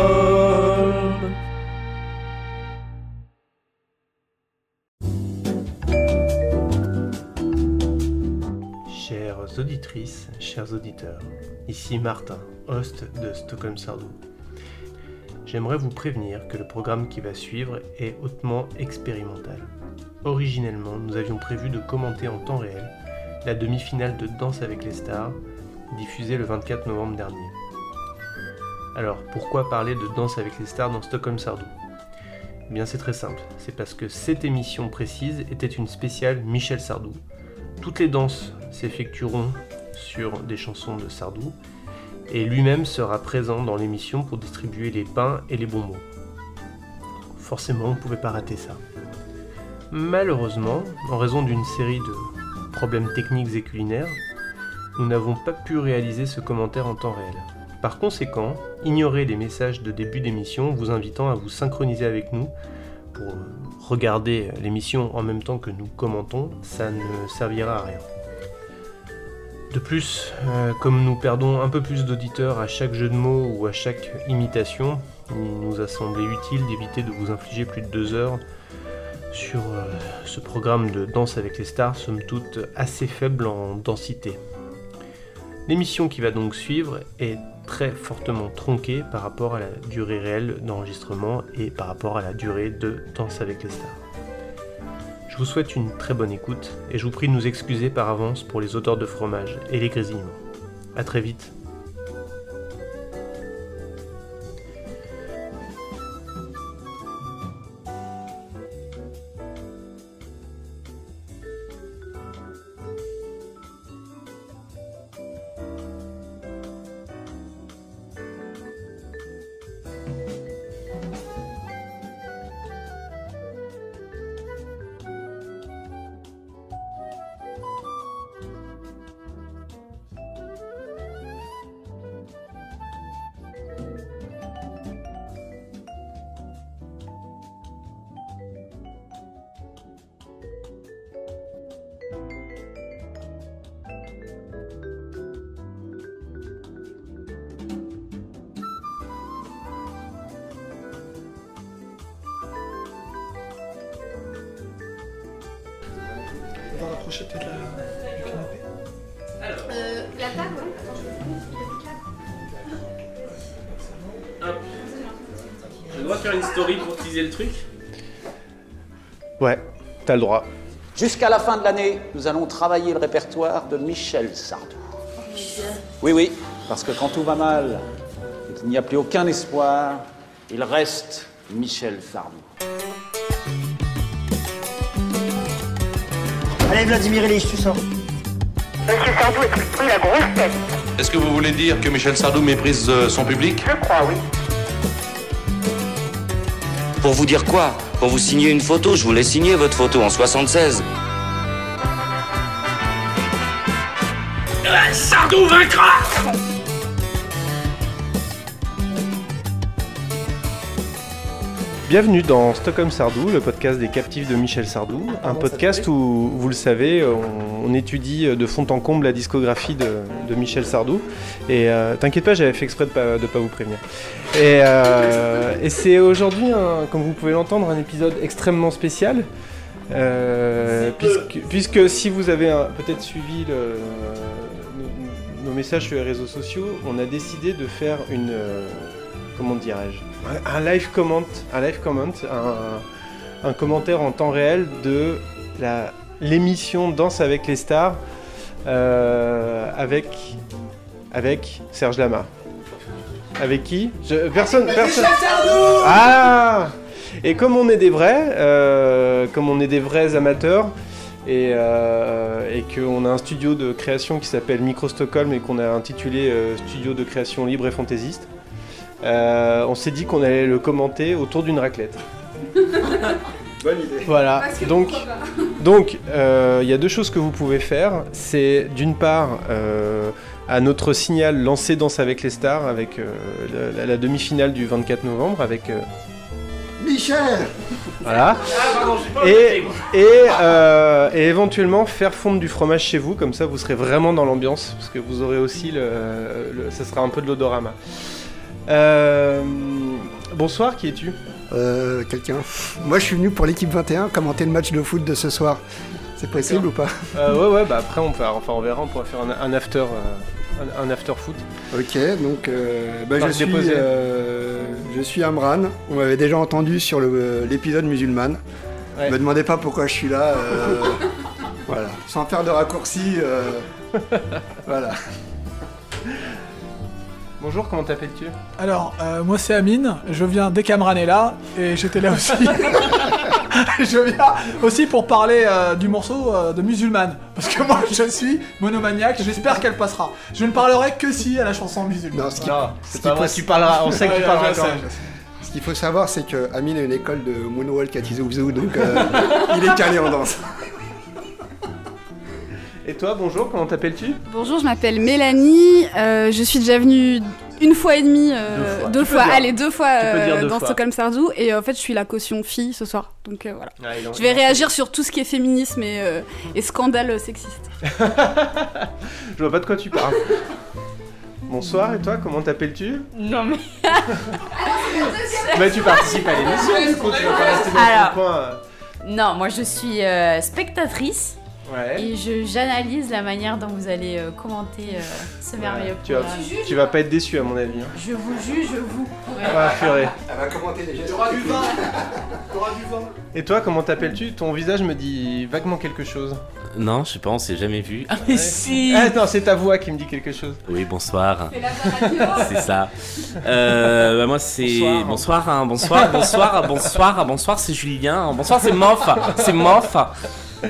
Microstodome. Chères auditrices, chers auditeurs, ici Martin, host de Stockholm Sardou. J'aimerais vous prévenir que le programme qui va suivre est hautement expérimental. Originellement, nous avions prévu de commenter en temps réel la demi-finale de Danse avec les stars, diffusée le 24 novembre dernier. Alors, pourquoi parler de Danse avec les stars dans Stockholm Sardou Eh bien, c'est très simple, c'est parce que cette émission précise était une spéciale Michel Sardou, toutes les danses s'effectueront sur des chansons de Sardou et lui-même sera présent dans l'émission pour distribuer les pains et les bonbons. Forcément, on ne pouvait pas rater ça. Malheureusement, en raison d'une série de problèmes techniques et culinaires, nous n'avons pas pu réaliser ce commentaire en temps réel. Par conséquent, ignorez les messages de début d'émission vous invitant à vous synchroniser avec nous pour euh, regarder l'émission en même temps que nous commentons, ça ne servira à rien. De plus, euh, comme nous perdons un peu plus d'auditeurs à chaque jeu de mots ou à chaque imitation, il nous a semblé utile d'éviter de vous infliger plus de deux heures sur euh, ce programme de danse avec les stars, somme toute assez faible en densité. L'émission qui va donc suivre est très fortement tronquée par rapport à la durée réelle d'enregistrement et par rapport à la durée de Danse avec les stars. Je vous souhaite une très bonne écoute et je vous prie de nous excuser par avance pour les odeurs de fromage et les grésillements. A très vite. On va rapprocher peut-être la- le canapé. Euh, la table, ouais. Attends, je vais J'ai le droit de faire une story pour teaser le truc Ouais, t'as le droit. Jusqu'à la fin de l'année, nous allons travailler le répertoire de Michel Sardou. Oui, oui, parce que quand tout va mal et qu'il n'y a plus aucun espoir, il reste Michel Sardou. Allez Vladimir Ilyich, tu sors. Monsieur Sardou est pris la grosse tête, Est-ce que vous voulez dire que Michel Sardou méprise euh, son public je crois, oui. Pour vous dire quoi Pour vous signer une photo, je voulais signer votre photo en 76. Sardou vaincra Bienvenue dans Stockholm Sardou, le podcast des captifs de Michel Sardou, un podcast où, vous le savez, on, on étudie de fond en comble la discographie de, de Michel Sardou. Et euh, t'inquiète pas, j'avais fait exprès de pas, de pas vous prévenir. Et, euh, et c'est aujourd'hui, un- comme vous pouvez l'entendre, un épisode extrêmement spécial. euh, puisque, puisque si vous avez un- peut-être suivi le- nos, nos messages sur les réseaux sociaux, on a décidé de faire une, euh, comment dirais-je, un- un live comment, un live comment, un, un commentaire en temps réel de la l'émission Danse avec les stars euh, avec avec Serge Lama. Avec qui Je- Personne. Personne. Ah Et comme on est des vrais, euh, comme on est des vrais amateurs. Et, euh, et qu'on a un studio de création qui s'appelle Micro Stockholm et qu'on a intitulé euh, Studio de création libre et fantaisiste. Euh, on s'est dit qu'on allait le commenter autour d'une raclette. Bonne idée. Voilà, Parce que donc pourquoi pas. donc, euh, il y a deux choses que vous pouvez faire. C'est d'une part, euh, à notre signal, lancer Danse avec les stars avec euh, la, la- la demi-finale du 24 novembre avec euh, Michel Voilà. Ah, pardon, j'ai pas Et, envie de et, euh, et éventuellement faire fondre du fromage chez vous, comme ça vous serez vraiment dans l'ambiance, parce que vous aurez aussi le. le- ça sera un peu de l'odorama. Euh, bonsoir, qui es-tu Euh, quelqu'un. Moi, je suis venu pour l'équipe 21 commenter le match de foot de ce soir. C'est possible ou pas Euh, Ouais, ouais, bah après on, peut, enfin, on verra, on pourra faire un, un after. euh, un, un after foot. Ok, donc euh, bah, Par je, suis, déposé. euh, je suis Amran. On m'avait déjà entendu sur le- euh, l'épisode musulmane. Ne me demandez pas pourquoi je suis là. euh, voilà. Sans faire de raccourcis. euh, voilà. Bonjour, comment t'appelles-tu Alors, euh, moi c'est Amine, je viens dès qu'Amran est là, et j'étais là aussi. je viens aussi pour parler euh, du morceau euh, de Musulmane, parce que moi je suis monomaniaque, j'espère qu'elle passera. Je ne parlerai que si à la chanson Musulmane. Non, ce qui- c'est pas vrai, tu parleras, on sait que tu parleras quand même. Ce qu'il faut savoir, c'est que Amine a une école de moonwalk à Tizouzou, donc euh, il est calé en danse. Et toi, bonjour, comment t'appelles-tu Bonjour, je m'appelle Mélanie. euh, je suis déjà venue une fois et demie, euh, deux Deux fois. Tu peux fois, dire. allez, deux fois Tu peux euh, dire deux dans fois. Stockholm Sardou. Et en fait, je suis la caution fille ce soir. Donc euh, voilà. Ah, il en- je vais il en- réagir sur tout ce qui est féminisme et, euh, et scandale sexiste. Je vois pas de quoi tu parles. Bonsoir, et toi, comment t'appelles-tu Non mais. Bah, tu participes à l'émission, du coup, tu vas pas rester dans ton Alors. coin, euh. Non, moi je suis euh, spectatrice Ouais. et je j'analyse la manière dont vous allez euh, commenter euh, ce merveilleux Tu vas, programme. tu vas pas être déçu à mon avis. hein. Je vous juge, je vous. Ah, purée. Elle va commenter les gestes. T'auras du vin T'auras du vin Et toi, comment t'appelles-tu Ton visage me dit vaguement quelque chose. Non, je sais pas, on s'est jamais vu. Ah, Ouais. Ah, non, c'est ta voix qui me dit quelque chose. Oui, bonsoir. C'est la radio. hein. C'est ça. Euh, bah, moi, c'est. Bonsoir, hein, bonsoir, bonsoir, ah, bonsoir, ah, bonsoir, c'est Julien. hein, Bonsoir, c'est Moff. C'est Moff.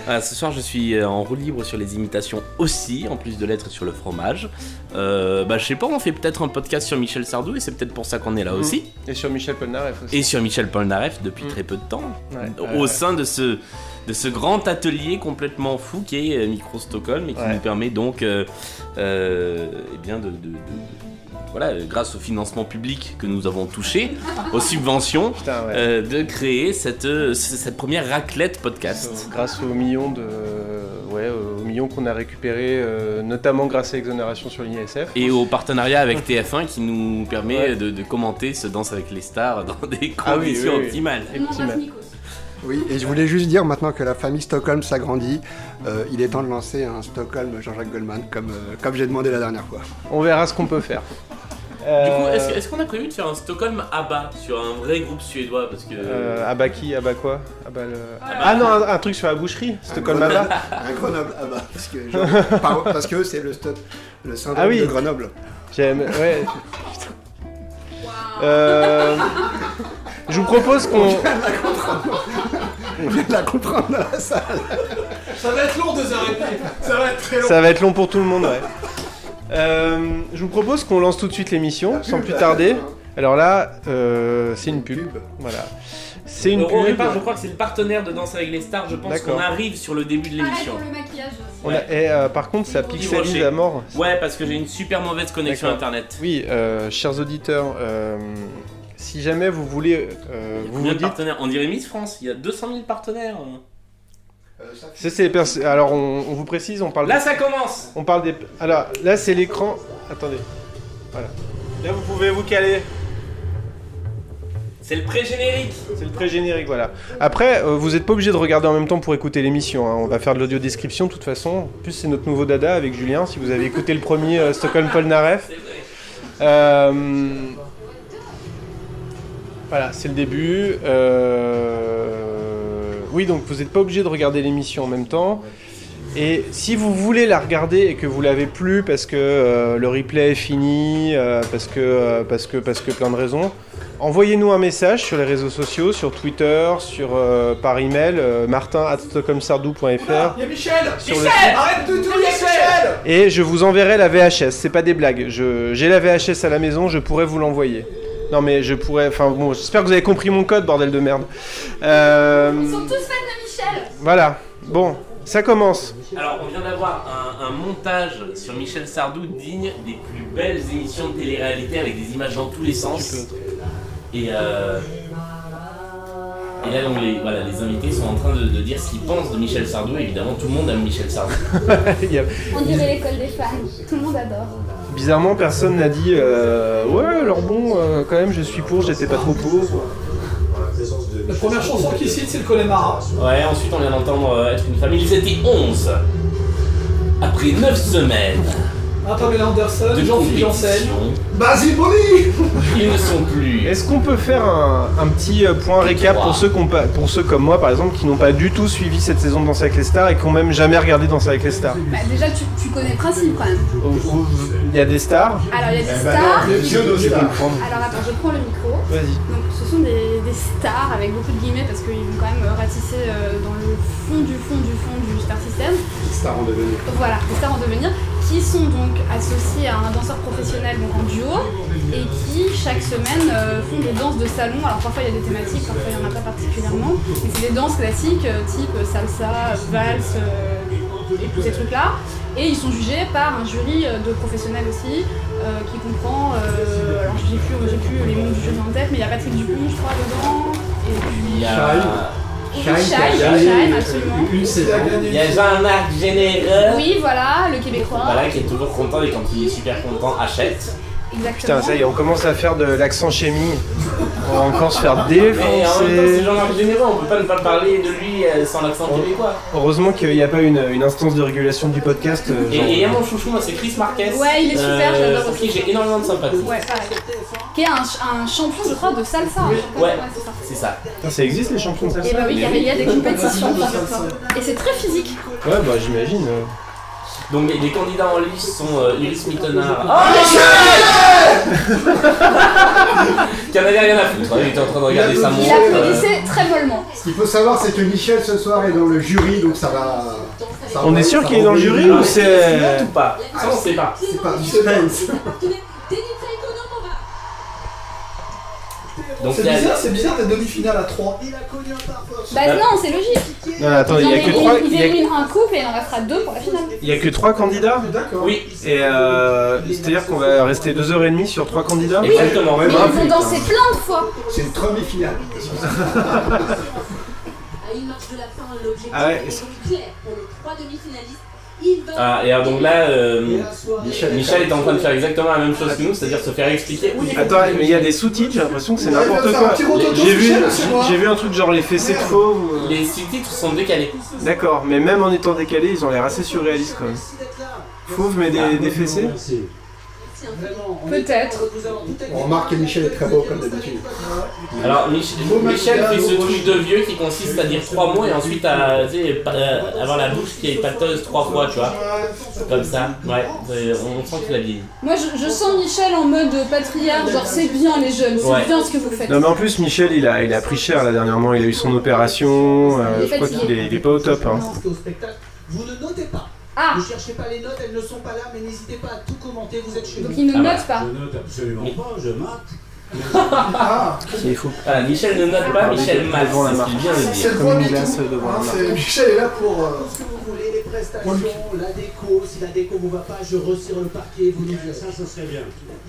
Voilà, ce soir, je suis euh, en roue libre sur les imitations aussi, en plus de l'être sur le fromage. Euh, bah, je sais pas, on fait peut-être un podcast sur Michel Sardou et c'est peut-être pour ça qu'on est là aussi. Et sur Michel Polnareff aussi. Et sur Michel Polnareff depuis très peu de temps. Mm. Ouais. Au- Ouais, Au ouais. sein de ce, de ce grand atelier complètement fou qui est euh, Micro Stockholm et qui Ouais. nous permet donc, euh, euh, eh bien, de. de- de- de- voilà, euh, grâce au financement public que nous avons touché, aux subventions, euh, de créer cette, euh, c- cette première raclette podcast. Euh, Grâce aux millions de, ouais, aux millions qu'on a récupérés, euh, notamment grâce à l'exonération sur l'ISF. Et au partenariat avec TF1 qui nous permet de, de commenter ce Danse avec les stars dans des conditions Ah oui, oui, oui. optimales. Oui, et je voulais juste dire maintenant que la famille Stockholm s'agrandit, euh, il est temps de lancer un Stockholm Jean-Jacques Goldman comme, euh, comme j'ai demandé la dernière fois. On verra ce qu'on peut faire. Du coup, Euh, est-ce est-ce qu'on a prévu de faire un Stockholm ABBA sur un vrai groupe suédois Parce que. Euh, à bas qui, à bas quoi À bas le- Ah non, un, un truc sur la boucherie, Stockholm à Grenoble- bas. Un Grenoble à bas, parce que, genre, par- parce que c'est le, sto- le syndrome Ah oui. de Grenoble. J'aime, ouais. Euh, je vous propose qu'on. On vient de la comprendre dans la salle. Ça va être long deux heures et demie, ça va être très long. Ça va être long pour tout le monde, ouais. Euh, je vous propose qu'on lance tout de suite l'émission, Oh, sans pub, plus la tarder. Alors là, euh, c'est une pub. Voilà. C'est une Au pub. départ, je crois que c'est le partenaire de Danse avec les stars. Je pense D'accord. qu'on arrive sur le début de l'émission. Ah, On a- et, euh, par contre, ça pixelise à mort. Ouais, parce que j'ai une super mauvaise connexion D'accord. internet. Oui, euh, chers auditeurs, euh, si jamais vous voulez, euh, vous Combien vous de dites, partenaires On dirait Miss France, il y a 200 000 partenaires. Ça, c'est les pers- Alors, on, on vous précise, on parle. Là, ça commence. On parle des. Alors, là, c'est l'écran. Attendez. Voilà. Là, vous pouvez vous caler. C'est le pré-générique. C'est le pré-générique, voilà. Après, euh, vous n'êtes pas obligé de regarder en même temps pour écouter l'émission. hein. On va faire de l'audio description, de toute façon. En plus, c'est notre nouveau dada avec Julien. Si vous avez écouté le premier euh, Stockholm Polnareff. Euh, Voilà, c'est le début. Euh, Oui, donc vous n'êtes pas obligé de regarder l'émission en même temps. Et si vous voulez la regarder et que vous l'avez plus parce que euh, le replay est fini, euh, parce, que, euh, parce, que, parce que plein de raisons, envoyez-nous un message sur les réseaux sociaux, sur Twitter, sur, euh, par email, euh, martin.stockholmsardou.fr. Ah, Il y a Michel Sur le Michel site. Arrête de tout dire Michel Et je vous enverrai la VHS, c'est pas des blagues. Je- J'ai la VHS à la maison, je pourrais vous l'envoyer. Non mais je pourrais... Enfin bon, j'espère que vous avez compris mon code, bordel de merde. Euh, Ils sont tous fans de Michel Voilà, bon, ça commence. Alors, on vient d'avoir un, un montage sur Michel Sardou digne des plus belles émissions de télé-réalité avec des images dans tous les sens. Et euh, Et là, donc, les, voilà, les invités sont en train de, de dire ce qu'ils pensent de Michel Sardou. Évidemment, tout le monde aime Michel Sardou. Il y a- On dirait l'école des fans. Tout le monde adore. Bizarrement, personne n'a dit euh, Ouais, alors bon, euh, quand même, je suis pour, j'étais pas trop pour. La première chanson qu'il cite, c'est le Connemara. Ouais, ensuite on vient d'entendre euh, être une famille. Ils étaient 11 après 9 semaines Ah, Pamela Anderson, de Jean-Philippe Janssen. compétition. Vas-y, Ils ne sont plus. Est-ce qu'on peut faire un, un petit euh, point récap pour ceux, qu'on pa- pour ceux comme moi, par exemple, qui n'ont pas du tout suivi cette saison de Danse avec les stars et qui n'ont même jamais regardé Danse avec les stars Bah, déjà, tu, tu connais le principe quand même. Où- où Il y a des stars Alors, il y Eh a des ben stars. Je vais le prendre. Alors, attends, je prends le micro. Vas-y. Donc, ce sont des, des stars avec beaucoup de guillemets parce qu'ils vont quand même euh, ratisser euh, dans le fond du fond du fond du star system. Star en devenir. Voilà, des stars en devenir qui sont donc associés à un danseur professionnel donc en duo et qui chaque semaine euh, font des danses de salon. Alors parfois il y a des thématiques, parfois il n'y en a pas particulièrement, mais c'est des danses classiques euh, type salsa, valse euh, et tous ces trucs-là. Et ils sont jugés par un jury euh, de professionnels aussi euh, qui comprend, euh, alors j'ai plus, j'ai plus les noms du jury en tête, mais il y a Patrick Dupont je crois dedans. Et puis Il y a- Oui, Shine, Shine, absolument. Une saison. Il y a Jean-Marc Généreux. Oui voilà, le Québécois. Voilà, Bah qui est toujours content et quand il est super content, achète. Exactement. Putain, ça y est, on commence à faire de l'accent chémie. On va encore se faire Mais en même temps, c'est défoncer. Jean-Marc Généreux, on peut pas ne pas parler de lui euh, sans l'accent québécois. Heureusement qu'il n'y a pas une, une instance de régulation du podcast. euh, Et genre- et il y a mon chouchou, moi, c'est Chris Marquez. Ouais, il est super, euh, j'adore pour aussi. qui j'ai énormément de sympathie. Ouais, pareil. Qui est un, ch- un champion, je crois, de salsa. hein, je crois. Ouais. c'est ça. C'est ça. Putain, ça existe les champions de salsa Et bah oui, Mais car il y a des oui. compétitions par rapport. Et c'est très physique. Ouais, bah j'imagine. euh. Donc les, les candidats en lice sont euh, Iris Mittenard. Oh, Qui en avait rien à foutre, hein, il était en train de regarder sa montre. euh. Il applaudissait très mollement. Ce qu'il faut savoir, c'est que Michel ce soir est dans le jury, donc ça va. ça On va- est sûr ça qu'il va est dans le embellir. jury ou c'est. ou pas Ça, on sait pas. C'est pas du suspense. Donc, c'est il y a- bizarre, c'est bizarre des demi-finales à 3. Bah non, c'est logique. Non, attends, il y a Ils en que éliminent- trois- Ils il y a- éliminent un couple et il en restera deux pour la finale. Il y a que trois candidats Oui. Et euh, c'est-à-dire qu'on va rester deux heures et demie sur trois candidats Exactement. Mais Ah ils vont danser plein de fois. C'est une première finale. À une marche de la fin, l'objectif Ah ouais, est et c'est- donc clair pour les trois demi-finalistes. Ils veulent- Ah, et alors donc là, euh, Michel, est en train de faire exactement la même chose que nous, c'est-à-dire se faire expliquer. Oui, Attends, mais il y a des sous-titres, j'ai l'impression que c'est Ouais, n'importe il va faire un quoi. petit rototo J'ai sur vu, Michel, c'est moi. j'ai vu un truc genre les fessées de faux. ou- euh, Les sous-titres sont décalés. D'accord, mais même en étant décalés, ils ont l'air assez surréalistes quand même. Fauve, mais des, des fessées Peut-être. On remarque que Michel est très beau comme d'habitude. Alors Mich- Michel fait ce truc de vieux qui consiste à dire trois mots et ensuite à tu sais, pa- euh, avoir la bouche qui est pâteuse trois fois, tu vois. Comme ça, ouais, c'est- on sent qu'il a vieilli. Moi, je, je sens Michel en mode patriarche, genre c'est bien les jeunes, c'est Ouais. bien ce que vous faites. Non mais en plus Michel il a, il a pris cher là dernièrement, il a eu son opération, euh, Il est je crois fatigué. qu'il est, il est pas au top. hein. au spectacle, vous ne notez pas. Ah. Ne cherchez pas les notes, elles ne sont pas là, mais n'hésitez pas à tout commenter, vous êtes chez Donc nous. Ah il ne note bah. pas. note absolument pas, je mate. Qui est fou. Voilà, Michel ne note pas, Michel mate, Devant la c'est ce qu'il vient de dire. marque. Comme une glace devant la Hein, marque. c'est- Michel est là pour. euh, Tout ce que vous voulez, les prestations, la déco, si la déco vous va pas, je retire le parquet, vous nous dites ça, ça serait bien.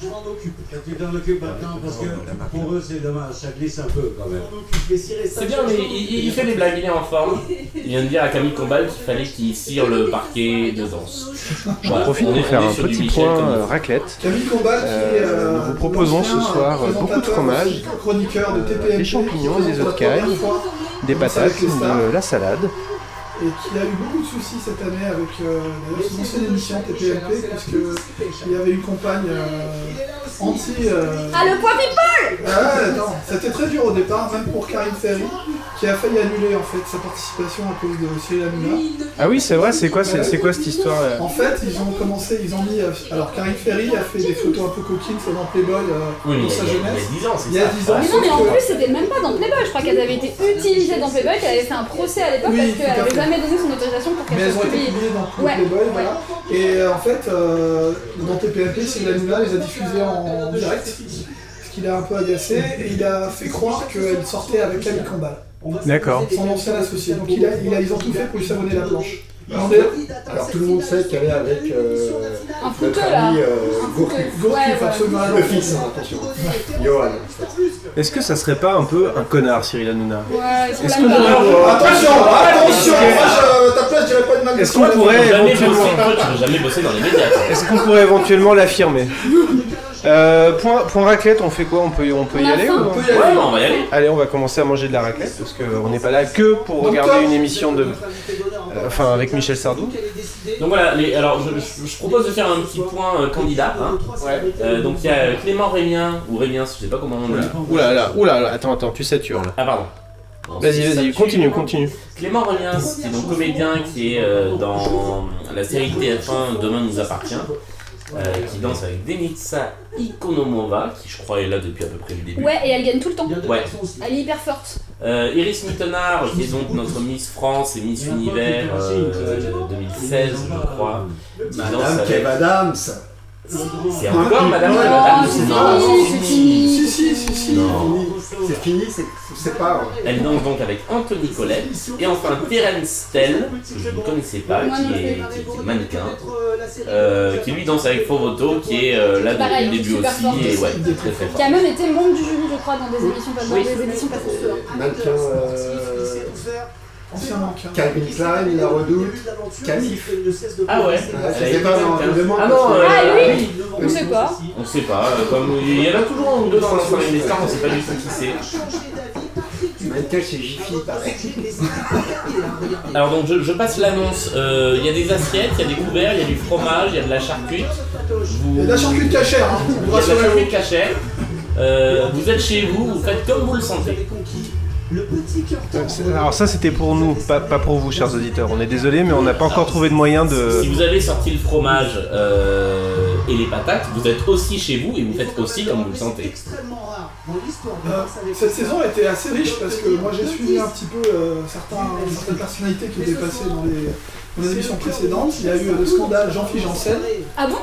Je m'en occupe. Tu t'en occupes maintenant parce que pour eux c'est dommage, ça glisse un peu quand même. Je vais cirer ça. C'est bien, mais il, il- il fait des blagues, il est en forme. Il vient de dire à Camille Combal qu'il fallait qu'il cire le parquet de danse. J'en profite pour faire un petit point euh, raclette. Camille Combal, qui Euh, est, euh, nous vous proposons ce l'ancien, soir euh, euh, beaucoup de présentateur fromage, aussi, chroniqueur de TPMP, des champignons, qui des œufs de présente caille, la première fois, des patates, C'est ça. de la salade. Et qui a eu beaucoup de soucis cette année avec euh, d'ailleurs son ancienne émission TPMP, puisqu'il avait une compagne euh, anti. euh, Ah, le point people Ah, non, c'était très dur au départ, même pour Karine Ferry, qui a failli annuler en fait sa participation à cause de Cyril Hanouna. Ah oui c'est vrai, c'est quoi, c'est c'est quoi cette histoire là En fait, ils ont commencé, ils ont mis. euh, Alors, Karine Ferry a fait des photos un peu coquines c'est dans Playboy euh, Oui, mais dans sa il y a- il y a jeunesse. 10 ans, c'est Il y a ça. 10 ans. Mais non, mais en plus, c'était même pas dans Playboy. Je crois qu'elle avait été utilisée dans Playboy, qu'elle avait fait un procès à l'époque Oui, parce tout à qu'elle avait fait. jamais donné son autorisation pour Mais qu'elle elles soit ont été publiée. publiées dans tous Ouais, les Playboy, ouais. voilà. Et euh, en fait, euh, dans TPMP, Cyril Hanouna les a diffusées en direct, ce qui l'a un peu agacé, et il a fait croire qu'elle sortait avec Camille Combal. D'accord. Son ancien associé. Donc il a, il a- ils ont tout fait pour lui savonner la planche. Alors, alors, tout le monde sait qu'elle est avec euh, Un notre fouteux, là. ami euh, Gourcuff. fouteux. Gourcuff, Ouais, ouais. absolument. Le fils, hein, attention. Johan. Est-ce que ça serait pas un peu un connard, Cyril Hanouna Est-ce qu'on Alors, pourrait- Attention, attention, moi, je- ta place, je dirais pas de mal. Est-ce qu'on pourrait Jamais bossé, éventuellement- tu jamais bossé dans les médias. toi. Est-ce qu'on pourrait éventuellement l'affirmer Euh, point, point raclette, on fait quoi On peut, on peut y On a aller faim. ou On peut y aller. Ouais, on va y aller. Allez, on va commencer à manger de la raclette parce qu'on n'est pas là que pour regarder une émission de. euh, Enfin, avec Michel Sardou. Donc voilà, les- alors je, je- je propose de faire un petit point euh, candidat. hein. Euh, donc il y a euh, Clément Rémien, ou Rémien, je sais pas comment on Oula, dit. oula, là, oula, là, attends, attends, tu satures là. Ah, pardon. Vas-y, vas-y, continue, continue. Clément Rémien, c'est donc comédien qui est euh, dans la série TF1 Demain nous appartient, euh, qui danse avec Denitsa Ikonomova, qui je crois est là depuis à peu près le début. Ouais, et elle gagne tout le temps. Ouais. Elle est hyper forte. Euh, Iris Mittenard, qui est donc notre Miss France et Miss Univers euh, 2016, je crois. qui danse Madame avec- Kevadams. C'est encore Madame Kevadams. Kevadams. Non, Ah, c'est fini. Si, si, si, si. Non. C'est fini, c'est- c'est pas. hein. Elle danse donc avec Anthony Collet et enfin Terence Tell, que je ne connaissais pas, qui est, qui est mannequin, euh, qui lui danse avec Fovoto, qui est euh, là depuis Pareil, le début super aussi, fort. et ouais, qui est très très Qui a fort. même été membre du jury, je crois, dans des émissions passées. Oui. Des émissions passées. Mannequin. euh, Calvin Klein, La Redoute, Calif. Ah ouais Elle a c'est été pas dans mannequin. le demande. Ah non, euh, Ah lui oui. On sait pas. On sait pas, euh, comme il y en a toujours un ou deux dans l'ensemble des stars, on sait pas du tout qui c'est. Mannequin, c'est Jiffy, pareil. Alors donc je, je passe l'annonce, Euh, il y a des assiettes, il y a des couverts, il y a du fromage, il y a de la charcute. Vous... Et de la charcute cachère, hein, Il y a de la rassurez-vous. charcute cachère. Euh, vous êtes chez vous, vous faites comme vous le sentez. Alors, ça c'était pour nous, pas, pas pour vous, chers auditeurs. On est désolé, mais on n'a pas encore trouvé de moyen de. Si vous avez sorti le fromage euh, et les patates, vous êtes aussi chez vous et vous faites aussi comme vous le sentez. Cette saison était assez riche parce que moi j'ai suivi un petit peu euh, certains, certaines personnalités qui étaient passées dans les, dans les émissions précédentes. Il y a eu le scandale Jean-Philippe Janssen. Ah bon Euh,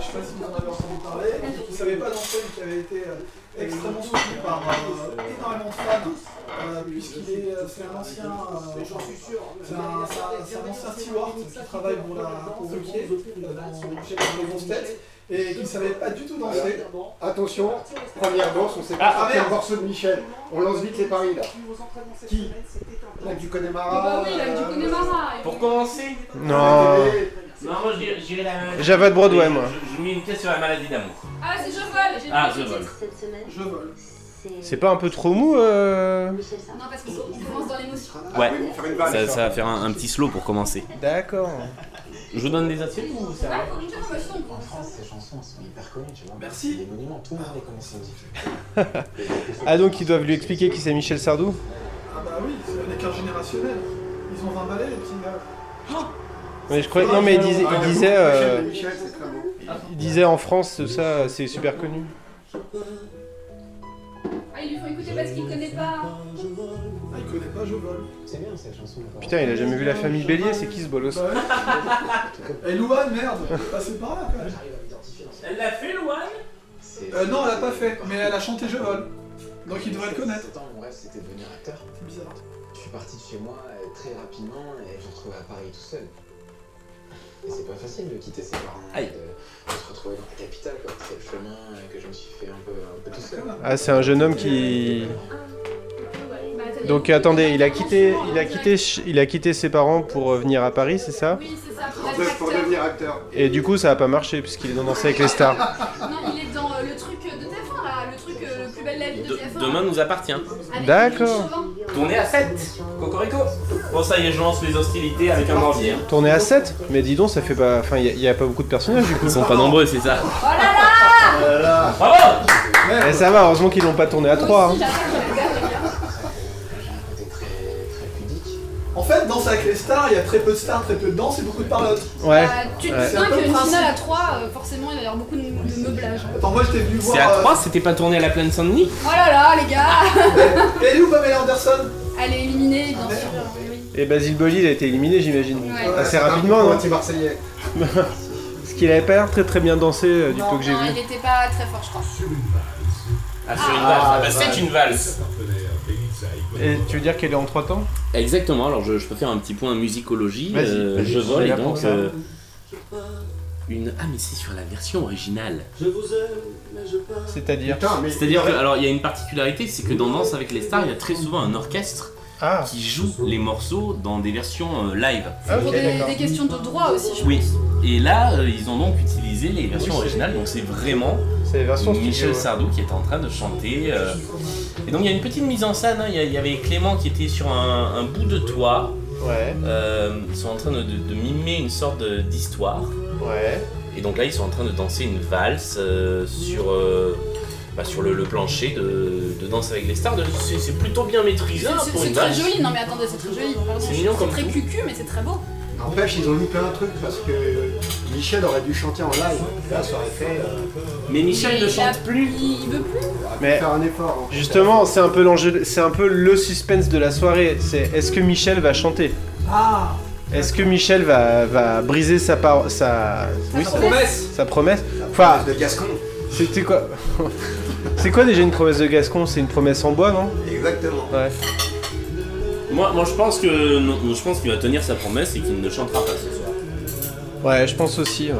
Je sais pas si vous en avez entendu parler. Qui ne savait pas danser, mais qui avait été euh, extrêmement soutenu par euh, énormément de fans. euh, Puisqu'il est, euh, c'est un ancien, euh, c'est un, c'est un- c'est un ancien steward qui travaille pour la pour Ruquier euh, dans chez les grosses têtes et qui ne savait pas du tout danser. Attention, première danse, on sait pas Ah, ah, ah, quel merde. morceau de Michel. On lance vite les paris là. Qui Lac du Connemara. euh, Bah oui, là, du coup, Nemara. Pour commencer Non. Non, moi je dirais- je dirais la... Java de Broadway, Je- moi. Je, je mets une pièce sur la maladie d'amour. Ah, c'est je vole Ah, je vole. Je vole. C'est pas un peu trop mou euh... Non, parce qu'on commence dans l'émotion. Ah, Ouais, ça, ça va faire un, un petit slow pour commencer. D'accord. Je vous donne des assiettes ou ça va En France, ces chansons sont hyper connues, tu vois. Merci. Les monuments, tout le monde les connaît, c'est dit. Ah, donc ils doivent lui expliquer qui c'est Michel Sardou Ah bah oui, c'est un écart générationnel. Ils ont 20 balais les petits gars. Mais Ah je croyais- Non, mais il disait. Ah, Il la disait, boucle euh, Michel de Michel, c'est très beau. il disait en France, ça c'est super connu. Ah, il lui faut écouter parce qu'il connaît pas. Ah, il connaît pas, je vole. C'est bien cette chanson. Putain, il a jamais vu la famille Bélier, c'est qui ce bolos Et Louane, merde, passez par là quand même. Elle l'a fait, Louane Euh, non, elle l'a pas fait, mais elle a chanté Je vole. Donc il devrait le connaître. Mon rêve, c'était de devenir acteur. C'est bizarre. Je suis parti de chez moi euh, très rapidement et je me retrouvais à Paris tout seul. Et c'est pas facile de quitter ses parents, et de, de se retrouver dans la capitale, quoi. C'est le chemin euh, que je me suis fait un peu, un peu tout seul. Ah, c'est un jeune homme qui. Bah, Donc euh, attendez, il a quitté, il a quitté, ch- il a quitté ses parents pour euh, venir à Paris, c'est ça Oui, c'est ça, pour Pour, être de- pour acteur. devenir acteur. Et du coup, ça a pas marché puisqu'il est dans Danser avec les stars. Non, il est dans euh, le truc de TF1 là, le truc euh, le plus belle la vie de De- TF1. Demain nous appartient. Avec D'accord. Philippe Chauvin. Tournez à 7 Cocorico Bon ça y est, je lance les hostilités avec un ordi. hein. Tourné à 7 Mais dis donc, ça fait pas, enfin, il y, a pas beaucoup de personnages du coup. Ils sont pas nombreux, c'est ça. Oh là là Bravo Eh, ça va, heureusement qu'ils l'ont pas tourné à 3 Si, j'attends que je regarde, regarde. En fait, Danse avec les stars, il y a très peu de stars, très peu de danse et beaucoup de parlotte. hein. Ouais. Bah, tu te Ouais. souviens qu'une finale à 3, forcément, il va y avoir beaucoup de, de meublage. Attends, moi j'étais venu voir. C'est à euh, 3, c'était pas tourné à la plaine Saint-Denis Oh là là, les gars Elle est où Pamela euh, Anderson Elle est éliminée, bien sûr. oui. Et Basile Boli, il a été éliminé, j'imagine. Ouais. Assez rapidement, hein. non Anti-Marseillais. Parce qu'il avait pas l'air très très bien dansé euh, du peu que j'ai Non, vu. il était pas très fort, je crois. Ah, sur une Ah, valse. Bah, c'est une valse. Et tu veux dire qu'elle est en trois temps Exactement, alors je, je peux faire un petit point musicologie. Vas-y, Euh, vas-y, je je suis vole et là pour donc. ça. euh, une... Ah, mais c'est sur la version originale. Je vous aime, mais je pars. C'est-à-dire C'est-à-dire que, alors, il y a une particularité, c'est que dans Danse avec les stars, il y a très souvent un orchestre qui joue les morceaux dans des versions euh, live. Pour des, des questions de droit aussi, je Oui, et là, euh, ils ont donc utilisé les versions originales, donc c'est vraiment les versions Michel studio, ouais. Sardou qui est en train de chanter. euh. Et donc il y a une petite mise en scène, hein. il y a- il y, avait Clément qui était sur un, un bout de toit. Euh, ils sont en train de, de- de mimer une sorte de- d'histoire. Et donc là, ils sont en train de danser une valse euh, sur, euh, bah, sur le, le plancher de, de Danse avec les stars. De- C'est c'est plutôt bien maîtrisé pense. hein, C'est- pour C'est une très valse. joli, non mais attendez, c'est très joli. Pardon, C'est je- mignon comme très cucu, mais c'est très beau. N'empêche, ils ont loupé un truc parce que Michel aurait dû chanter en live. Là, ça aurait fait. euh, Mais Michel ne chante plus. Il veut plus. Mais faire un effort. en fait. Justement, c'est un peu l'enjeu, c'est un peu le suspense de la soirée. C'est est-ce que Michel va chanter Ah Est-ce que Michel va, va briser sa par- sa oui, Ah, sa- promesse. sa promesse Enfin, de Gascon. C'était quoi C'est quoi déjà une promesse de Gascon C'est une promesse en bois, non Exactement. Ouais. Moi, moi, je pense que non, je pense qu'il va tenir sa promesse et qu'il ne chantera pas ce soir. Ouais, je pense aussi. Ouais.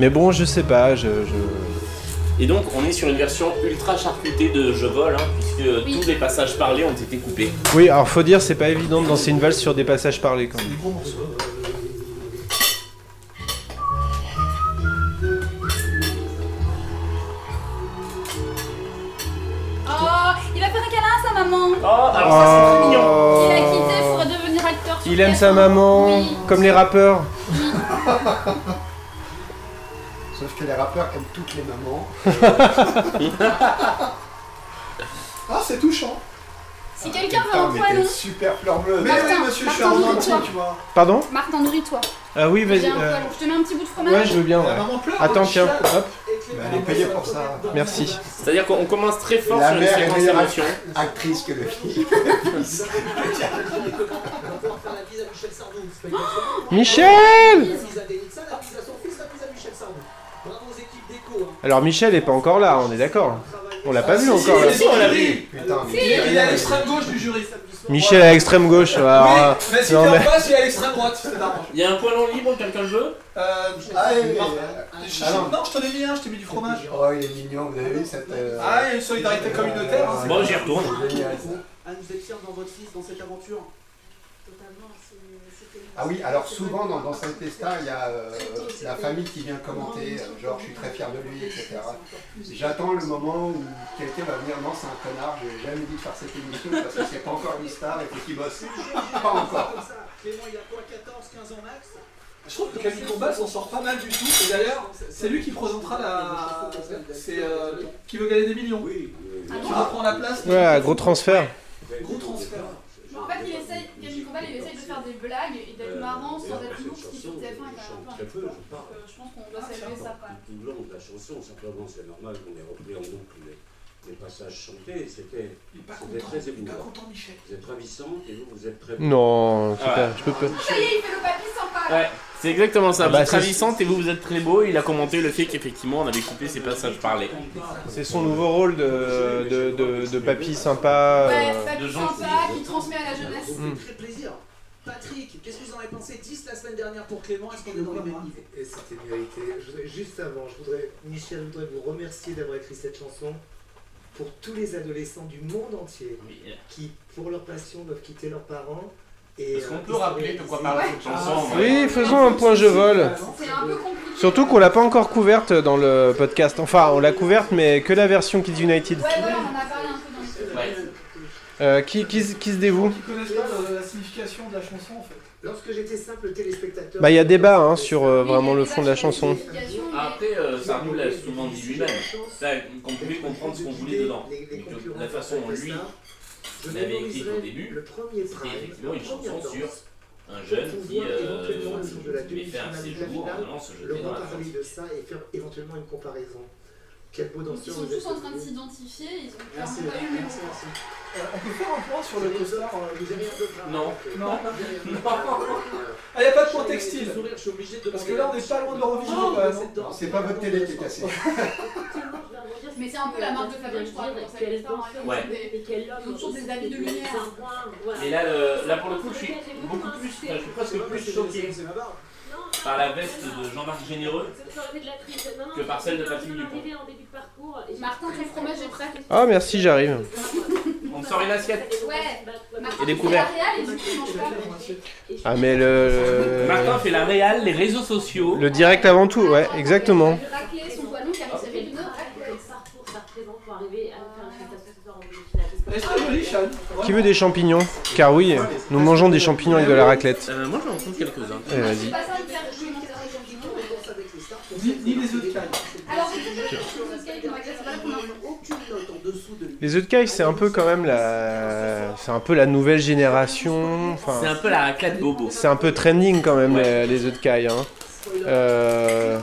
Mais bon, je sais pas. Je, je... Et donc, on est sur une version ultra charcutée de Je vole, hein, puisque tous les passages parlés ont été coupés. Oui, alors faut dire, c'est pas évident de danser une valse sur des passages parlés quand même. Oh, il va faire un câlin à sa maman. Oh, Ah, alors ça, Ah, c'est très mignon. Il a quitté pour devenir acteur. sur Oh. Il aime quatre sa ans. maman, Oui. Ah, comme les rappeurs. Sauf que les rappeurs aiment toutes les mamans. ah, c'est touchant. Si quelqu'un veut Putain, un mais poilon. t'es super fleur bleue. Mais Martin, oui, monsieur, je suis Martin, argentin, dis-toi. tu vois. Pardon Martin, nourris-toi. Ah oui, vas-y. J'ai un euh, poilon. Je te mets un petit bout de fromage. Ouais, je veux bien. ouais. Attends, tiens, hop. elle est payée pour ça. Merci. C'est-à-dire qu'on commence très fort La sur une mère est séquence meilleure d'émotion. act- actrice que le fils. Michel hein. Alors Michel est pas encore là, on est d'accord. On l'a pas vu encore là. Putain, mais- Il est à l'extrême gauche du jury. Michel à l'extrême gauche. alors, euh, Mais si t'es non, en mais- face, il est à l'extrême droite, c'est marrant. Il y a un poilon libre, quelqu'un le veut Euh. allez, Martin. allez. Je- Ah non. Non, je t'en ai mis un, je t'ai mis du fromage. Oh, il est mignon, vous avez vu cette. euh, Ah, il y a une solidarité communautaire. hein, c'est Bon, cool. Ah, j'y retourne. génial. Ah oui, alors souvent dans, dans cette testa, il y a euh, la famille qui vient commenter, euh, genre je suis très fier de lui, etc. Ah J'attends le moment où quelqu'un va venir, non c'est un connard, j'ai jamais dit de faire cette émission parce que c'est pas encore une star et faut qu'il bosse. Pas encore. Je trouve que Camille Combal s'en sort pas mal du tout. Et d'ailleurs, c'est lui qui présentera la. C'est. euh, le- Qui veut gagner des millions. Oui. Qui reprend la place. de- Ouais, gros transfert. Gros transfert. En fait, il essaye, Camille Combal, il essaye de faire des blagues et d'être marrant sans être lourd, ce qui sur TF1 est quand même un peu intelligent. Donc, euh, Je pense qu'on doit saluer ça quand même. tout le long de la chanson, simplement c'est normal qu'on ait repris en boucle les, les passages chantés, c'était c'était très émouvant. Vous êtes ravissant et vous, vous êtes très Non, je peux Ah. pas, je peux pas. Ça y est, il fait le papy sympa. là. Ouais, c'est exactement ça. Ah vous bah, êtes c'est- ravissante et vous, vous êtes très beau. Il a commenté le fait qu'effectivement, on avait coupé ces passages parlés. C'est son nouveau rôle de, de, de, de papy sympa. Ouais, euh, papy sympa qui transmet à la jeunesse. Mm. Très plaisir. Patrick, qu'est-ce que vous en avez pensé 10 la semaine dernière pour Clément, est-ce qu'on est dans les mêmes niveaux Et c'était mérité. Je voudrais- Juste avant, je voudrais, Michel, je voudrais vous remercier d'avoir écrit cette chanson pour tous les adolescents du monde entier qui, pour leur passion, doivent quitter leurs parents. Et euh, Est-ce qu'on peut rappeler de quoi parle cette chanson, ouais. Oui, faisons un point je vole. C'est un peu compliqué. Surtout qu'on l'a pas encore couverte dans le podcast. Enfin, on l'a couverte, mais que la version Kids United. Ouais, voilà, on en a parlé un peu dans le Euh, qui, qui, se- qui se dévoue Ils connaissent pas euh, la, la signification de la chanson en fait. Lorsque j'étais simple téléspectateur. Bah, il y a débat hein, sur euh, vraiment le fond de la chanson. Après, euh, Sardou l'a souvent dit lui-même. Ça, Qu'on pouvait comprendre ce qu'on voulait dedans. Mais que la façon dont lui l'avait écrit au début, c'était effectivement une chanson sur euh, un jeune qui euh, devait faire ses jours en allant se jeter dans la reparler de ça et faire éventuellement une comparaison. Quel beau Ils danseur sont vous êtes tous en train de devenu. s'identifier, ils ont Merci, clairement pas eu le même merci, merci. On peut faire un point sur le costard euh, de derrière Non. Non. Ah, y a pas de point textile. Parce que là, on est pas loin de l'Eurovision. quand même. hein. Non, c'est pas votre télé qui est cassée. Mais c'est un peu la marque de fabrique, je crois. Dire quand ça quel fait ça, bon hein, ils ont sens, des- et quel homme, Ils ont toujours des et habits de quel lumière. savoir, voilà. Mais là, le- là, pour le coup, je suis beaucoup plus. enfin, je suis presque plus choqué par la veste de Jean-Marc Généreux. J'aurais fait de la crise. Non, non, Que par celle de je Patrick viens Dupont. d'arriver en début de parcours et j'ai- Martin, ton fromage est prêt. Ah, merci, j'arrive. On me sort une assiette. Ouais. Et des couverts. Réal, et du coup, ils mangent pas. Ah, mais le. Martin fait la réal, les réseaux sociaux. Le direct avant tout, ouais, exactement. Racler son poilon car il s'appelle une autre. parcours ça représente pour arriver à faire un spectacle ce soir en demi-finale. Est-ce que joli, Sean Qui veut des champignons Car oui, nous mangeons des champignons avec de la raclette. Euh, moi, j'en rencontre quelques-uns. Eh, vas-y. Pas ça, le faire jouer une carte avec du monde. Ni, ni les autres cailles. Alors, c'est toujours les choses qu'elles ont accès, c'est pas qu'on en a aucune. Les œufs de caille, c'est un peu quand même la, c'est un peu la nouvelle génération. Enfin, C'est un peu la raclette bobo. c'est un peu trending quand même les, les œufs de caille. hein. Euh,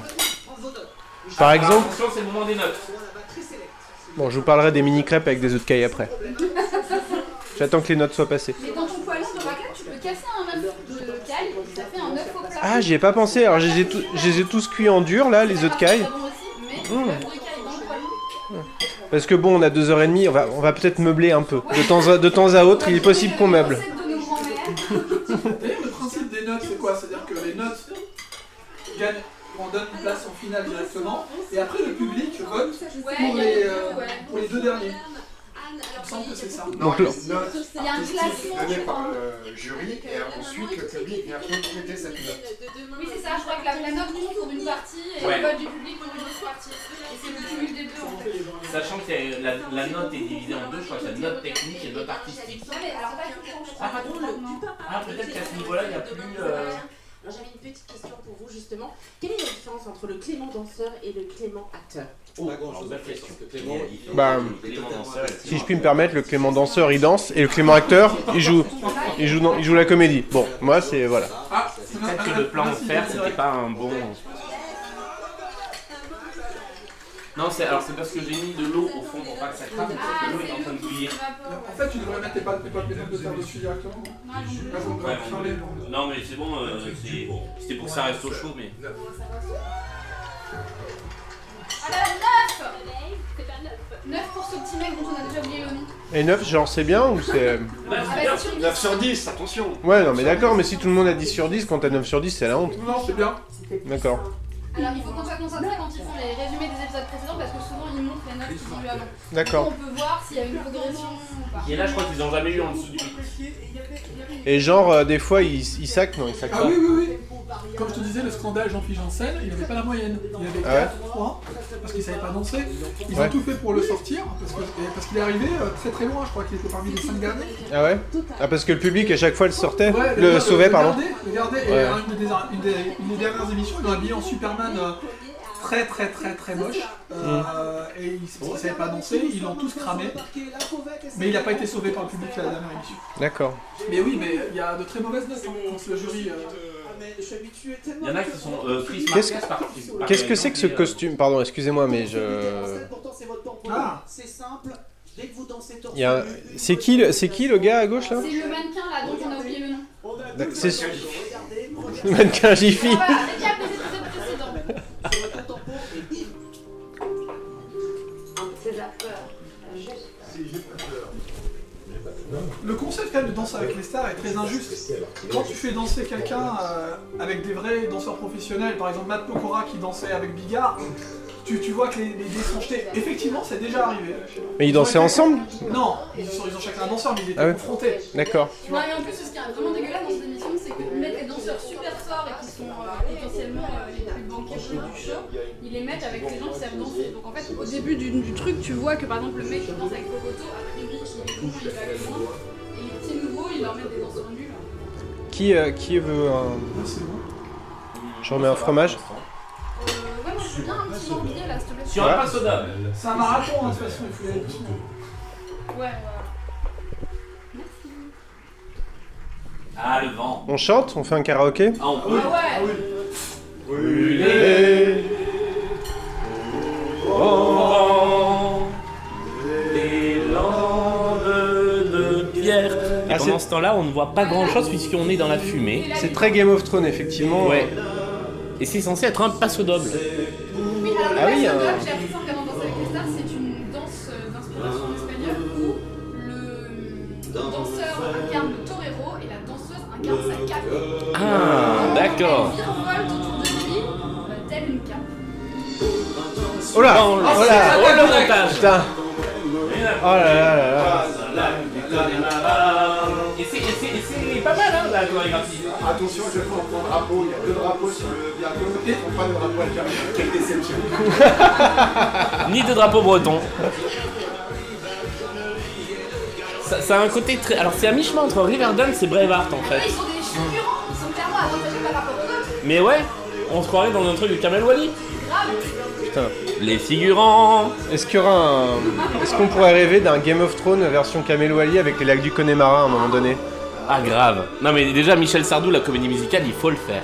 Par exemple, Attention, c'est le moment des notes. bon, je vous parlerai des mini crêpes avec des œufs de caille après. J'attends que les notes soient passées. Mais dans ton poilon de raclette, tu peux casser un œuf de caille, ça fait un œuf au plat. Ah, j'y ai pas pensé. Alors, je les ai tous- je les ai tous cuits en dur là, les œufs de caille. Bon aussi, mais Mmh. œuf de caille dans le poilon. Parce que bon, on a deux heures et demie, on va, on va peut-être meubler un peu. De temps, à, de temps à autre, il est possible qu'on meuble. D'ailleurs, le principe des notes, c'est quoi C'est-à-dire que les notes gagnent, on donne une place en finale directement, et après le public vote pour les, euh, pour les deux derniers. Il me semble que c'est ça. Non, Donc, le- les notes Il y a un artistiques classement, données par Euh, le jury et ensuite le euh, public vient compléter cette note. Oui, c'est ça, je crois que la, la note compte pour une partie et Ouais. le vote du public pour une autre partie. Et c'est le cumul des deux en fait. Sachant que c'est- la, la note est divisée en deux, je crois que c'est une note technique et une note artistique. Non, mais alors pas tout le temps, je crois. Ah, pas trop, le- Ah, peut-être qu'à ce niveau-là, il n'y a plus. euh, Alors j'avais une petite question pour vous justement. Quelle est la différence entre le Clément danseur et le Clément acteur Oh, alors, belle question. Clément, il- Bah, Clément Danseur, si je puis me permettre, le Clément danseur, il danse, et le Clément acteur, il joue, il joue, dans- il joue la comédie. Bon, moi, c'est voilà. Ah, Peut-être que le plan en fer, c'était pas un bon. Non, c'est alors c'est parce que j'ai mis de l'eau au fond pour pas que ça craque, Ah, parce que l'eau est en train de bouillir. En fait, tu devrais mettre tes pâtes, tes pâtes, tes pâtes de terre dessus directement. Parce qu'on Ah, Ouais, pourrait bon, fermer. non mais c'est bon, euh, c'est- c'était pour que ça reste au chaud, mais. Ah, Alors 9 9 bah, pour ce petit mec dont on a déjà oublié le nom. Et 9, genre, c'est bien ou c'est. Ah, bah, c'est sûr. 9 sur 10, attention Ouais, non, mais d'accord, mais si tout le monde a 10 sur 10, quand t'as 9 sur 10, c'est la honte. Non, c'est bien. D'accord. Alors il faut qu'on soit concentré quand ils font les résumés des épisodes précédents parce que souvent ils montrent les notes qu'ils ont eu avant. D'accord. Donc, On peut voir s'il y a une progression ou pas. Et là, je crois qu'ils ont jamais eu en dessous du 8. Et genre, euh, des fois, ils il sacent, non, ils sacent Ah pas. oui, oui, oui. Comme je te disais, le scandale Jean-Philippe Janssen, il n'avait pas la moyenne. Il avait Ah ouais 4 3 parce qu'il savait pas danser. Ils Ouais. ont tout fait pour le sortir parce que- et parce qu'il est arrivé euh, très très loin. Je crois qu'il était parmi les 5 derniers. Ah ouais Ah, parce que le public, à chaque fois, le sortait, Ouais, le euh. gars, sauvait, pardon. Regardez, regardez et Ouais. une, des, une des- une des dernières émissions, ils l'ont habillé en Superman euh, très très très très moche. Euh, Et il ne savait pas danser, ils l'ont tous cramé. Mais il n'a pas été sauvé par le public à la dernière émission. D'accord. Mais oui, mais il y a de très mauvaises notes hein, quand le jury. euh, Ah, Il y en a qui sont euh, Chris Qu'est-ce Marquez par que par- qu'est-ce que c'est que ce euh, costume Pardon, excusez-moi, mais je. Pourtant, c'est votre temps pour Ah. nous. C'est simple. Dès que vous dansez torse Il y a- C'est qui, le- c'est qui le gars à gauche là C'est le mannequin là dont on a oublié le nom. D'ac- C'est le mannequin Jiffy. Ah, Voilà, c'est déjà les épisodes précédents. C'est la peur. Juste. Le concept quand même de danse avec les stars est très injuste. Quand tu fais danser quelqu'un euh, avec des vrais danseurs professionnels, par exemple Matt Pokora qui dansait avec Bigard, tu, tu vois que les, les dés sont jetés. Effectivement, c'est déjà arrivé. Mais ils dansaient ensemble Non, ils, sont- ils ont chacun un danseur, mais ils étaient Ah ouais. confrontés. D'accord. Non, et en plus, ce qui est vraiment dégueulasse dans cette émission, c'est qu'ils mettent des danseurs super forts et qui sont euh, potentiellement euh, les plus banqués du show. Ils les mettent avec les gens qui savent danser. Donc en fait, au début du, du truc, tu vois que par exemple, le mec qui danse avec Popoto, a priori, il est con, il va le moins. Et les petits nouveaux, ils leur mettent des danseurs nuls. Qui, euh, qui veut un. Je remets un fromage. Euh, ouais, moi, je suis bien un petit jambier là, s'il te plaît. Sur un Ouais. pas soda. C'est un marathon, hein, de toute façon, il faut y aller doucement. Ouais, ouais. Ah, le vent. On chante, on fait un karaoké Ah, on peut. Ah ouais Brûlé. Pierre. Ah, Et pendant ce temps-là, on ne voit pas grand-chose puisqu'on est dans la fumée. C'est très Game of Thrones, effectivement. Ouais. Et c'est censé être un passo doble. Oui, alors le Ah oui, euh. passe doble, j'ai appris ça en regardant Danse euh, avec les stars, c'est Ah, d'accord. Elle virevolte autour de lui, euh, telle une cape. Oh là Oh là Oh là Oh le montage Putain Oh là là là là Et c'est- et c'est et c'est pas mal, hein, la chorégraphie. Attention, je prends mon drapeau, il y a deux drapeaux sur le bientôt, je prends pas le drapeau algérien. Quelle déception Ni de drapeau breton. Ça, ça a un côté très. Alors, c'est à mi-chemin entre Riverdance et Braveheart en Ils fait. sont des figurants, ils sont clairement avantagés par rapport aux autres. Mais ouais, on se croirait dans un truc de Kamel Wally. Grave. Putain. Les figurants Est-ce qu'il y aura un... Est-ce qu'on pourrait rêver d'un Game of Thrones version Kamel Wally avec les lacs du Connemara à un moment donné Ah, grave. Non, mais déjà, Michel Sardou, la comédie musicale, il faut le faire.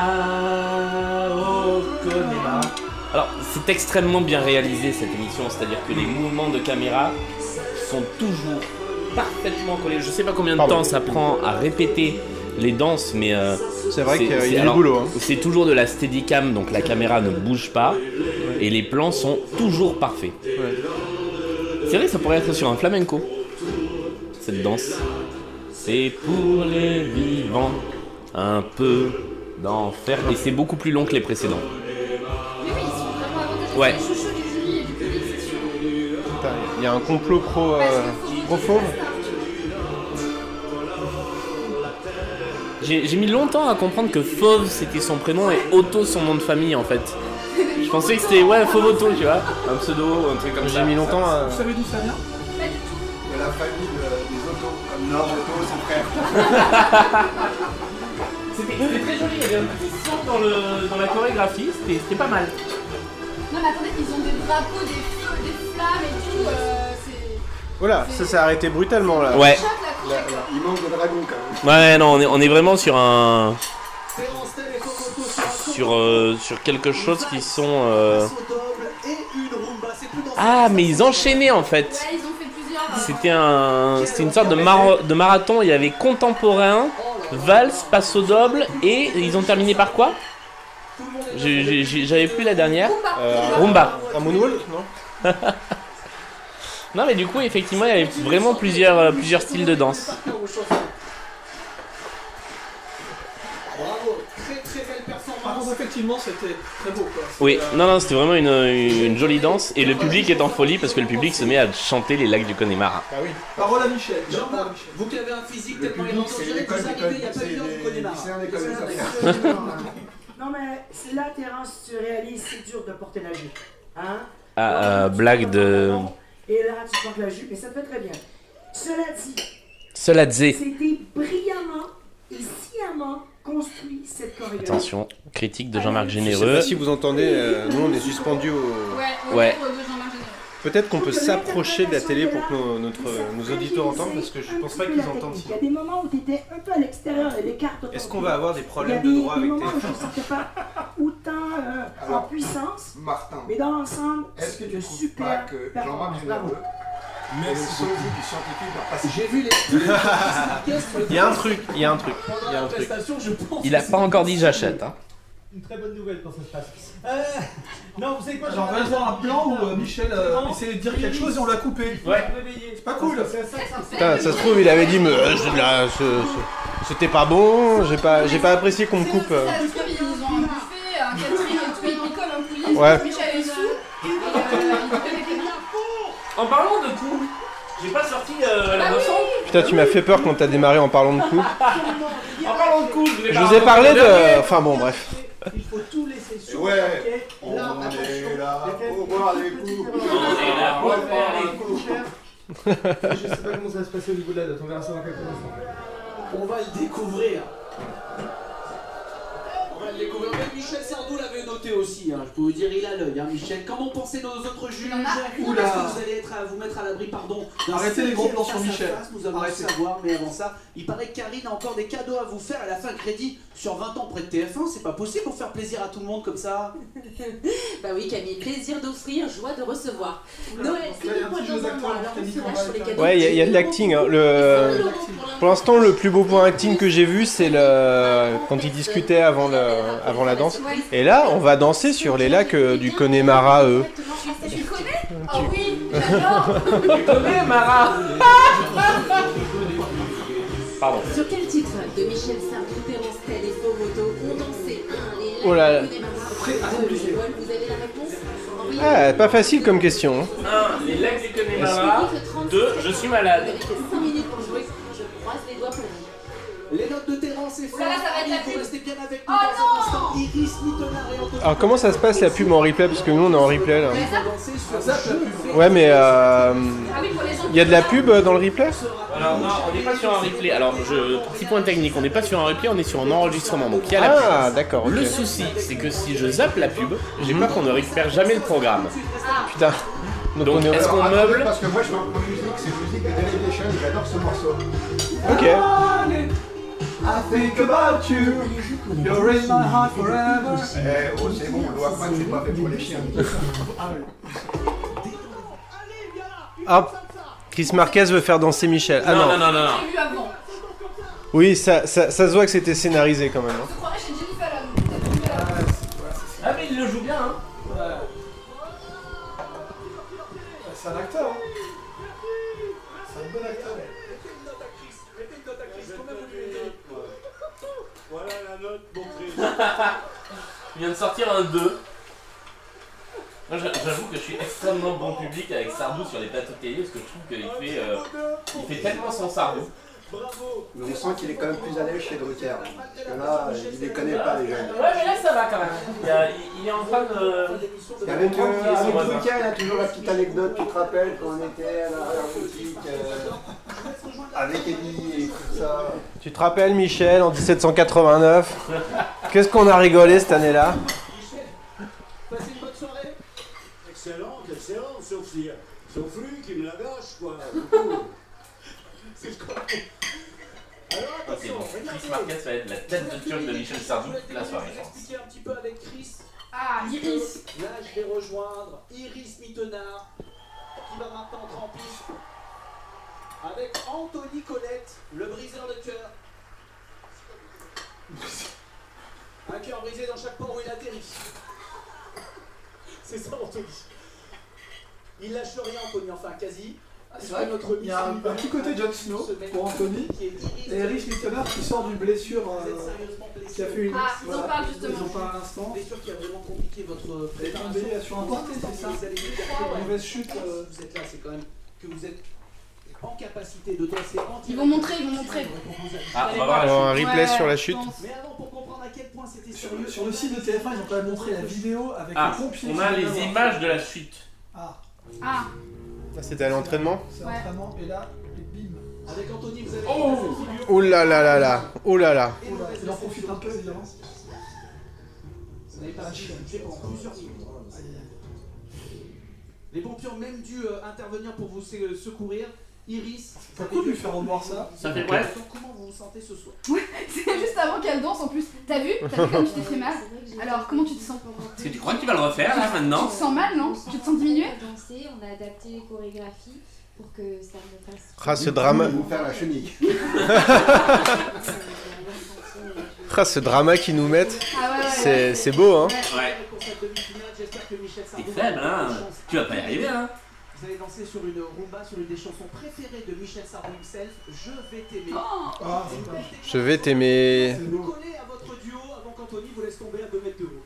Là-bas, au Connemara. Alors, c'est extrêmement bien réalisé cette émission, c'est-à-dire que les Mm. mouvements de caméra sont toujours parfaitement collés. Je sais pas combien de temps ça prend à répéter les danses, mais. euh, C'est vrai qu'il y a du alors, boulot, hein. C'est toujours de la steadicam, donc la caméra ne bouge pas, et les plans sont toujours parfaits. C'est vrai que ça pourrait être sur un flamenco, cette danse. C'est pour les vivants, un peu d'enfer. Et c'est beaucoup plus long que les précédents. Mais oui, ils sont vraiment avantagés. Ouais. Euh, Les chouchous du jury et du public, c'est sûr. Putain, Il y a un complot pro... euh, pro fauve J'ai j'ai mis longtemps à comprendre que Fauve c'était son prénom et Otto son nom de famille en fait. Je pensais que c'était ouais Fauve Otto, tu vois, un pseudo, un truc comme ça. J'ai mis longtemps à. Vous savez d'où ça vient De la famille de- des autos, comme Nord Auto, son frère. C'était très joli, il y avait un petit son dans, la chorégraphie, c'était pas mal. Non, mais attendez, ils ont des drapeaux, des feux, des flammes et tout. euh, c'est. Oh là, ça s'est arrêté brutalement là. Ouais. Là, là, il manque de dragon quand même. Ouais, non, on est, on est vraiment sur un. Séance télé, cocoto sur un sur, euh, sur quelque chose qui sont. euh, saut double et une rumba. C'est plus dans Ah, mais ils enchaînaient en fait. Ouais, ils ont fait plusieurs. euh, C'était un, c'était une sorte de, mara- de marathon. Il y avait contemporain, valse, passo doble et ils ont terminé par quoi J'ai- j'ai- j'ai- J'avais plus la dernière. Euh, Rumba. Un moonwalk, non Non mais du coup effectivement il y avait vraiment plusieurs, euh, plusieurs styles de danse. Bravo, très très belle Par performance. contre, effectivement, c'était très beau quoi. Oui, non non c'était vraiment une, une jolie danse et le public est en folie parce que le public se met à chanter les lacs du Connemara. Ah oui. Parole à Michel. Jean-Marc, vous qui avez un physique tellement public, c'est éventuelé, l'école vous des arrivez, il n'y a codes- pas une heure, c'est vous connaissez les marre. lycéens des codes C'est ça, des c'est affaires. sûr. Non mais c'est là, Terence, tu réalises, c'est dur de porter la jupe. Hein Ah, euh, blague de Et là, tu portes la jupe et ça te fait très bien. Cela dit, Soladze. c'était brillamment et sciemment construit cette chorégraphie. Attention, critique de Jean-Marc Je sais Généreux. pas si vous entendez, euh, nous on est suspendus au. Ouais. Peut-être qu'on peut s'approcher de la télé pour que nos, notre, euh, nos auditeurs entendent parce que je pense pas qu'ils entendent Il y a des moments où tu étais un peu à l'extérieur et l'écart de ton Est-ce cul. qu'on va avoir des problèmes Il y a de droit des avec moments tes- où je ne sentais pas autant euh, en Alors, puissance, Martin, mais dans l'ensemble, est-ce que c'est tu une ne trouves pas super que performance. Jean-Marc Généreux est le Merci sosie beaucoup. du scientifique par passé J'ai vu les. Il y a un truc, il y a un truc, il y a un truc. Il a pas encore dit j'achète. Hein. Une très bonne nouvelle quand ça se passe. Euh, non, vous savez quoi Genre, on va voir un plan où euh, Michel euh, essayait de dire quelque chose et on l'a coupé. Ouais. C'est pas cool. Putain, Ah, ça se trouve, il avait dit, mais euh, je- là, ce- ce- c'était pas bon, j'ai pas, j'ai pas apprécié qu'on me coupe. euh. Parce qu'ils ont un buffet, euh, un catering et tout, ils picolent un poulet, Ouais. Michel est sous, et euh, il connaît les biens. En parlant de coups, j'ai pas sorti euh, la leçon. Putain, tu m'as fait peur quand t'as démarré en parlant de coups. En parlant de coups, je vais Je vous ai parlé de. Enfin bon, bref. Il faut tout laisser sur Eh Ouais. le parquet. On Là, attention. est là Il y a pour boire des coups. est là pour On va boire faire des les coups. Je sais pas comment ça va se passer au niveau de la date, on verra ça dans quelques instants. On va le découvrir. On va le découvrir. Mais Michel Sardou l'avait noté aussi, hein. je peux vous dire, il a l'œil, hein, Michel. Comment penser nos autres juges Oula. Est-ce que vous allez être à vous mettre à l'abri, pardon d'un Arrêtez les gros plans sur face à Michel. face Nous allons le Arrêtez. savoir, mais avant ça, il paraît que Karine a encore des cadeaux à vous faire. Elle a fait un crédit sur 20 ans près de TF1, c'est pas possible pour faire plaisir à tout le monde comme ça. bah oui, Camille, plaisir d'offrir, joie de recevoir. Oula, Noël, donc c'est là, il y a le un point petit dans jeu un d'acteur mois, alors on qui se a dit qu'on lâche va sur les faire. cadeaux. Ouais, il y, a- il y a de l'acting. hein. Le... Pour l'instant, le plus beau point acting que j'ai vu, c'est le... quand ils discutaient avant, le... avant la danse. Et là, on va danser sur les lacs euh, du euh, Connemara, eux. Tu le connais Oh oui Tu connais Mara Pardon. Sur quel titre de Michel Sardou, Terence Tell et Bomoto ont dansé un les Oh là là. Lacs de Marseille de Louis-Paul Vous avez la réponse Envoyez- Ah, pas facile comme question. hein. 1. Les lacs du Connemara. 2. Je suis malade. Vous avez 5 minutes pour jouer. Je croise les doigts pour vous. Les notes de Terence et Oula, ça va être la Florent, vous pub. restez bien avec Oh nous dans un non instant. Iris, Mittenard et Anthony Alors comment ça se passe la pub en replay Parce que nous on est en replay là. vont danser sur ça, jeu. Ouais mais euh, Ah oui, pour les gens il y a de la pub euh, dans le replay Alors non, on n'est pas sur un replay. Alors, je... petit point technique, on n'est pas sur un replay, on est sur un enregistrement. Donc il y a la Ah, pub. d'accord, ok. Le souci, c'est que si je zappe la pub, j'ai peur qu'on ne récupère jamais le programme. Mhm. Putain. Donc, on est- est-ce qu'on Alors, attendez, meuble Parce que moi, je mets en musique, c'est musique de Delegation, j'adore ce morceau. Ok. I think about you, you're in my heart forever. Eh, oh, c'est bon, le Walkman, c'est pas fait pour les chiens. Ah, Chris Marquez veut faire danser Michel. Ah non. non, non, non, non. J'ai vu avant. Oui, ça, ça, ça se voit que c'était scénarisé quand même. hein. Je crois que j'ai Jennifer Love. Ah, mais il le joue bien, hein C'est un acteur, hein. C'est un bon acteur. Voilà la note montrée. Il vient de sortir un 2. Moi, j'a- j'avoue que je suis extrêmement bon public avec Sardou sur les plateaux télé parce que je trouve qu'il fait, euh, il fait tellement son Sardou. Mais on sent qu'il est quand même plus à l'aise chez Drucker. Parce que là, il les connaît pas, les jeunes. Ouais, mais là ça va quand même. Ah, Il, y a- il est en train de. Et avec, euh, Tranquille, son avec voisin. Drucker, il y a toujours la petite anecdote, tu te rappelles, quand on était à la boutique avec Eddie et tout ça. Tu te rappelles Michel en 1789 Qu'est-ce qu'on a rigolé cette année-là Passez une bonne soirée. Excellente, excellente, sauf si. Sauf lui qui me la gâche, quoi. C'est le con. Alors, Ok, attention, donc regardez. Chris Marquez va être la tête de turc de Michel Sardou toute la soirée. je pense. Expliquez un petit peu avec Chris. Ah, Iris. Là, je vais rejoindre Iris Mittenard, qui va maintenant entrer en piste. Avec Anthony Colette, le briseur de cœur. Un cœur brisé dans chaque port où il atterrit. C'est ça, Anthony. Il lâche rien, Anthony, enfin, quasi. Ah, C'est vrai que notre, il y a un, un petit côté Jon Snow pour Anthony et Rich Littener qui sort d'une blessure euh, qui a fait une. Ah, ils en parlent, justement. Ils en parlent à l'instant. Blessure qui a vraiment compliqué votre est tombé sur un porté, c'est ça Une mauvaise chute. euh, vous êtes là, c'est quand même que vous êtes en capacité de danser en Ils vont montrer, ils vont montrer. Ah, on va voir la Alors un chute. replay sur la bah, chute. Mais avant, pour comprendre à quel point c'était Sur le, sur le site de TF1, ils ont quand même montré la vidéo avec Ah, les pompiers. on a qui les sont là. images de la chute. Ah, Ah, Ah, C'était à l'entraînement c'est l'entraînement. Et là, et bim. Avec Anthony, vous avez. Oh là là là là Oh là là Et vous Il en profite un peu, évidemment. Ah, n'avez pas lâché le budget pendant plusieurs minutes. Les pompiers ont même dû euh, intervenir pour vous sé- secourir. Iris, Faut cool de lui faire revoir ça. Ça fait bref. euh, comment vous vous sentez ce soir c'est juste avant qu'elle danse en plus. T'as vu T'as vu comme tu t'es fait mal Alors, comment tu te sens Est-ce que tu crois que tu vas le refaire là maintenant Tu te sens mal, non Tu te sens diminué danser, on a adapté les chorégraphies pour que ça me fasse. Ah ce drama Ils vont faire la chenille. Ah ce drama qu'ils nous mettent Ah ouais, ouais, ouais. C'est c'est beau hein Ouais. Pour cette demi-finale, j'espère que Michel Sardou T'es va faible, hein avoir chance. Tu vas pas y arriver, hein Vous allez danser sur une rumba, sur une des chansons préférées de Michel Sardou himself, Je vais t'aimer. Oh. Ah, Vous c'est pas- portez Je vais Ah, t'aimer. vous collez à votre duo avant qu'Anthony vous laisse tomber à 2 mètres de haut.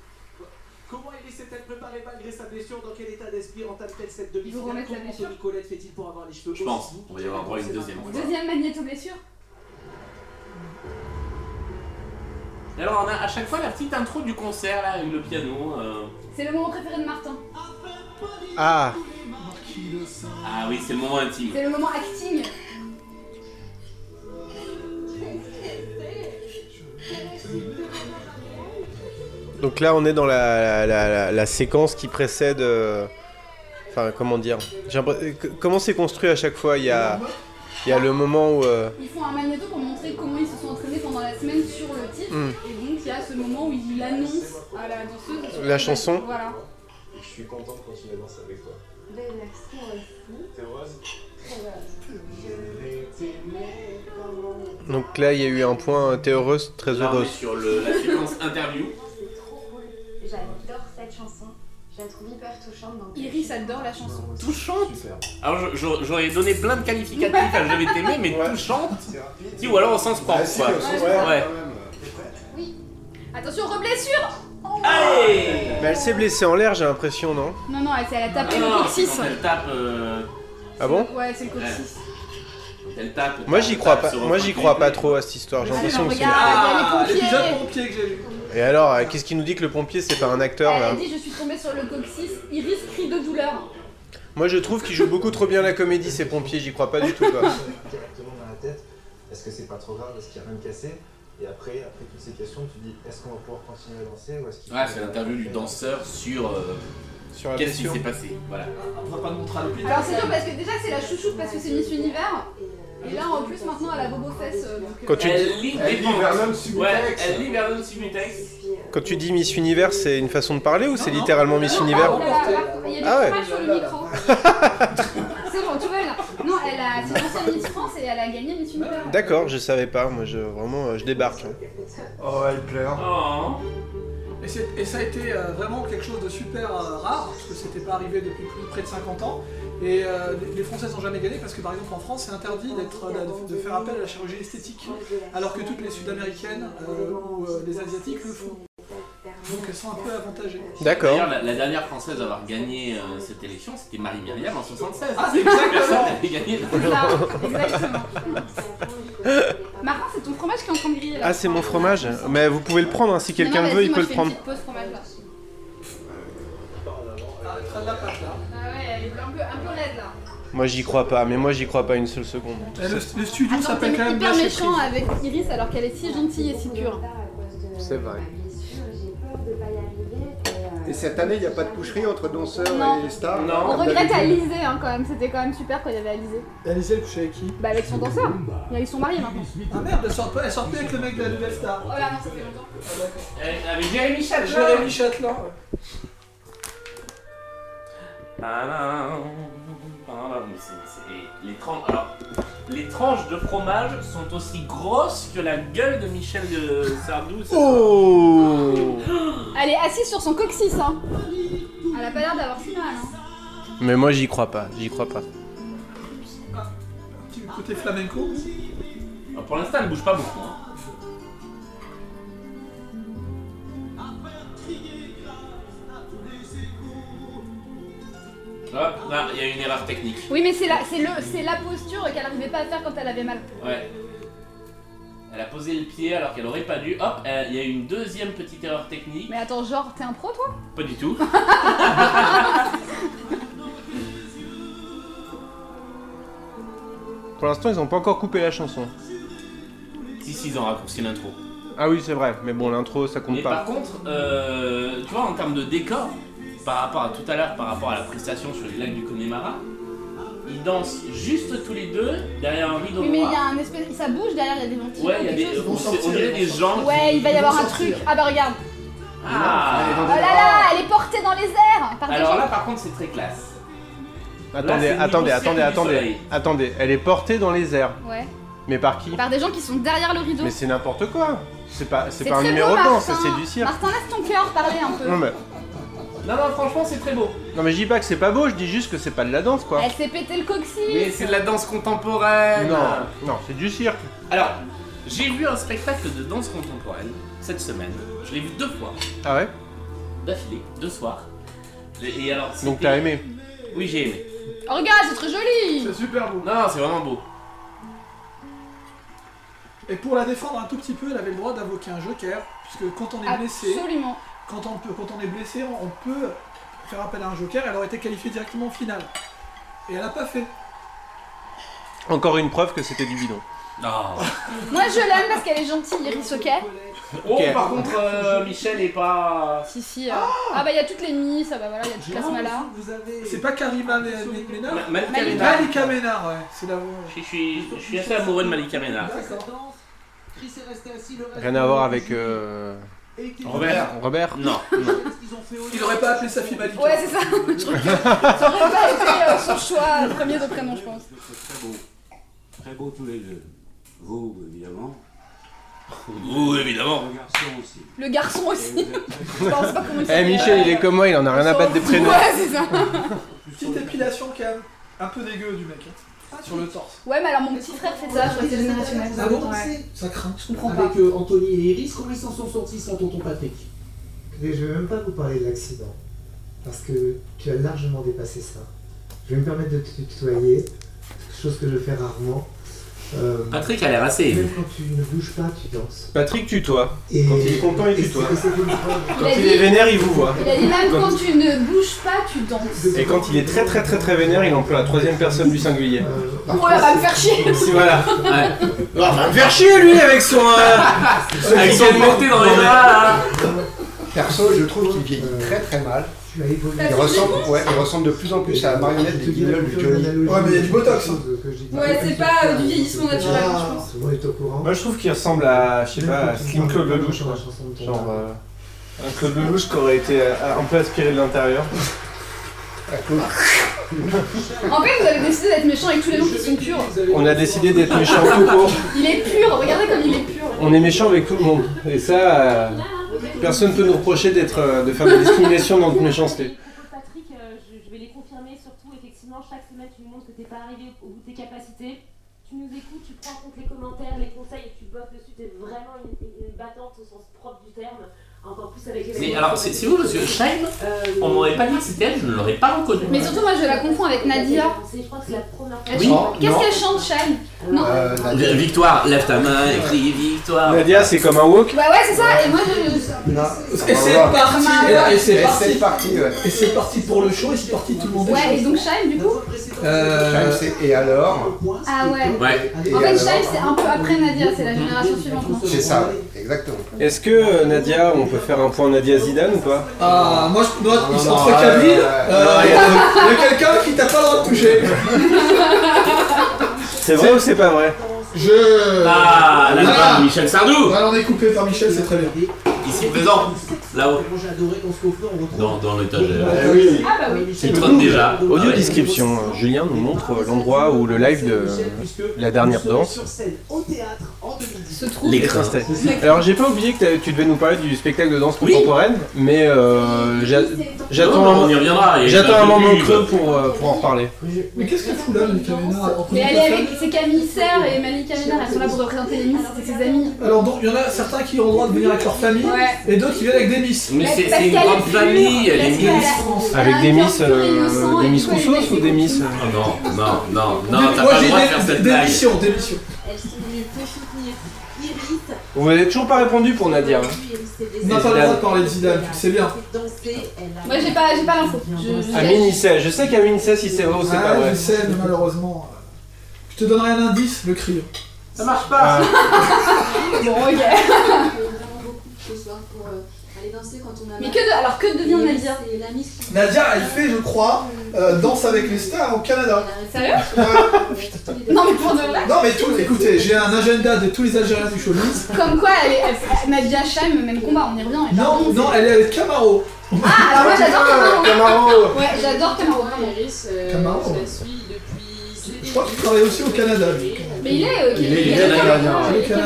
Comment il s'est-elle préparée malgré sa blessure Dans quel état d'esprit entame-t-elle cette Ils demi-finale vous remettent la Comment blessure Anthony Colette fait-il pour avoir les cheveux Je pense. On va y avoir droit à une deuxième. Deuxième magnéto-blessure Et alors, on a à chaque fois la petite intro du concert là avec le piano. euh. C'est le moment préféré de Martin. Ah Ah oui, c'est le moment intime. C'est le moment acting. Donc là on est dans la, la- la- la séquence qui précède... euh, Enfin comment dire J'ai l'impre- euh, c- Comment c'est construit à chaque fois Il y a, il y a le moment où... euh, Ils font un magnéto pour montrer comment ils se sont entraînés pendant la semaine sur le titre. Hmm. Et donc il y a ce moment où ils annoncent à la danseuse. sur La le- chanson. Voilà. Et je suis content de continuer à danser avec toi. Ben, merci, moi aussi. T'es heureuse Donc là il y a eu un point, euh, t'es heureuse, très Là, on est heureuse. sur le- la séquence interview. J'adore cette chanson. Je la trouve hyper touchante dans Iris adore la chanson. Touchante Alors je- je- j'aurais donné plein de qualificatifs à Je vais t'aimer, mais touchante Si, ou alors au sens propre. si, quoi. au sens propre, Ouais. Attention, reblessure Oh Mais elle s'est blessée en l'air, j'ai l'impression, non Non, non, elle, elle a tapé Non, le coccyx. Ah, quand Elle tape. euh, Ah bon Ouais, c'est le coccyx. quand Elle tape. Moi j'y crois tape pas. sur Moi un j'y truc. crois pas trop à cette histoire. J'ai Allez, l'impression on que c'est- regarde, Ah, il y a les pompiers. l'épisode pompier que j'ai vu. Et alors, euh, qu'est-ce qui nous dit que le pompier c'est pas un acteur Elle là a dit Je suis tombée sur le coccyx. Iris crie de douleur. Moi je trouve qu'ils jouent beaucoup trop bien la comédie ces pompiers, j'y crois pas du tout quoi. directement dans la tête. Est-ce que c'est pas trop grave Est-ce qu'il n'y a rien de cassé Et après, après toutes ces questions, tu te dis est-ce qu'on va pouvoir continuer à danser ou est-ce qu'il Ouais, c'est l'interview du danseur sur. euh, Sur la Qu'est-ce qui blessure. s'est passé Voilà. On va pas nous montrer à l'hôpital. Alors, c'est dur parce que déjà, c'est la chouchoute parce que c'est Miss Univers. Et là, en plus, maintenant, elle a bobo fesse. euh, donc, Quand tu elle dis- lit des Elle lit bandes. Vernon Subutex. Ouais, elle lit Vernon Subutex. Quand tu dis Miss Univers, c'est une façon de parler ou c'est littéralement Miss Univers Elle a- elle a- Il y a du Ah ouais. fromage sur le micro. c'est bon, tu vois, elle a- Non, elle a. C'est l'ancienne Miss France et elle a gagné Miss Univers. D'accord, je savais pas, moi je vraiment euh, je débarque. hein. Oh, elle pleure. Et, c'est- et ça a été euh, vraiment quelque chose de super euh, rare, parce que c'était pas arrivé depuis plus, près de 50 ans. Et euh, les- les Françaises n'ont jamais gagné, parce que par exemple en France, c'est interdit d'être, euh, de- de, faire appel à la chirurgie esthétique, alors que toutes les Sud-Américaines euh, ou euh, les Asiatiques le font. Donc elles sont un peu avantagées. D'accord. D'ailleurs, la, la dernière française à avoir gagné euh, cette élection, c'était Marie Myriam en 76. Ah, c'est exactement. Personne n'avait gagné. Là, exactement. Martin, c'est ton fromage qui est en train de griller. là. Ah c'est mon fromage Mais vous pouvez le prendre, hein, si Non, non, quelqu'un vas-y, veut, il moi, peut je le fais prendre. Une petite pause fromage là. Ah, elle traîne la pâte, là. Ah ouais, elle est un peu, un peu raide là. Moi j'y crois pas, mais moi j'y crois pas une seule seconde. Et le, le studio Attends, s'appelle t'es quand même hyper Lâcher méchant Prise. avec Iris alors qu'elle est si gentille et si pure. C'est vrai. Et cette année, il n'y a pas de coucherie entre danseurs Non. et stars On regrette Alizé hein, quand même, c'était quand même super quand il y avait Alizé. Alizé, elle couchait avec qui Bah avec son danseur, ils sont mariés maintenant. Ah merde, elle sort, pas- elle sort plus avec le mec de la nouvelle star. Oh là non, ça fait longtemps. Avec Eh, avec Jérémy Chatelain. Jérémy Châtelain. Ah, non, non, Ah, non, mais c'est- c'est- les tranches- alors, les tranches de fromage sont aussi grosses que la gueule de Michel de Sardou. c'est- Oh Elle est assise sur son coccyx hein. Elle a pas l'air d'avoir si mal hein. Mais moi j'y crois pas, j'y crois pas. Petit côté flamenco. Ah, Pour l'instant, elle bouge pas beaucoup. hein. Hop, là, il y a une erreur technique. Oui mais c'est la, c'est le, c'est la posture qu'elle arrivait pas à faire quand elle avait mal. Ouais. Elle a posé le pied alors qu'elle aurait pas dû. Hop, euh, il y a eu une deuxième petite erreur technique. Mais attends genre t'es un pro toi Pas du tout. Pour l'instant ils ont pas encore coupé la chanson. Si, si, ils ont raccourci l'intro. Ah oui c'est vrai, mais bon l'intro ça compte Mais pas. par contre, euh, tu vois, en termes de décor, par rapport à tout à l'heure, par rapport à la prestation sur les lacs du Connemara, ils dansent juste tous les deux derrière un rideau Oui mais il y a noir. un espèce, ça bouge derrière, il y a des ventilos. bah. Ouais, il y a quelque des, chose. on, on dirait des gens. Ouais, il va y Ils vont avoir un sortir. truc. Ah bah regarde. Ah, Oh là là, elle est portée dans les airs par des Alors gens. là, par contre, c'est très classe. Là, Attendez, c'est le niveau attendez, Cirque attendez, du attendez, Soleil. attendez. Elle est portée dans les airs. Ouais. Mais par qui Par des gens qui sont derrière le rideau. Mais c'est n'importe quoi. C'est pas, c'est C'est pas un très beau, numéro de danse, ça Martin. c'est du cirque. Martin, laisse ton cœur parler un peu. Non mais, Non, non, franchement, c'est très beau. non mais je dis pas que c'est pas beau, je dis juste que c'est pas de la danse quoi. Elle s'est pété le coccyx. Mais c'est de la danse contemporaine. Non, non, c'est du cirque. Alors, j'ai vu un spectacle de danse contemporaine cette semaine. Je l'ai vu deux fois, Ah ouais d'affilée, deux soirs. Et et alors, Donc c'était- t'as aimé Oui, j'ai aimé. Oh, regarde, c'est très joli. C'est super beau. Non, non, c'est vraiment beau. Et pour la défendre un tout petit peu, elle avait le droit d'invoquer un joker, puisque quand on est blessé, Absolument. quand on, peut, quand on est blessé, on peut faire appel à un joker, elle aurait été qualifiée directement en finale. Et elle a pas fait. Encore une preuve que c'était du bidon. Non. Moi, je l'aime parce qu'elle est gentille, Iris, ok Oh, Ok. par contre, euh, Michel est pas. Si, si. euh, Ah bah, il y a toutes les miss, ah bah voilà, il y a toute la smala. C'est pas Karima Mé- Mé- Ménard Ma- Malika Ménard. Malika Ménard, ouais. C'est la Je suis, je suis assez amoureux de Malika Ménard. hein D'accord. Chris est resté assis le reste Rien de à voir la avec journée. euh, Et qu'il- Robert. Robert. Non. Ils ont fait au- Il aurait pas appelé sa fille Malika. Ouais, c'est ça. Je regarde. Ça aurait pas été euh, son choix, le premier de prénom, je pense. Très beau. Très beau tous les deux. Vous, évidemment. Oui, évidemment. Le garçon aussi. Je pense pas comment Eh il s'appelle. Michel, il est comme moi, il en a rien à battre des prénoms. Ouais, c'est ça. Petite épilation quand même, un peu dégueu du mec. hein. Sur le torse. Ouais, mais alors mon petit frère fait ça, je crois que c'est générationnel. Ah bon Ouais. Ça craint. Je comprends Avec pas. euh, Anthony et Iris, comment ils s'en sont sortis sans tonton Patrick Mais je vais même pas vous parler de l'accident, parce que tu as largement dépassé ça. Je vais me permettre de te tutoyer, chose que je fais rarement. Euh, Ah, Patrick a l'air assez ému. Même quand tu ne bouges pas, tu danses. Patrick tutoie. Et- Quand il est content, il et tutoie. c'est- et c'est une preuve. Quand il est vénère, il vous voit. Il a dit même quand tu ne bouges pas, tu danses. Et quand il est très très très très vénère, il emploie la troisième personne du singulier. Ouais, va me faire chier. Si voilà. Ouais. Oh, va me faire chier lui avec son. euh, Avec son porté dans les bras hein. là. Perso, je trouve qu'il vieillit Euh, très très mal. Tu as évolué. Il ressemble, ouais, il ressemble de plus en plus à la marionnette des guignols du Johnny. Ouais, mais il y a du botox. hein. Ouais, c'est pas euh, du vieillissement naturel, je pense. Ah, Tout le monde est au courant. Moi je trouve qu'il ressemble à, je sais pas, à Slim Claude Lelouch. quoi. Genre euh, un Claude Lelouch qui aurait été euh, un peu aspiré de l'intérieur. En fait, vous avez décidé d'être méchant avec tous les gens qui sont purs. On a décidé d'être méchant tout court. Il est pur, regardez comme il est pur. On est méchant avec tout le monde. Et ça, euh, personne ne peut nous reprocher d'être, euh, de faire de la discrimination dans notre méchanceté. Patrick, euh, je, je vais les confirmer, surtout effectivement, chaque semaine tu nous montres que t'es pas arrivé au bout de tes capacités. Tu nous écoutes, tu prends en compte les commentaires, les conseils et tu boffes dessus, t'es vraiment une, une- une battante au sens propre du terme. Encore plus avec les. Euh, Mais alors, c'est c'est vous, monsieur Scheim On m'aurait pas dit que c'était elle, je ne l'aurais pas reconnu. Mais surtout, moi je la confonds avec Nadia. Je crois que c'est la première fois. Elle Oui. chante- Non, Qu'est-ce non. qu'elle chante, Shine Non. Euh, Victoire, lève ta main, écris victoire. Nadia, c'est comme un walk. Bah ouais, c'est ça, et moi je. Et c'est parti, et là, et c'est Et c'est parti. Et c'est parti pour le show, et c'est parti tout le monde. est chaud. Ouais, et donc Shine du coup Euh, c'est- Et alors Ah ouais. Et En fait, alors Shine c'est un peu après Nadia, c'est la génération suivante. hein. non C'est ça, exactement. Est-ce que euh, Nadia, on peut faire un point Nadia Zidane ou pas Ah, moi je note, Non, ils sont non, entre ouais, cabines. ouais, ouais. euh, Il y a- il y a quelqu'un qui t'a pas le droit de toucher. C'est vrai ou c'est pas vrai Je. Ah, la Voilà. part de Michel Sardou Voilà, on est coupé par Michel, c'est très bien. Ici présent, là-haut. Moi j'ai adoré qu'on se confie, on retrouve. Dans, dans Eh l'étagère. Ah oui. Ah bah oui. C'est trotte déjà. Audio Ah ouais. description, euh, Julien nous montre euh, l'endroit où le live de euh, la dernière danse Sur scène, au théâtre, en 2010. Se trouve. les crustacés. Alors j'ai pas oublié que t'avais- Euh, tu devais nous parler du spectacle de danse contemporaine, mais euh, j'a- j'attends Non, un- on y reviendra, il y a j'attends pas un de moment pub. creux pour, euh, pour en reparler. Mais qu'est-ce qu'elle fout là, les caméras Mais elle est avec. C'est Camille Serre et Malik Kaminer, elles sont là pour représenter les Miss, c'est ses amis. Alors donc, il y en a certains qui ont le droit de venir avec leur famille, Ouais. et d'autres qui viennent avec des miss. Mais c'est- Parce c'est une qu'elle grande est pure, famille, parce les qu'elle Miss a- France. Avec des miss, euh, innocent, des et miss tout, elle Rousseau ou des miss euh, Oh non, non, non, non, t'as Moi, pas le j'ai droit de dé- faire cette blague. Démission, démission. Elles sont venues te soutenir. Iris, Vous n'avez toujours pas répondu pour Nadia. hein. lui, elle s'est On n'a pas le droit de parler de Zidane, tu le sais bien. dansée, elle a. Ah, Moi j'ai pas, j'ai pas l'info. Je- je- Amine il sait, je sais qu'Amine sait si c'est vrai ou c'est pas Ouais, vrai. je sais, mais malheureusement. euh, Je te donnerai un indice, le cri. Ça marche pas. Bon, ok. Mais que de- alors que devient Nadia Nadia, elle fait, je crois, euh, Danse avec les stars au Canada. Sérieux Ouais. Non mais pour de vrai Non mais tout, écoutez, j'ai un agenda de tous les Algériens du showbiz. Comme quoi, elle est, elle- Nadia Shime, même combat, on y revient. elle Non, non, elle est avec Camaro. Ah, alors moi j'adore Camaro. Camaro. Ouais, j'adore Camaro. Camaro. Je crois qu'il travaille aussi au Canada. lui. hein. Mais il est, ok. Il est- il est canadien, ouais.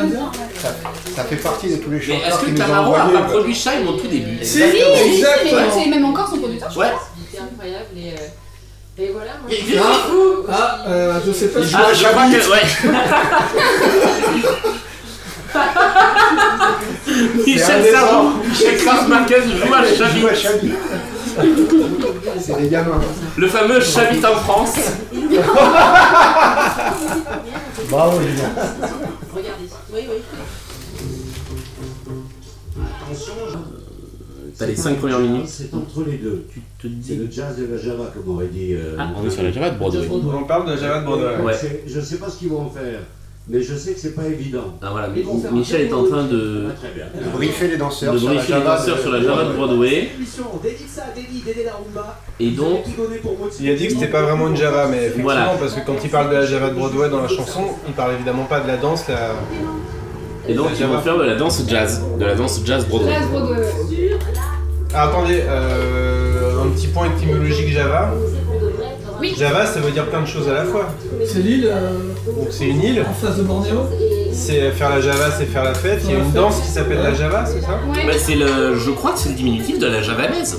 Ça, ça fait partie de tous les Mais est-ce chanteurs qui que nous ont Camaro a envoyés. pas produit Scheim au tout début Si, Exactement. Si, si, mais Exactement. c'est même encore son producteur. Ouais. C'était incroyable et, euh, et voilà. Moi, je- Ah, ah, euh, je sais pas si Ah, je crois que. Ouais. Michel indécent. Sardou, Michel Kraus Marquez joue à Chavit. C'est des gamins. Le fameux Chavit en France. Bravo, Julien. Regardez. Oui, oui. T'as les 5 premières minutes. C'est entre les deux. Tu te dis. C'est le jazz et la java, comme aurait dit. euh, Ah, on est sur la java de Broadway. On parle de la java de Broadway. Ouais. C'est- Je sais pas ce qu'ils vont en faire, mais je sais que c'est pas évident. Ah voilà, Ils vont faire un Michel est en train de. Ah, très bien. De briefer les danseurs de sur la briefer les Java danseurs de- sur la Java de Broadway. Émission, dédie ça à Dédie, Dédé la Rumba. Et donc, Il a dit que c'était pas vraiment une Java, mais effectivement, Voilà. parce que quand il parle de la Java de Broadway dans la chanson, il parle évidemment pas de la danse, la... et donc la ils vont Java. faire de la danse jazz, de la danse jazz Broadway. Place Broadway. Ah, attendez, euh, un petit point étymologique Java. Oui. Java, ça veut dire plein de choses à la fois. C'est l'île Donc c'est une île. en face de Bornéo. C'est faire la java, c'est faire la fête. Il y a une danse qui s'appelle la java, c'est ça Bah, c'est le, je crois que c'est le diminutif de la javanaise.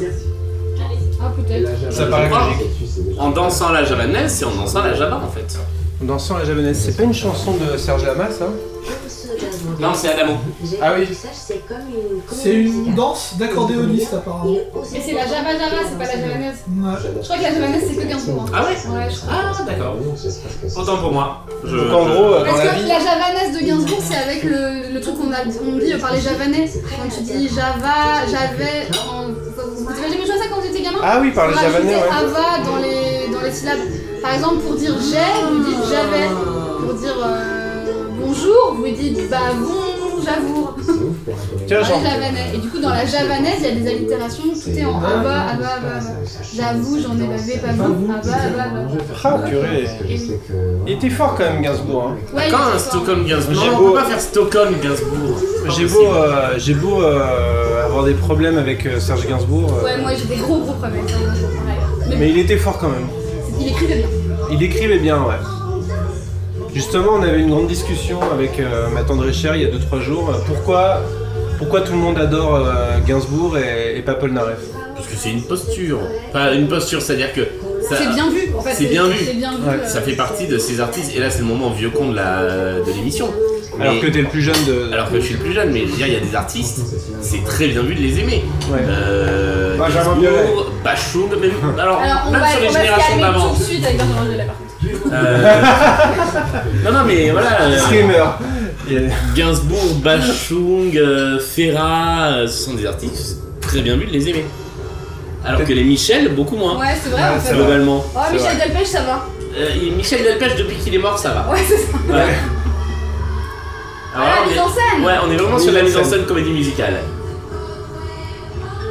Ah, peut-être. Ça paraît logique. En dansant la javanaise, c'est en dansant la java en fait. Dansant la javanaise, c'est pas une chanson de Serge hein Lama, ça Non, c'est Adamo. Ah oui. C'est une danse d'accordéoniste apparemment. Mais c'est la Java Java, c'est pas la javanaise. Je crois que la javanaise c'est que 15 jours. Ah ouais Ouais, je crois. Ah d'accord. Autant pour moi. Je- Donc en gros, euh, dans Parce la que vie. la javanaise de Gainsbourg, c'est avec le, le truc qu'on a, on dit euh, par les javanais. Quand tu dis Java, Javais, en- vous avez jamais joué à ça quand vous étiez gamin Ah oui, par les On rajoutait javanais, ouais. Ava dans les, dans les syllabes. Par exemple, pour dire j'ai, vous dites Javais. Pour dire euh, bonjour, vous dites bah bon, j'avoue. Tiens, Dans j'en- les javanais. Et du coup, dans la javanaise, il y a des allitérations, tout est en Ava, Ava, Ava. Ava. J'avoue, j'en ai bavé, pas bah, vous, Ava, Ava, Ava. Ah purée. Il était fort quand même Gainsbourg. hein. Ouais, il Quand était un fort. Stockholm Gainsbourg, J'ai non, on beau- peut pas faire Stockholm Gainsbourg. C'est pas J'ai possible. beau, euh, j'ai beau euh, avoir des problèmes avec euh, Serge Gainsbourg, euh, Ouais, moi j'ai des gros gros problèmes. avec Gainsbourg, pareil. Mais mais il était fort quand même. Il écrivait bien. Il écrivait bien, ouais. Justement, on avait une grande discussion avec euh, ma tendre et chère il y a 2-3 jours. euh, Pourquoi, pourquoi tout le monde adore euh, Gainsbourg et, et pas Paul Naref Parce que c'est une posture. Enfin, une posture, c'est-à-dire que. ça- C'est bien vu, en fait. C'est bien vu. C'est bien vu. euh, Ça fait partie de ces artistes. Et là, c'est le moment vieux con de la- de l'émission. Alors Mais- que t'es le plus jeune de. Alors que je suis le plus jeune, mais je veux dire, il y a des artistes, c'est très bien vu de les aimer. Ouais. Euh, Benjamin Gainsbourg, Biolay. Bachung, même, alors, Alors on même va, sur les on va se générations calmer d'avant. tout de suite avec Benjamin Biolay par contre. Euh, non, non, mais voilà. euh, Streamer Et- Gainsbourg, Bachung, euh, Ferrat, euh, ce sont des artistes, c'est très bien vu de les aimer. Alors que les Michel, beaucoup moins. Ouais, c'est vrai Ah, en fait. c'est globalement. Oh, C'est Michel vrai. Delpech, ça va. Euh, et Michel Delpech, depuis qu'il est mort, ça va. Ouais, c'est ça. Ouais. Ah, Alors, la mise en scène. Ouais, on est vraiment Oui, sur la la mise en scène. scène comédie musicale.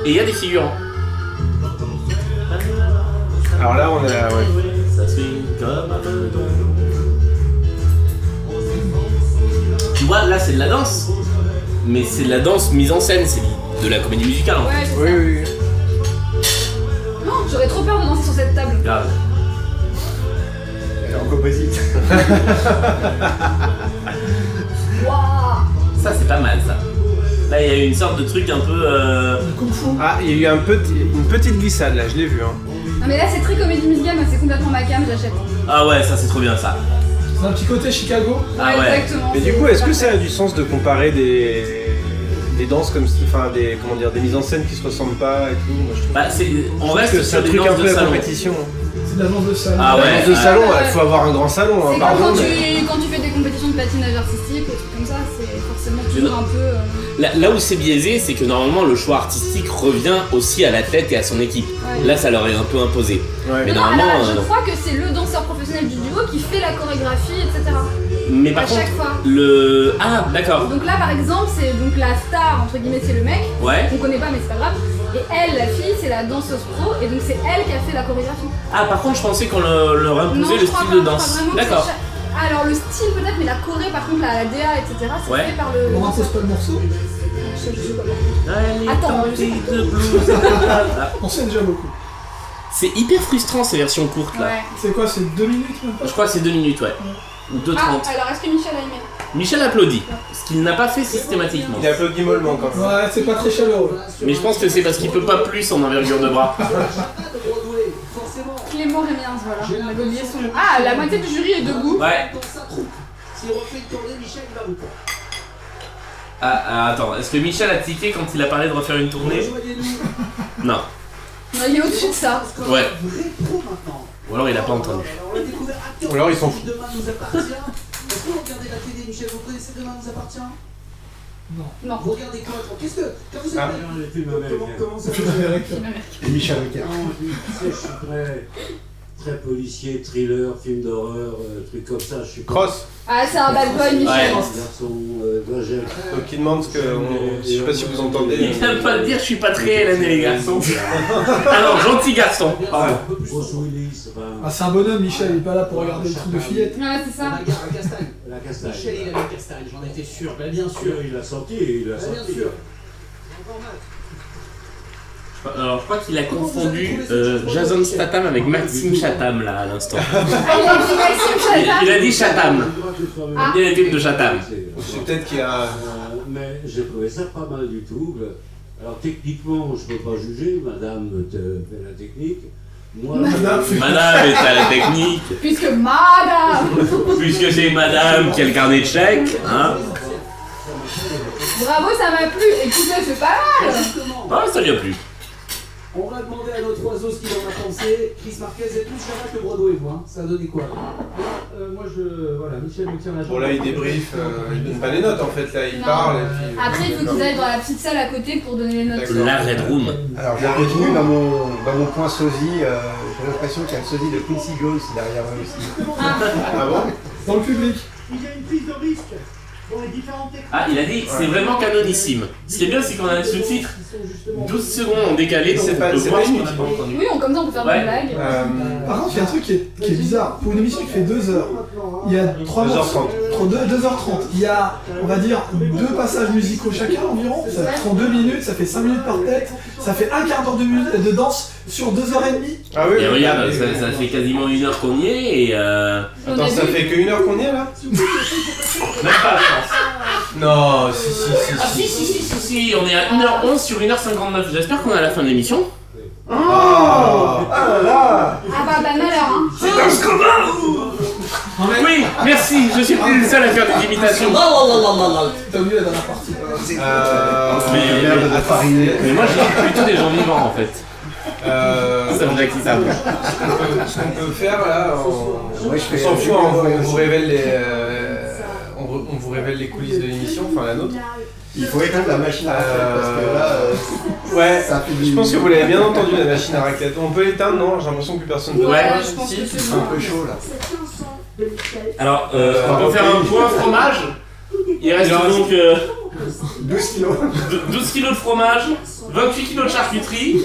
Et il y a des figurants. Alors là, on est là, ouais. Ça swing comme un bedon. Tu vois, là c'est de la danse. Mais c'est de la danse mise en scène, c'est de la comédie musicale. en fait. Ouais, c'est Oui, oui, oui. ça. Non, j'aurais trop peur de danser sur cette table. Grave. Elle est en composite. Waouh. Ça c'est pas mal ça. Là il y a une sorte de truc un peu. euh, Ah, il y a eu un petit- une petite glissade là, je l'ai vu. Hein. Non, mais là c'est très comédie musicale, mais c'est complètement ma cam, j'achète. Ah ouais, ça c'est trop bien ça. C'est un petit côté Chicago. Ah ouais. exactement. Mais du coup, est-ce que ça a du sens de comparer des, des danses comme si- enfin des comment dire des mises en scène qui se ressemblent pas et tout Moi, je trouve- Bah, c'est- je on trouve reste que c'est sur un des truc un danses de peu à salon. compétition. C'est de la danse de salle. Ah Les ouais. danses de salon, ouais. il faut avoir un grand salon, hein, C'est comme pardon. quand, mais- tu, quand tu fais des compétitions de patinage artistique ou des trucs comme ça, c'est forcément toujours un peu. euh, Là, là où c'est biaisé, c'est que normalement le choix artistique revient aussi à la tête et à son équipe. Ouais. Là, ça leur est un peu imposé. Ouais. Mais Non, normalement. alors, je euh, crois que c'est le danseur professionnel du duo qui fait la chorégraphie, etc. Mais par à contre, chaque fois. le. Ah, d'accord. Donc là, par exemple, c'est donc la star, entre guillemets, c'est le mec, Ouais. qu'on connaît pas, mais c'est pas grave. Et elle, la fille, c'est la danseuse pro, et donc c'est elle qui a fait la chorégraphie. Ah, par contre, je pensais qu'on le- leur imposait je le crois style pas, de je crois danse. vraiment que D'accord. c'est cha- Alors le style peut-être, mais la choré, par contre, la, la DA, etc., c'est Ouais. fait par le. On impose pas le morceau Je- je- je- Allez, Attends, tentez je- de blues. Ah, On sait déjà beaucoup. c'est hyper frustrant ces versions courtes là. Ouais. C'est quoi, c'est deux minutes même pas Je crois que c'est 2 minutes, ouais. Ou 2 Ah, 30. alors est-ce que Michel a aimé Michel applaudit, ce qu'il n'a pas fait systématiquement. Il applaudit mollement quand même. Ouais, c'est pas très chaleureux. Mais je pense que c'est parce qu'il peut pas plus en envergure de bras. Clément Rémiens, voilà. On avait oublié son nom. Ah, la moitié du jury est debout. Ouais. S'il refait une tournée, Michel il va vous prendre. Ah, ah, attends, est-ce que Michel a tiqué quand il a parlé de refaire une tournée Rejoignez-nous. Non. Non, Il est au-dessus de ça. Ouais. Vrai pro maintenant. Ou alors il a pas entendu. Alors, on l'a découvert acteur. Ou alors, ils s'en foutent. Demain nous appartient. Est-ce que vous regardez la télé, Michel Vous connaissez Demain nous appartient Non. Vous regardez quoi attends, Qu'est-ce que. Quand vous êtes. Ah. Non, les films Comment, américains. comment ça Je vais arrêter. Michel Ricard. Non, je, tu sais, je suis très, très policier, thriller, film d'horreur, euh, trucs comme ça. Je suis pas- Cross, Ah, c'est un bad boy, Michel. Un garçon, euh, moi, j'aime- donc il demande ce que. on- Je sais pas si vous entendez. Il vient de pas de dire je suis pas très Hélène et les garçons. Alors, gentil garçon. Ah, Pardon. Bruce Willis, enfin, Ah, c'est un bonhomme, Michel, il est pas là pour regarder le truc de fillette. hein. Ouais, c'est ça. Regarde, un castagne. la castagne. Michel, il a une castagne, j'en étais sûr. Bah, bien sûr. Il l'a sorti, il l'a Bah, bien sorti. sûr. Encore mal. Alors, je crois qu'il a confondu euh, Jason Statham avec Maxime Chatham, là, à l'instant. Il, il a dit Chatham. Ah, Il a dit de Chatham. C'est peut-être qu'il y a. Mais j'ai trouvé ça pas mal du tout. Alors techniquement, je ne peux pas juger, madame te fait la technique. Moi, Madame. Madame est à la technique. Puisque madame Puisque c'est madame qui a le carnet de chèques, hein. Bravo, ça m'a plu. Écoutez, c'est pas mal. Ah, ça lui a plu. On va demander à notre oiseau ce qu'il en a pensé. Chris Marquez est plus charade que Broadway, vous. hein. Ça a donné quoi Euh, Moi, je. Voilà, Michel me tient la jambe. Bon là il débriefe, euh, il donne pas les notes en fait, là il Non. parle et puis... euh, Après, il faut qu'ils non. aillent dans la petite salle à côté pour donner les notes. D'accord. Alors j'avais retenu dans mon, dans mon point sosie, euh, j'ai l'impression qu'il y a le sosie de Quincy Jones derrière eux aussi. ah bon Dans le public Il y a une prise de risque dans les différentes techniques. Ah, il a dit, c'est vraiment canonissime. Ce qui est bien, c'est qu'on a un sous-titre 12 secondes en décalé, donc C'est on pas- peut c'est voir pas ce qu'on a inutile. pas entendu. Oui, on, comme ça, on peut faire des Ouais. blagues. Par contre, il y a un truc qui est, qui est bizarre. Pour une émission qui fait 2 heures, il y a 3 morceaux. 2h30. Il y a, on va dire, deux passages musicaux chacun environ. Ça prend 2 minutes, ça fait 5 minutes par tête. Ça fait un quart d'heure de, mu- de danse sur 2h30. Ah oui, Et oui, regarde, oui, ça, oui. ça fait quasiment une heure qu'on y est et. Euh... Attends, ça fait qu'une heure qu'on y est là Même pas, je pense. Non, si, si, Euh, si, Ah si, si, si, si, si, on est à 1h11 sur 1h59. J'espère qu'on est à la fin de l'émission. Oh Ah là là Ah bah, bah malheur, hein. C'est un scandale Oui, merci, je suis plus le seul à faire des imitations. T'as oublié la dernière partie. Ah, Euh... Mais, merde, mais- à Paris. mais moi, je dis plutôt des gens vivants en fait. Euh... Ça me dit qui ça. Ce qu'on peut faire là, on, Ouais, je fais- sans foi, je fais- hein. on, vous- on vous révèle les, euh, on, re- on vous révèle les coulisses de l'émission, enfin la nôtre. Il faut éteindre la machine à raclette, parce que là, euh, ouais, ça fait je du- pense que vous l'avez bien entendu la machine à raclette. On peut l'éteindre, non J'ai l'impression que plus personne. ne peut. Ouais, Ouais, je pense si, que c'est c'est bon. un peu chaud là. Alors, euh, on peut faire un point fromage. Il reste donc euh, 12 kilos. 12 kilos de fromage, 28 kilos de charcuterie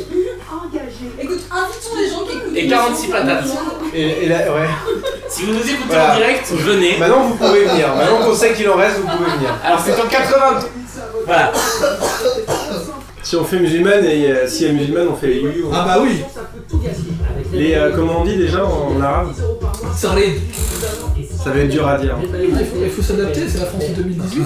Écoute, invitons les gens qui écoutent. et 46 patates. Et, et là, ouais. Si vous nous écoutez Voilà. en direct, venez. Maintenant vous pouvez venir. Maintenant qu'on sait qu'il en reste, vous pouvez venir. Alors c'est en 80. Voilà. Si on fait musulmane et euh, s'il y a musulmane, on fait les yuyus. Ah bah oui. Les, euh, comment on dit déjà en, en arabe Sarlid. Ça va être dur à dire. Il faut, il faut s'adapter, c'est la France de 2018.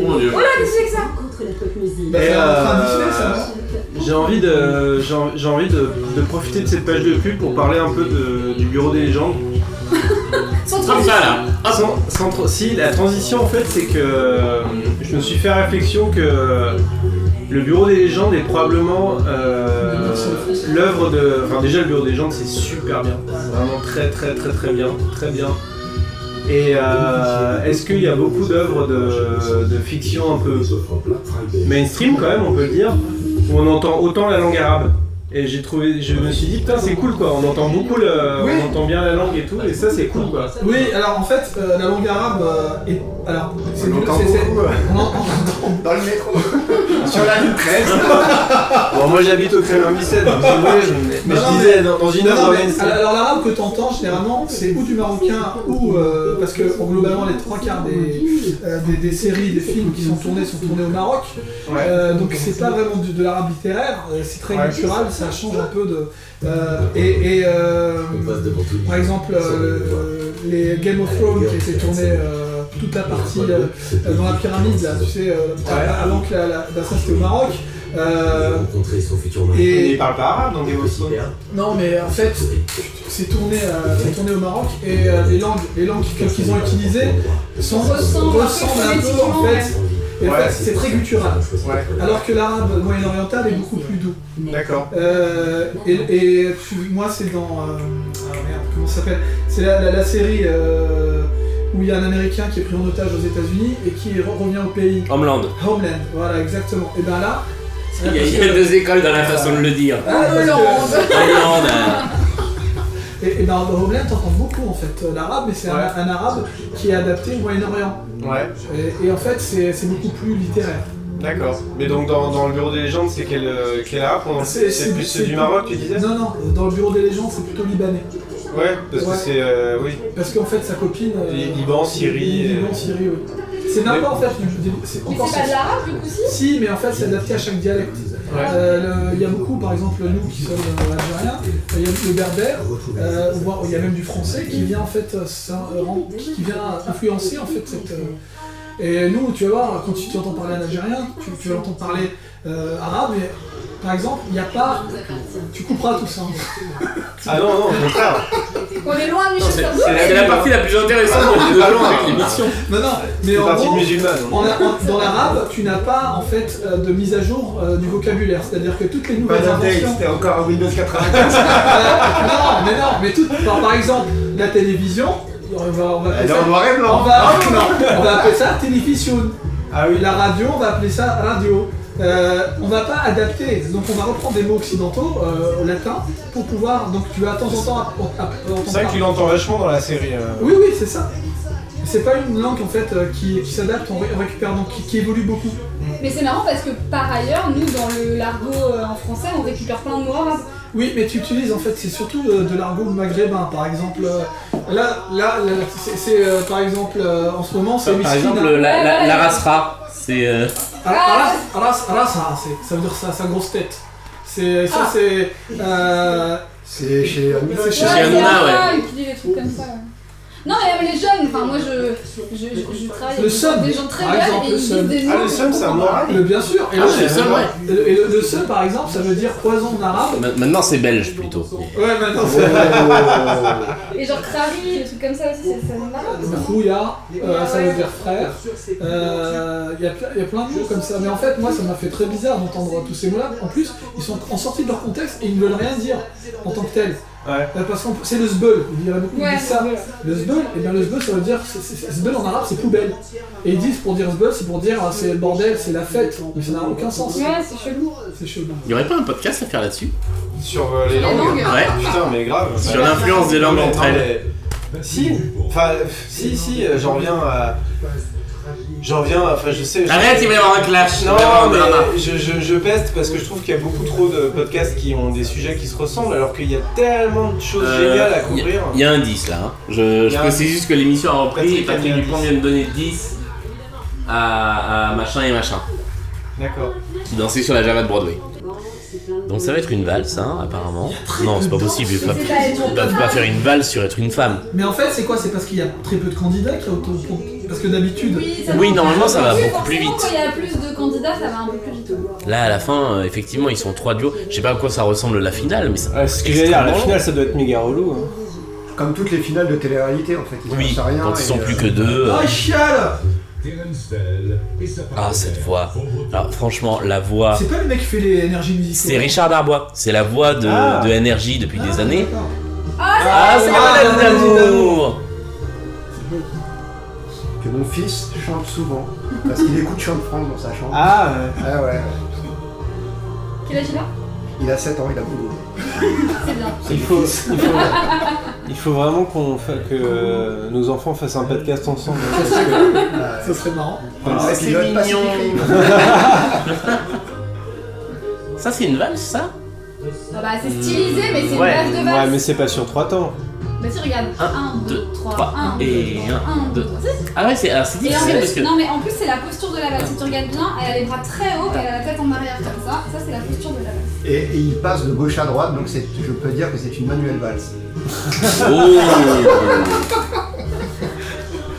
Mon dieu. Oh là, qu'est-ce que c'est que ça Et, Bah, c'est un euh, train de Disney, ça, non J'ai envie de j'ai en- j'ai envie de, de profiter de cette page de pub pour parler un peu de- du bureau des légendes. Sans Comme ça là. Ah, Sans- sans tra- si la transition en fait c'est que euh, je me suis fait réflexion que euh, le bureau des légendes est probablement euh, l'œuvre de. Enfin déjà le bureau des légendes c'est super bien. Vraiment très très très très bien. Très bien. Et euh, est-ce qu'il y a beaucoup d'œuvres Euh, de, de fiction un peu mainstream quand même, on peut le dire, où on entend autant la langue arabe et j'ai trouvé, je me suis dit putain c'est cool quoi, on entend beaucoup, le- Oui. on entend bien la langue et tout, et ça c'est cool quoi. Oui, alors en fait, euh, la langue arabe euh, est. Alors, c'est nul, c'est- c'est- on en- Dans le métro, sur la ligne 13. Bon, moi j'habite au Kremlin Bicêtre, donc c'est vrai, je- mais, Non, non, je disais dans, dans une non, œuvre mais mainstream. Alors l'arabe que t'entends généralement, c'est ou du marocain ou euh, parce que bon, globalement les trois quarts des, euh, des, des séries, des films qui sont tournés sont tournés au Maroc. Euh, donc c'est pas vraiment du- de l'arabe littéraire, euh, c'est très Ouais. culturel, ça change un peu de. euh, et et, euh, par exemple euh, les Game of Thrones qui étaient tournés. euh, toute la partie euh, euh, dans la pyramide, là, tu sais, euh, avant que la, la, la- ça c'était au Maroc. Euh, rencontrer son futur mari. et, Il parle pas arabe dans des aussi. non, mais en fait, c'est tourné, euh, c'est tourné au Maroc et euh, les langues, les langues que- qu'ils ont utilisées sont, Ressemblent un peu ressemblent un peu en phonétiquement, fait. Et en Ouais. fait, c'est très culturel. Ouais. Alors que l'arabe moyen-oriental est beaucoup plus doux. D'accord. Euh, et, et tu- moi, c'est dans. euh, ah, merde, comment ça s'appelle C'est la, la- la série euh, où il y a un américain qui est pris en otage aux États-Unis et qui re- revient au pays. Homeland. Homeland, voilà, exactement. Et ben là. c'est Il y a, il y a parce que- deux écoles dans la façon de le dire. Ah, parce que- Hollande, euh, Et, et dans dans Homeland, t'entends beaucoup en fait euh, l'arabe, mais c'est un- Ouais. un, arabe qui est adapté au Moyen-Orient. Ouais. Et, et en fait, c'est c'est beaucoup plus littéraire. D'accord. Mais donc dans, dans le bureau des légendes, c'est quel, euh, quel arabe qu'on- C'est plus c'est du Maroc, tu disais Non, non, dans le bureau des légendes, c'est plutôt libanais. Ouais, parce Ouais. que c'est. euh, oui. Parce qu'en fait, sa copine. euh, Li- Liban, Syrie, Liban, euh, Syrie, oui. C'est même pas en fait. je dis- C'est Mais encore c'est pas de ça. l'arabe du coup si Si, mais en fait, c'est adapté à chaque dialecte. Ouais. Euh, le- Il y a beaucoup, par exemple, nous qui sommes euh, algériens, il y a le berbère, euh, voire il y a même du français qui vient en fait, euh, s'in- euh, ren- qui qui vient influencer en fait cette. euh, Et nous, tu vas voir, quand tu, tu entends parler un algérien, tu, tu entends parler euh, arabe, mais par exemple, il n'y a pas. Tu couperas tout ça. Ah non, non, au contraire. On est loin des Non, choses c'est- comme c'est ça. la- c'est la partie la plus intéressante de- de avec l'émission. Non, non, mais C'est en partie gros, musulmane. en- en- dans l'arabe, tu n'as pas en fait euh, de mise à jour euh, du vocabulaire. C'est-à-dire que toutes les nouvelles d'update, inventions. c'était encore un Windows 95. Ah non, mais non, mais tout. par- par exemple, la télévision, on va, on va appeler Elle est ça- en noir et blanc. On va, non, non, on va appeler ça télévision. Ah oui. La radio, on va appeler ça radio. Euh, on va pas adapter, donc on va reprendre des mots occidentaux, euh, latins, pour pouvoir. Donc tu vas de temps en temps. à- à- à- C'est vrai que tu l'entends vachement dans la série. euh. oui, oui, c'est ça. C'est pas une langue en fait euh, qui, qui s'adapte, on, ré- on récupère donc qui, qui évolue beaucoup. Mais c'est marrant parce que par ailleurs, nous dans le l'argot euh, en français, on récupère plein de mots arabes. Oui, mais tu utilises en fait, c'est surtout euh, de l'argot maghrébin, par exemple. euh, Là, là, là, c'est- c'est euh, par exemple euh, en ce moment, c'est ah, Par miskine, exemple, hein. la, la, la race rare, c'est. euh, Ah, Ras, ras, ras, ah, c'est- ça veut dire sa, sa grosse tête. C'est ça, c'est. euh, C'est chez Amina. C'est chez Ouais, Hanouna, c'est ouais. Arabes, Ils utilisent des trucs comme ça. ouais. Non, mais même les jeunes, enfin moi je, je, je, je travaille Le avec seum, des gens très par jeunes exemple, et le ils disent seum. des mots. Le- Bien sûr. Ah, c'est le seum, ouais. Et le, et le- le seum, par exemple, ça veut dire poison en arabe. ma- Maintenant, c'est belge plutôt. Ouais, maintenant c'est. Et genre crari, des trucs comme ça aussi, c'est c'est marrant. ça. Rouya, euh, ça veut dire frère. Il y, a ple- y a plein de mots comme ça. Mais en fait, moi, ça m'a fait très bizarre d'entendre tous ces mots-là. En plus, ils sont en sortie de leur contexte et ils ne veulent rien dire en tant que tel. Euh, parce qu'on- c'est le zbeul. Il y en a beaucoup qui Ouais. disent ça. Le zbeul, et bien le zbeul, ça veut dire. c'est- c'est- c'est- Zbeul en arabe, c'est poubelle. Et ils disent pour dire zbeul, c'est pour dire ah, c'est le bordel, c'est la fête. Mais ça n'a aucun sens. Ouais, c'est chelou. C'est chelou. Il y aurait pas un podcast à faire là-dessus Sur euh, les Les langues langues. Ouais. Putain, mais grave. Sur l'influence des langues Non, mais- entre non, elles. mais- Si, enfin, si, si, euh, j'en reviens à. J'en reviens, à- enfin, je sais. je- Arrête, il va y avoir un clash. Il Non, va y avoir un drama. mais je, je, je peste parce que je trouve qu'il y a beaucoup trop de podcasts qui ont des sujets qui se ressemblent alors qu'il y a tellement de choses Euh, géniales à couvrir. Il y a un 10 là. hein. Je, Il y je a un précise 10. juste que l'émission a repris et Patrick a Patrick mis un Dupont 10. vient de donner 10 à, à machin et machin D'accord. qui dansait sur la Java de Broadway. Donc ça va être une valse, hein, apparemment. Non, c'est pas possible. Ils C'est pas- peuvent pas, pas faire une valse sur être une femme. Mais en fait, c'est quoi C'est parce qu'il y a très peu de candidats qui autant. Parce que d'habitude. Oui, ça Oui, normalement, ça va Oui, beaucoup plus forcément, vite. Quand il y a plus de candidats, ça va un peu plus vite. Là, à la fin, euh, effectivement, ils sont trois duos. Je sais pas à quoi ça ressemble la finale, mais ça. ce que j'allais dire, la finale ça doit être méga relou. Comme toutes les finales de télé-réalité en fait, ils Oui, cherchent à rien. quand ils et, sont euh, plus que deux. euh, Ah, chiale Ah, cette voix. Alors, franchement, la voix. C'est pas le mec qui fait les énergies musicales. C'est Richard Darbois. C'est la voix de, Ah. de NRJ depuis des années. Ah, Ah, c'est la ah, madame madame d'amour euh, Que mon fils chante souvent. Parce qu'il écoute Chant de France dans sa chambre. Ah ouais. Ah ouais. Quel âge il a Il a 7 ans, il a boulot. C'est bien. Il faut, il faut, il faut vraiment qu'on fa- que euh, nos enfants fassent un podcast ensemble. hein, parce que- Euh, Ça serait marrant. Ah, c'est pilote mignon. Ça, c'est une valse, ça Ah bah, c'est stylisé, mais c'est Ouais. une base de valse. Ouais, mais c'est pas sur trois temps. Bah, si, regarde. 1, 2, 3, Trois, 1, et 1, 2, Ah ouais, c'est alors, c'est Et en difficile parce plus, que. non mais en plus c'est la posture de la valse, si tu regardes bien, elle a les bras très hauts et elle a la tête en arrière comme ça, ça c'est la posture de la valse. Et, et il passe de gauche à droite, donc c'est- je peux dire que c'est une manuelle valse. Oh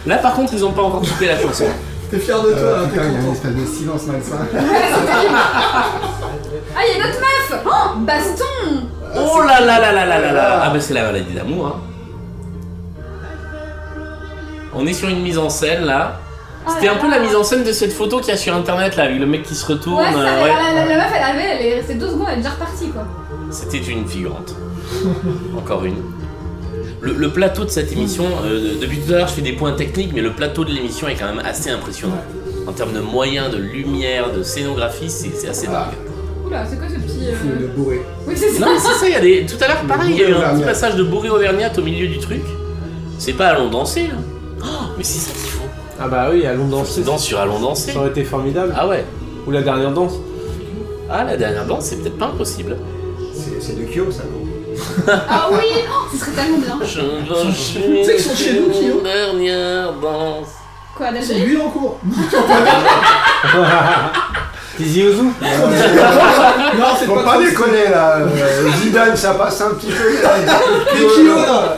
Là, par contre, ils ont pas encore coupé la chanson. T'es fier Ah, de toi, Euh, hein, t'es putain, il y a une content. espèce de silence malsain. Ah y'a notre meuf Oh Baston Oh là là là là là là là Ah bah c'est la maladie d'amour hein. On est sur une mise en scène là. Oh Ah, C'était un peu la mise en scène de cette photo qu'il y a sur internet là, avec le mec qui se retourne. Ouais, ça, euh, la- ouais. La, la- la meuf elle avait, elle est restée deux secondes, elle est déjà repartie quoi. C'était une figurante. Encore une. Le, le plateau de cette émission, euh, de- depuis tout à l'heure je fais des points techniques, mais le plateau de l'émission est quand même assez impressionnant. En termes de moyens, de lumière, de scénographie, c'est c'est assez dingue. Oula, c'est quoi ce petit... euh, Film de bourré. Oui c'est ça Non, mais c'est ça, il y a des... Tout à l'heure, pareil, il y a eu un petit Auvergnat. passage de bourré auvergnate au milieu du truc. C'est pas Allons danser, là. Oh, mais c'est ça qu'il faut. Ah bah oui, allons danser. Danse sur Allons danser. Ça aurait été formidable. Ah ouais. Ou la dernière danse. Ah, la dernière danse, c'est peut-être pas impossible. C'est c'est de Kyo ça. Ah oui oh, Ce serait tellement bien Je Tu sais qu'ils sont chez nous, Kyo Dernière danse. Quoi, C'est lui en cours. Tizi Ouzou Non, c'est pas, pas déconner là. euh, Zidane, ça passe un petit peu. mais là, il- Mais qui Euh, là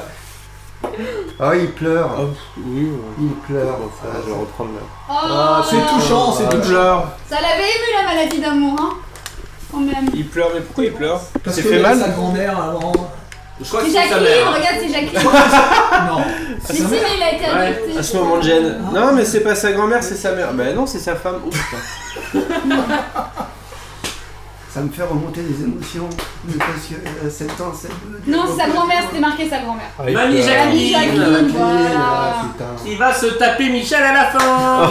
Ah, il pleure. il pleure. je vais reprendre là. Ah, c'est touchant, c'est euh, Il touchant. pleure. Ça l'avait ému la maladie d'amour, hein euh, Quand même. Il pleure, mais pourquoi il pleure Parce C'est que fait mal sa grand-mère, avant. Je crois C'est Jacqueline, regarde, c'est Jacqueline. non. Si, si, mais il a été adopté. À ce moment de gêne. Non, mais c'est pas sa grand-mère, c'est sa mère. Bah non, c'est sa femme. Oh putain. Ça me fait remonter des émotions. Parce que euh, 7 ans, c'est. Non, c'est sa grand-mère, c'était marqué sa grand-mère. Ah, il Mamie pleure. Jacqueline. Mamie Jacqueline, voilà. Ah, putain. Qui va se taper Michel à la fin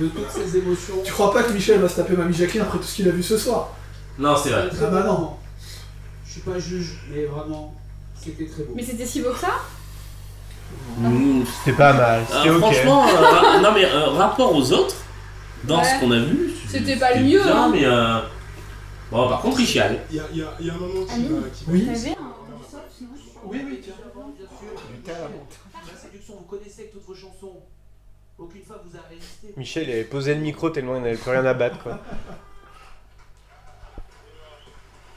De toutes ces émotions. Tu crois pas que Michel va se taper Mamie Jacqueline après tout ce qu'il a vu ce soir Non, c'est vrai. Ah bah non. Je suis pas juge, mais vraiment, c'était très beau. Mais c'était si beau que ça C'était pas mal, c'était Euh, ok. Franchement, euh, ra- non mais euh, rapport aux autres, dans Ouais. ce qu'on a vu, C'était pas le mieux, bien, hein mais euh, bon, par contre, il chiale. Il y a, il y a- il y a un moment qui Amine, m'a- qui m'a- Vous avez un- Oui, oui, tiens. La séduction, vous connaissez avec toutes vos chansons. Aucune femme vous a résisté. Michel il avait posé le micro tellement il n'avait plus rien à battre quoi.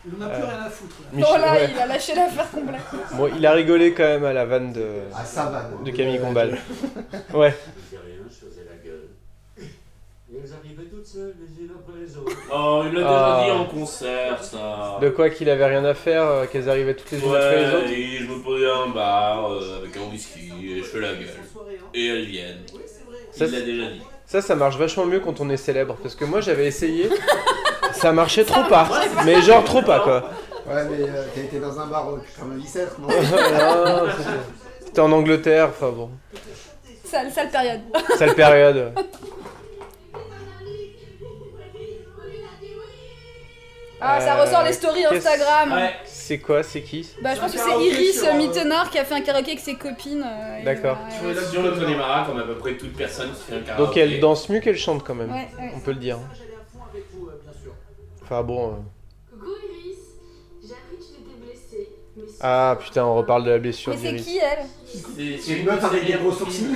Il en a Euh. plus rien à foutre. Michel, Oh là, ouais. il a lâché l'affaire complète. Bon, il a rigolé quand même à la vanne de, À sa vanne. de Camille Combal. Ouais. Je disais rien, je faisais la gueule. Et elles arrivaient toutes seules, les unes après les autres. Oh, il l'a Ah. déjà dit en concert, ça. De quoi qu'il avait rien à faire, euh, qu'elles arrivaient toutes les unes après les Ouais, autres. et je me posais à un bar euh, avec un whisky et je fais la gueule. Et elles viennent. Ça, Il l'a c'est- déjà dit. Ça, ça marche vachement mieux quand on est célèbre parce que moi j'avais essayé, ça marchait trop pas. Mais genre trop pas quoi. Ouais, mais euh, t'as été dans un bar euh, 97, non Non, c'était- C'était en Angleterre, enfin bon. Sale, sale période. Sale période. Ah, ça Euh, ressort les stories qu'est-ce- Ah, Instagram. C'est quoi C'est qui Bah, je pense que Un c'est karaoké Iris sur, euh, Mittenard qui a fait un karaoké avec ses copines. euh, et- D'accord. Sur le Connemara, comme à peu près toute personne qui fait un karaoké. Donc elle danse mieux qu'elle chante quand même. Ouais, ouais. On peut le dire. hein. euh, Enfin bon. euh, Coucou Iris, j'ai appris que tu t'étais blessée, mais Ah putain, on reparle de la blessure Mais c'est d'Iris. qui elle C'est- C'est une meuf avec des gros sourcils.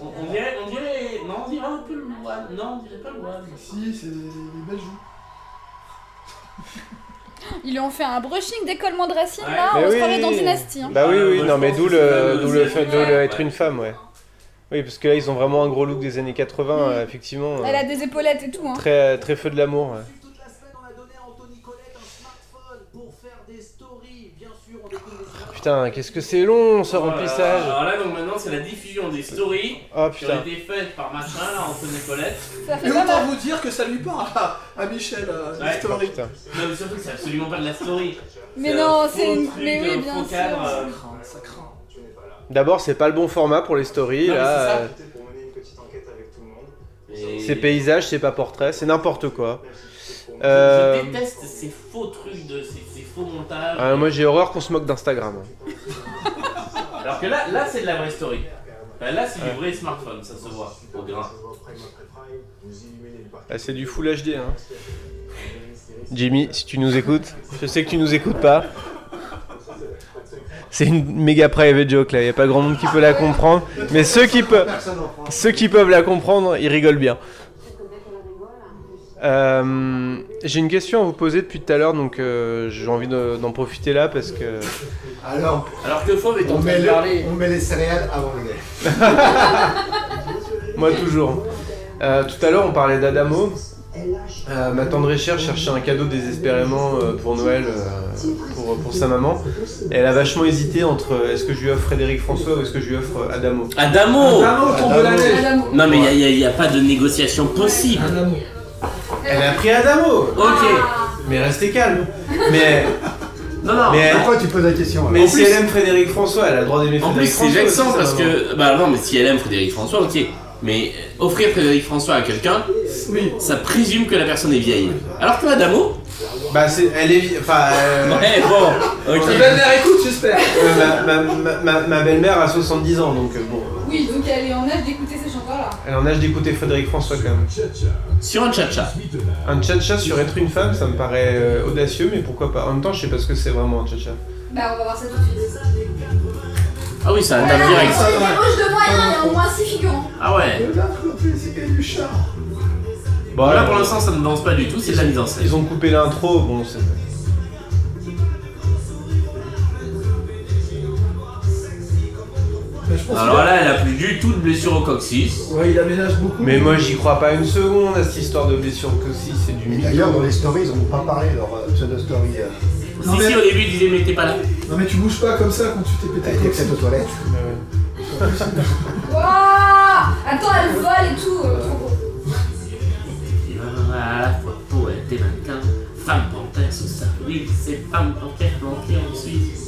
On, on dirait, on dirait, non, on dirait un peu le moine. Non, on dirait pas le moine. Si, c'est les belles joues. Ils lui ont fait un brushing d'écollement de racines Ouais. là, Mais on se oui. croirait dans Dynastie. Hein. Bah oui, oui, moi, non, je mais pense d'où que c'est le, même d'où le le fait zèbre, de le ouais. être une femme, ouais. Oui, parce que là, ils ont vraiment un gros look des années 80, euh, effectivement. Mm. Elle euh, a des épaulettes et tout. Hein. Très, euh, très feu de l'amour. ouais. Toute la semaine, on a donné à Anthony Colette un smartphone pour faire des stories. Bien sûr, on découvre des Ah, Putain, qu'est-ce que c'est long ce remplissage Alors Oh là, donc maintenant, c'est la diffusion des stories Ah, qui putain. ont été faites par machin, là, Anthony Colette. Ça fait Et pas autant mal. hein. vous dire que ça lui parle à, à Michel, euh, Ouais. l'histoire. Ah, putain. Non, mais surtout que c'est absolument pas de la story. Mais un non, faux c'est une- truc, mais oui, un bien faux sûr. cadre, euh, Ça craint, ça craint. D'abord, c'est pas le bon format pour les stories, Non, mais c'est là. ça. euh, Pour mener une petite enquête avec tout le monde. Et- C'est paysage, c'est pas portrait, c'est n'importe quoi. Je- Euh, Je déteste ces faux trucs, de ces, ces faux montages. ah, moi, j'ai horreur qu'on se moque d'Instagram. Alors que là, là c'est de la vraie story. Enfin, là, c'est du vrai smartphone, ça se voit au grain. Ah, c'est du full HD, hein. Jimmy, si tu nous écoutes, je sais que tu nous écoutes pas. C'est une méga private joke là, y a pas grand monde qui peut la comprendre, mais ceux qui peuvent, ceux qui peuvent la comprendre, ils rigolent bien. Euh, J'ai une question à vous poser depuis tout à l'heure, donc euh, j'ai envie de- d'en profiter là parce que Alors, Alors que Fauve est en on train met, de le- parler. on met les céréales avant le lait. moi toujours. Euh, tout à l'heure on parlait d'Adamo. Euh, ma tendre Cher cherchait un cadeau désespérément euh, pour Noël, euh, pour, pour sa maman. Et elle a vachement hésité entre euh, est-ce que je lui offre Frédéric François ou est-ce que je lui offre euh, Adamo. Adamo Adamo, tombe de la neige. Adamo. Non, mais il n'y a, pas de négociation possible. Elle a pris Adamo Ok. Mais restez calme Mais, Non, non. mais, Pourquoi tu poses la question mais alors si elle aime Frédéric François, elle a le droit d'aimer En plus, Frédéric c'est François. vexant parce aussi, sa maman. que. Bah non, mais si elle aime Frédéric François, ok. Mais euh, offrir Frédéric François à quelqu'un, ça présume que la personne est vieille. Alors que Adamo. Bah, c'est, elle est. vi- Enfin. euh, Ouais, bon, ok. Ma belle-mère écoute, j'espère ma, ma- ma- ma- ma belle-mère a 70 ans, donc euh, bon. Oui, donc elle est en âge d'écouter ces chanteurs là. Elle est en âge d'écouter Frédéric François quand même. Sur un tcha-tcha. Un tcha-tcha sur être une femme, ça me paraît euh, audacieux, mais pourquoi pas En même temps, je sais pas ce que c'est vraiment un tcha-tcha. Bah, on va voir ça tout de suite. Ah oui, ça tape direct. C'est une ébauche de moyens, il y a au moins 6 figurants. Ah ouais. Bon, là pour l'instant ça ne danse pas du tout, c'est de la mise en scène. Ils ont coupé l'intro, bon, c'est. Bah, Alors là, elle a plus du tout de blessure au coccyx. Ouais, il aménage beaucoup. Mais moi, j'y crois pas une seconde à cette histoire de blessure au coccyx, c'est du Et mytho. D'ailleurs, dans les stories, ils n'ont pas parlé, leur euh, pseudo-story. euh, Si, si, au début, ils disaient, mais t'es pas là. Non, mais tu bouges pas comme ça quand tu t'es pété. avec les aux toilettes. Wouah Attends, elle vole et tout. euh, trop beau. Il va à la fois poète et mannequin, femme panthère sous sa oui, c'est femme panthère planquée en Suisse.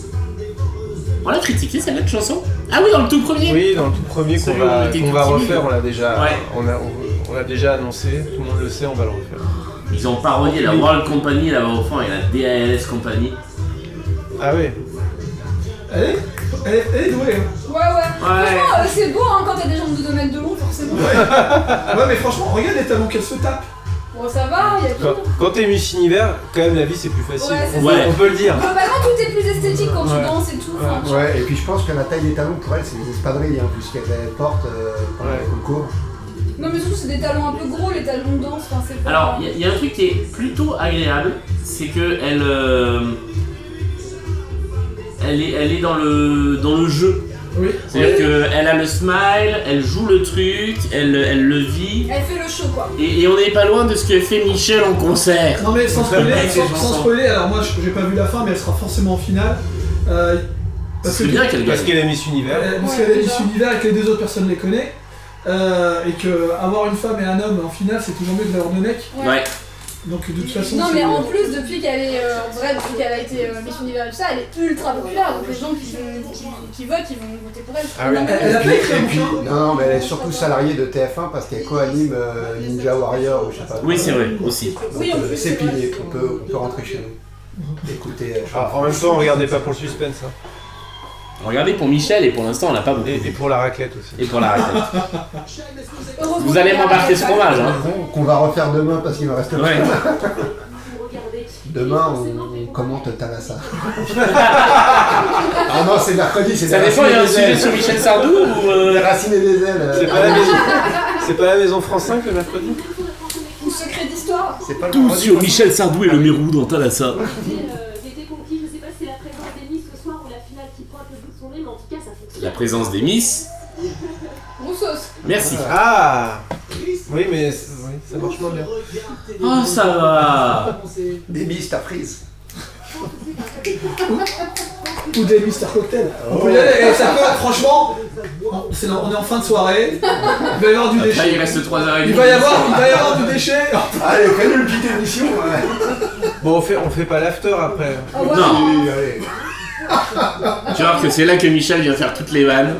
On l'a critiqué celle-là de chanson Ah oui, dans le tout premier Oui, dans le tout premier qu'on Celui où va, on était qu'on va tout refaire, timide. on l'a déjà, Ouais. on a- on- on l'a déjà annoncé, tout le monde le sait, on va le refaire. Ils ont parodié la World Company là-bas au fond et la DALS Company. Ah ouais Elle est, elle est, elle est douée. hein. Ouais, ouais. Franchement, euh, c'est beau hein, quand t'as des jambes de 2 mètres de long, forcément. Ouais, mais franchement, regarde les talons qu'elle se tape. Bon, ça va, il y a Quand, tout. quand t'es Miss Univers, quand même la vie c'est plus facile. Ouais, c'est on, ça. peut, on peut le dire. Globalement, tout est plus esthétique quand Ouais. tu danses et tout. enfin, tu- Ouais, et puis je pense que la taille des talons pour elle, c'est des espadrilles, hein, puisqu'elle les porte euh, pendant le concours. Non, mais surtout, c'est des talons un peu gros, les talons de danse. Enfin, c'est pas- Alors, il y, a un truc qui est plutôt agréable, c'est que elle, euh, elle est, elle est dans le, dans le jeu. Oui. C'est-à-dire qu'elle a le smile, elle joue le truc, elle, elle le vit. Elle fait le show, quoi. Et, et on n'est pas loin de ce que fait Michel en concert. Non mais sans spoiler, Avec ses sans, sans chansons. spoiler, alors moi je- j'ai pas vu la fin, mais elle sera forcément en finale. Euh, C'est bien qu'elle gagne. Parce qu'elle est Miss Univers. parce Ouais, qu'elle est déjà. Miss Univers et que les deux autres personnes les connaissent. Euh, et que avoir une femme et un homme en finale, c'est toujours mieux que d'avoir deux mecs. Ouais. Ouais. Donc de toute façon, Non, c'est- mais en plus, depuis qu'elle est. euh, en vrai, depuis qu'elle a été euh, Miss Univers et tout ça, elle est ultra populaire. Donc les gens qui, vont- qui, qui votent, ils vont voter pour Ah elle. Ah Non, mais- Et puis- et puis- Non, mais elle est surtout salariée de TF1 parce qu'elle co-anime euh, Ninja Warrior ou je sais pas. Oui, c'est vrai, aussi. Donc, Oui, en euh, c'est plus, c'est vrai, plié, on peut, on peut rentrer chez nous. Écoutez, euh, je Ah, en même temps, regardez pas pour le suspense. hein. Regardez pour Michel, et pour l'instant on n'a pas beaucoup. Et, pour la raclette aussi. Et pour la raclette. Heureusement Vous allez qu'il y a- m'embarquer ce fromage, hein. qu'on va refaire demain parce qu'il me reste Ouais. Demain, on commente Thalassa. ah non, c'est mercredi, c'est Ça des dépend, il racines y a et un des sujet ailes. sur Michel Sardou ou. euh, Des racines et des ailes. C'est pas la maison. C'est pas la maison France 5 le mercredi Ou secret d'histoire. C'est pas Tout sur Michel Sardou et le Mérou dans Talassa. euh, J'ai été conquis, je sais pas si c'est la présence d'Elise ce soir ou la finale qui pointe le bout de son nez, mais en tout cas ça fonctionne. La présence des Miss. Roussos. Merci. Ah Oui, mais c'est- oui, ça marche moins bien. Oh, ça va. Démis, ta prise. ou des Mister Cocktail. Ah On peut y aller, et ça peut, franchement, c'est- on est en fin de soirée, il va y avoir du Après, déchet. il reste 3h30. Il va y avoir, il va y avoir du déchet. Allez, fais une petite émission. Bon, on fait, on fait pas l'after après. Non. allez. Tu vois que c'est là que Michel vient faire toutes les vannes.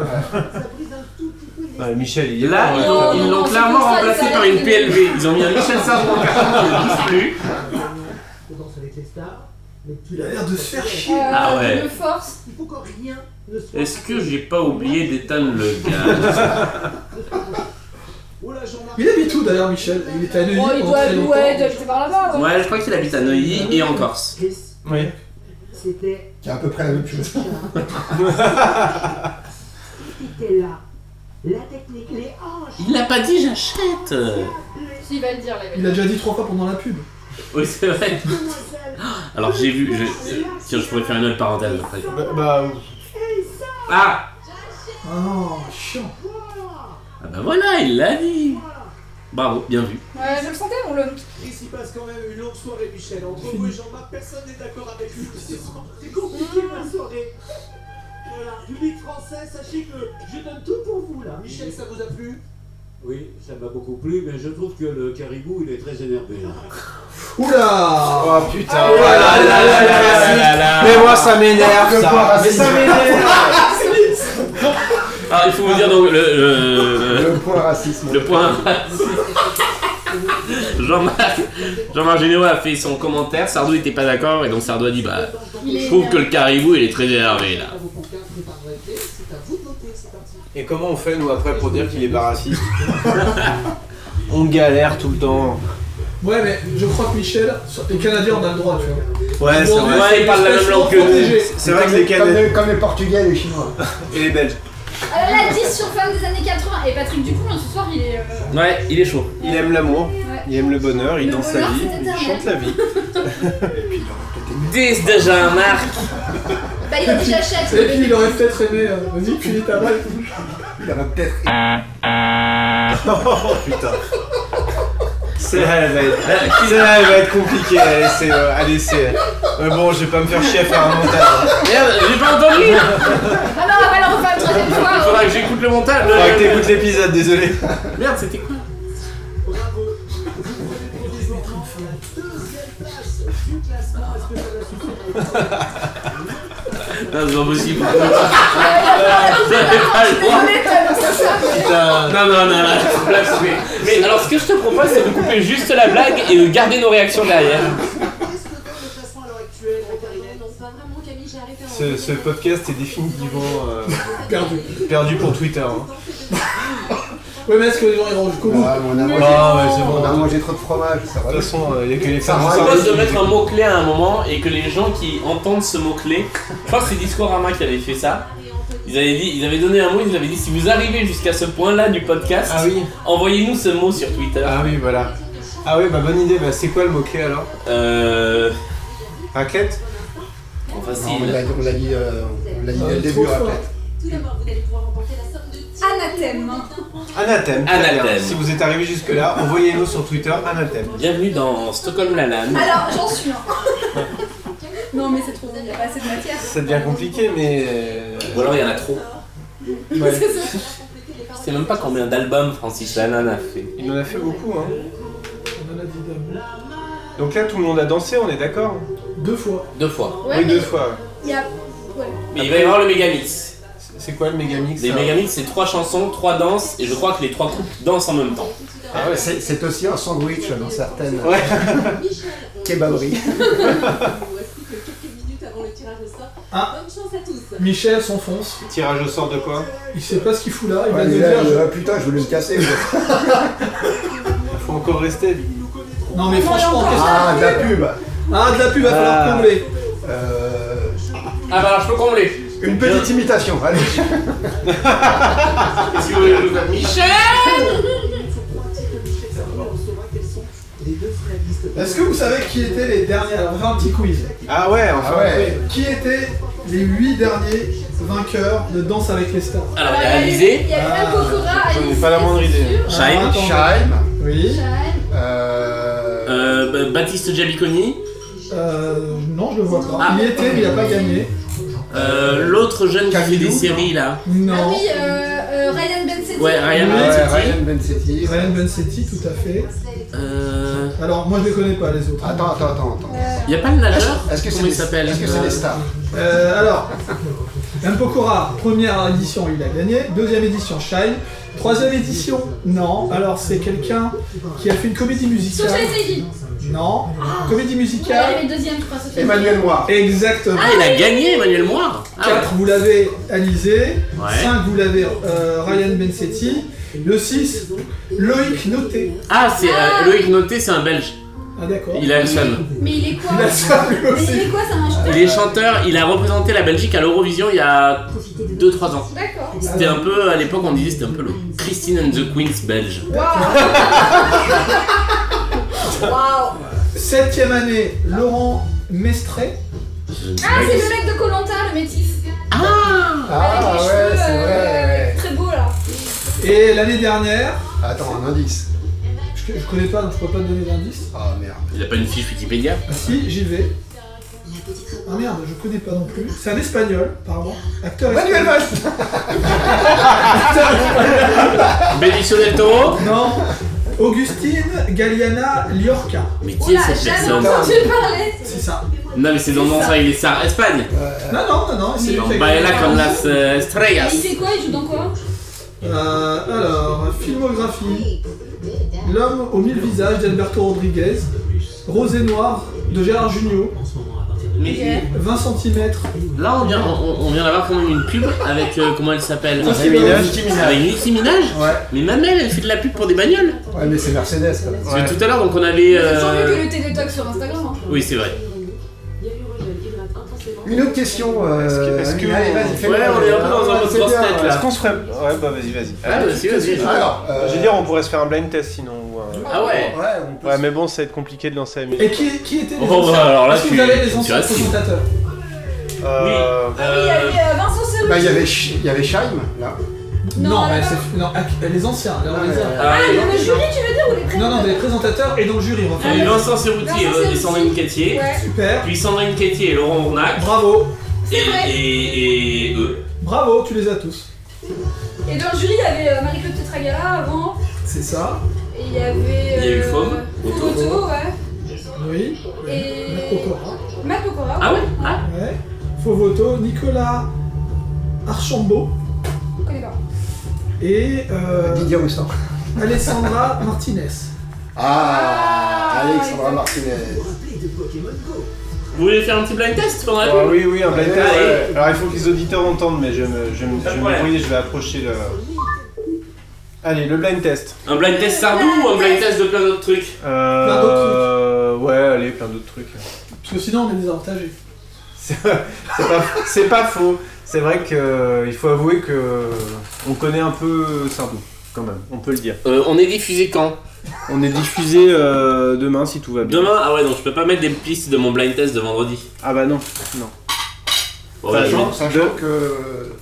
Ouais, Michel, il est Là, pas, ils ouais. l'ont- ils Non, l'ont non, clairement c'est pour ça, remplacé les par une salariés. PLV. Ils ont mis un Michel Sardou en carton, ils ne disent plus. On danse avec les stars, mais tu Il a l'air de se faire chier. Euh, Ah ouais. Le force. Il faut que rien ne soit. Est-ce que j'ai pas oublié d'éteindre le gaz Oh Il habite où d'ailleurs Michel Il était à Neuilly Oh, il pendant doit, très longtemps. ouais, il doit habiter par là-bas. ouais. Ouais, je crois qu'il habite à Neuilly et en Corse. Oui. C'était. C'est à peu près la même chose. C'était là. La technique, les hanches. Il l'a pas dit, j'achète Si, il va le dire, là, Il a déjà dit trois fois pendant la pub. Oui, c'est vrai. Ah, Alors j'ai vu. Je... Tiens, je pourrais faire une autre parenthèse après. Bah, bah, Ah Oh, chiant. Ah bah voilà, il l'a dit Bravo, bien vu. Ouais, je le sentais, on le. Il s'y passe quand même une longue soirée, Michel. Entre vous et Jean-Marc, personne n'est d'accord avec vous. C'est- C'est compliqué hein. la soirée. Voilà, public français, sachez que je donne tout pour vous là. Michel, ça vous a plu Oui, ça m'a beaucoup plu, mais je trouve que le caribou, il est très énervé. hein. là. Oula Oh Ah, putain Oh là là là là là là là. Mais moi ça m'énerve Marque ça. pas, Mais ça raciste. m'énerve Alors Ah, il faut vous dire donc le. Le, le point racisme. Le point racisme. Jean-Marc Jean Généo a fait son commentaire, Sardou n'était pas d'accord et donc Sardou a dit bah. Je trouve que le caribou il est très énervé là. Et comment on fait nous après pour dire qu'il est pas raciste On galère tout le temps. Ouais, mais je crois que Michel, les Canadiens, on a le droit, tu vois. Ouais, c'est Nous, on vrai. est Ouais, ils parlent la même espèce langue que nous. protégée. C'est vrai que les Canadiens- Comme les- Comme les Portugais et les Chinois. Et les Belges. Alors là, 10 euh, sur femme des années 80. Et Patrick Dupont, ce soir, il est. euh, Ouais, il est chaud. Il aime l'amour, Ouais. il aime le bonheur, il Le danse sa bonheur, vie, c'est il éternel. chante la vie. 10 déjà, Marc Bah, il a déjà chaque. Et puis il aurait peut-être aimé. euh, Vas-y, finis ta balle. Il aurait peut-être. Oh putain. Celle-là, elle va être, celle-là, elle va être compliquée. Allez, c'est. euh, allez, c'est- Mais bon, je vais pas me faire chier à faire un montage. Merde, j'ai pas entendu Ah non, on va le refaire une troisième fois. hein. oh. Faudra que j'écoute le montage Faudra que t'écoutes l'épisode, désolé. Merde, c'était quoi Deuxième place du classement, est-ce que ça va suffire Non, c'est pas possible. J'avais pas le droit. Putain. Non, non, non, là, je blague, mais... mais alors, ce que je te propose, c'est de couper juste la blague et de garder nos réactions derrière. Non, c'est pas vraiment Camille, j'ai arrêté en Ce, ce podcast est définitivement euh, Perdu. perdu pour Twitter. hein. Ouais, mais est-ce que les gens iront jusqu'au bout Ah, mais on a mangé- Ah, ouais, c'est bon. On a mangé trop de fromage, ça va. De toute façon, euh, il y a que les Ça femmes. Je va, propose de il y a- mettre un mot-clé à un moment et que les gens qui entendent ce mot-clé, je crois que c'est Discorama qui avait fait ça. Ils avaient, dit, ils avaient donné un mot, ils avaient dit si vous arrivez jusqu'à ce point-là du podcast, envoyez-nous ce mot sur Twitter. Ah oui, voilà. Ah oui, bah bonne idée. Bah, c'est quoi le mot-clé alors Euh. Raclette Bon, Non, on l'a- on l'a dit, euh, on l'a dit dès le début, raclette. Tout d'abord, vous allez pouvoir remporter la somme de 10 Anathème. hein. Anathème. très bien. Anathème. Si vous êtes arrivé jusque-là, envoyez-nous sur Twitter Anathème. Bienvenue dans Stockholm La Lande. Alors, j'en suis un. non, mais c'est trop bon, il n'y a pas assez de matière. Ça devient compliqué, mais. euh, Ou alors il y en a trop. ouais. Je sais même pas combien d'albums Francis Lalanne a fait. Il en a fait beaucoup, hein. Donc là, tout le monde a dansé, on est d'accord Deux fois. Deux fois. oui, deux fois. Il y a. Ouais. Mais il va y avoir le Megamix. C'est quoi le Megamix Les hein Megamix, c'est trois chansons, trois danses, et je crois que les trois couples dansent en même temps. Ah ouais, c'est c'est aussi un sandwich dans certaines Ouais. kebaberies. quelques minutes avant le tirage au sort. Ah. Bonne chance à tous. Michel s'enfonce. Tirage au sort de quoi Il sait pas ce qu'il fout là. Il Ouais, va nous il est là, dire. il est je- là, Eh, euh, putain, je voulais me casser. Faut encore rester. Non, mais franchement, qu'est-ce Ah, de la pub Ah, de la pub, va falloir Ah. combler. Euh, Ah bah alors je peux combler. Une petite imitation, allez. Qu'est-ce que vous voulez que je fasse Michel Est-ce que vous savez qui étaient les derniers Alors, on va faire un petit quiz. Ah ouais, enfin. Ah ouais. oui. Qui étaient les 8 derniers vainqueurs de Danse avec les stars Alors il y a Ah, Il Alizé, y a Ah. Val Pokora, J'en ai Alice. pas la moindre idée. Shaim, attends. Shaim, Oui. Jeanne. euh, euh, bah, Baptiste Giabiconi, Euh, non, je le vois pas. Ah. Il y était, mais il a pas gagné. euh, l'autre jeune qui fait Camilou, des séries là. Ah Non. oui, euh, euh, Ryan Bensetti. Ouais, Ryan ouais, Bensetti. Ryan Bensetti. Ryan Bensetti, tout à fait. Euh, Alors, moi, je les connais pas, les autres. Attends, attends, attends, attends. Euh, y a pas le nageur Est-ce que c'est Comment des, il s'appelle est-ce que c'est Euh, des stars Euh, alors, Mpokora, première édition, il a gagné. Deuxième édition, Shine. Troisième édition, non. Alors, c'est quelqu'un qui a fait une comédie musicale. Sophie Ziggy. Non. Comédie Il musicale. avait le deuxième, je crois, Sophie. Emmanuel Moir. Exactement. Ah il a gagné Emmanuel Moir Ah ouais. 4, vous l'avez Alizé. Hein Ouais. 5, vous l'avez euh, Ryan Bensetti. Le 6, Loïc Noté. Ah c'est euh, Loïc Noté, c'est un belge. Ah, d'accord. Il a le seum. Mais il est quoi Il a ça, lui Mais il aussi. est quoi, ça marche Il est chanteur, il a représenté la Belgique à l'Eurovision il y a 2-3 ans. D'accord. C'était un peu, à l'époque on disait c'était un peu le Christine and the Queens belge. Septième année, Laurent Mestré. Ah, c'est le mec de Colanta, le métis. Ah Ah Avec les ouais, cheveux, c'est vrai. euh, Très beau, là. Et l'année dernière, Attends, un indice. je, je connais pas, donc je peux pas te donner d'indice. Ah merde. Il a pas une fiche Wikipédia Ah, si, j'y vais. Ah merde, je connais pas non plus. C'est un espagnol, apparemment. Acteur Manuel espagnol. Valls Benicio del Toro Non. Augustine Galliana Liorca. Mais Oh qui est là, cette j'avais personne entendu parler. C'est ça. Non mais c'est dans Danse avec les stars Espagne Euh, Bah, Non, non, non, non. C'est lui Dans qui a Baila gagné. con las euh, Et estrellas Il fait quoi Il joue dans quoi Euh, alors, filmographie. L'homme aux mille visages d'Alberto Rodriguez. Rosé noir de Gérard Jugnot. Mais 20 cm. là, on vient, on, on vient d'avoir quand même une pub avec euh, comment elle s'appelle Ça, c'est Nicki Minaj. Nicki Minaj. Avec Nicki Minaj. Ouais. Mais même elle, elle fait de la pub pour des bagnoles. Ouais, mais c'est Mercedes. quoi. Parce que tout à l'heure, donc on avait. euh, Sans mieux que le télétoc sur Instagram. hein. Oui, c'est vrai. Une autre question. euh, Est-ce que- Amina, allez, vas-y, fais-le. Ouais, on est un peu dans un Ah, mode c'est grosse bien, tête, ouais. là. Est-ce qu'on se ferait. Ouais, bah vas-y, vas-y. Ah, vas-y, vas-y, vas-y. Alors, euh, Je veux dire, on pourrait se faire un blind test sinon. ou un- Ah ouais. Ouais, on peut Ouais, mais bon, ça va être compliqué de lancer la musique. Et qui, qui étaient les Oh, anciens bah, alors là, Est-ce que tu- vous avez les tu anciens restes. présentateurs Euh, Il y avait euh, Vincent Serroux. Bah, il y avait Sh- il y avait Shaim, là. Non, mais c'est- non, ac- les anciens. les anciens. Ah, dans le jury, tu veux dire, ou les Non, non, présentateurs des présentateurs et dans le jury. on va On a faire eu les- Vincent Serrouti Vincent et Cerruti. Sandrine Cattier. Ouais. Super. Puis Sandrine Cattier et Laurent Bournac. Bravo. Et, et, et eux. Bravo, tu les as tous. Et dans le jury, il y avait euh, Marie-Claude Tetragala avant, C'est ça. et il y avait. Il y a eu euh, Faume, Otto. Otto, ouais. Oui. Et. Pokora. Matt Pokora. Ah ouais Ah Ouais. Fovoto, Nicolas Archambault Je connais pas. et euh, Didier Roustan. Alessandra Martinez. Ah, Alexandra Martinez. Vous voulez faire un petit blind test pendant la Ah pub oui, oui, un blind test. Allez. ouais. Alors il faut que les auditeurs entendent, mais je me, je me, je me problème. brouille, je vais approcher le. Allez, le blind test. Un blind test Sardou ou un blind test de plein d'autres trucs Euh, Plein Ouais, allez, plein d'autres trucs. Parce que sinon on est désavantagés. C'est c'est pas, c'est pas faux. C'est vrai que euh, il faut avouer que on connaît un peu Sardou, quand même. On peut le dire. Euh, On est diffusé quand On est diffusé euh, demain si tout va bien. Demain Ah ouais, donc je peux pas mettre des pistes de mon blind test de vendredi. Ah bah non, non. Bon, bah, Sachant, je- sachant que.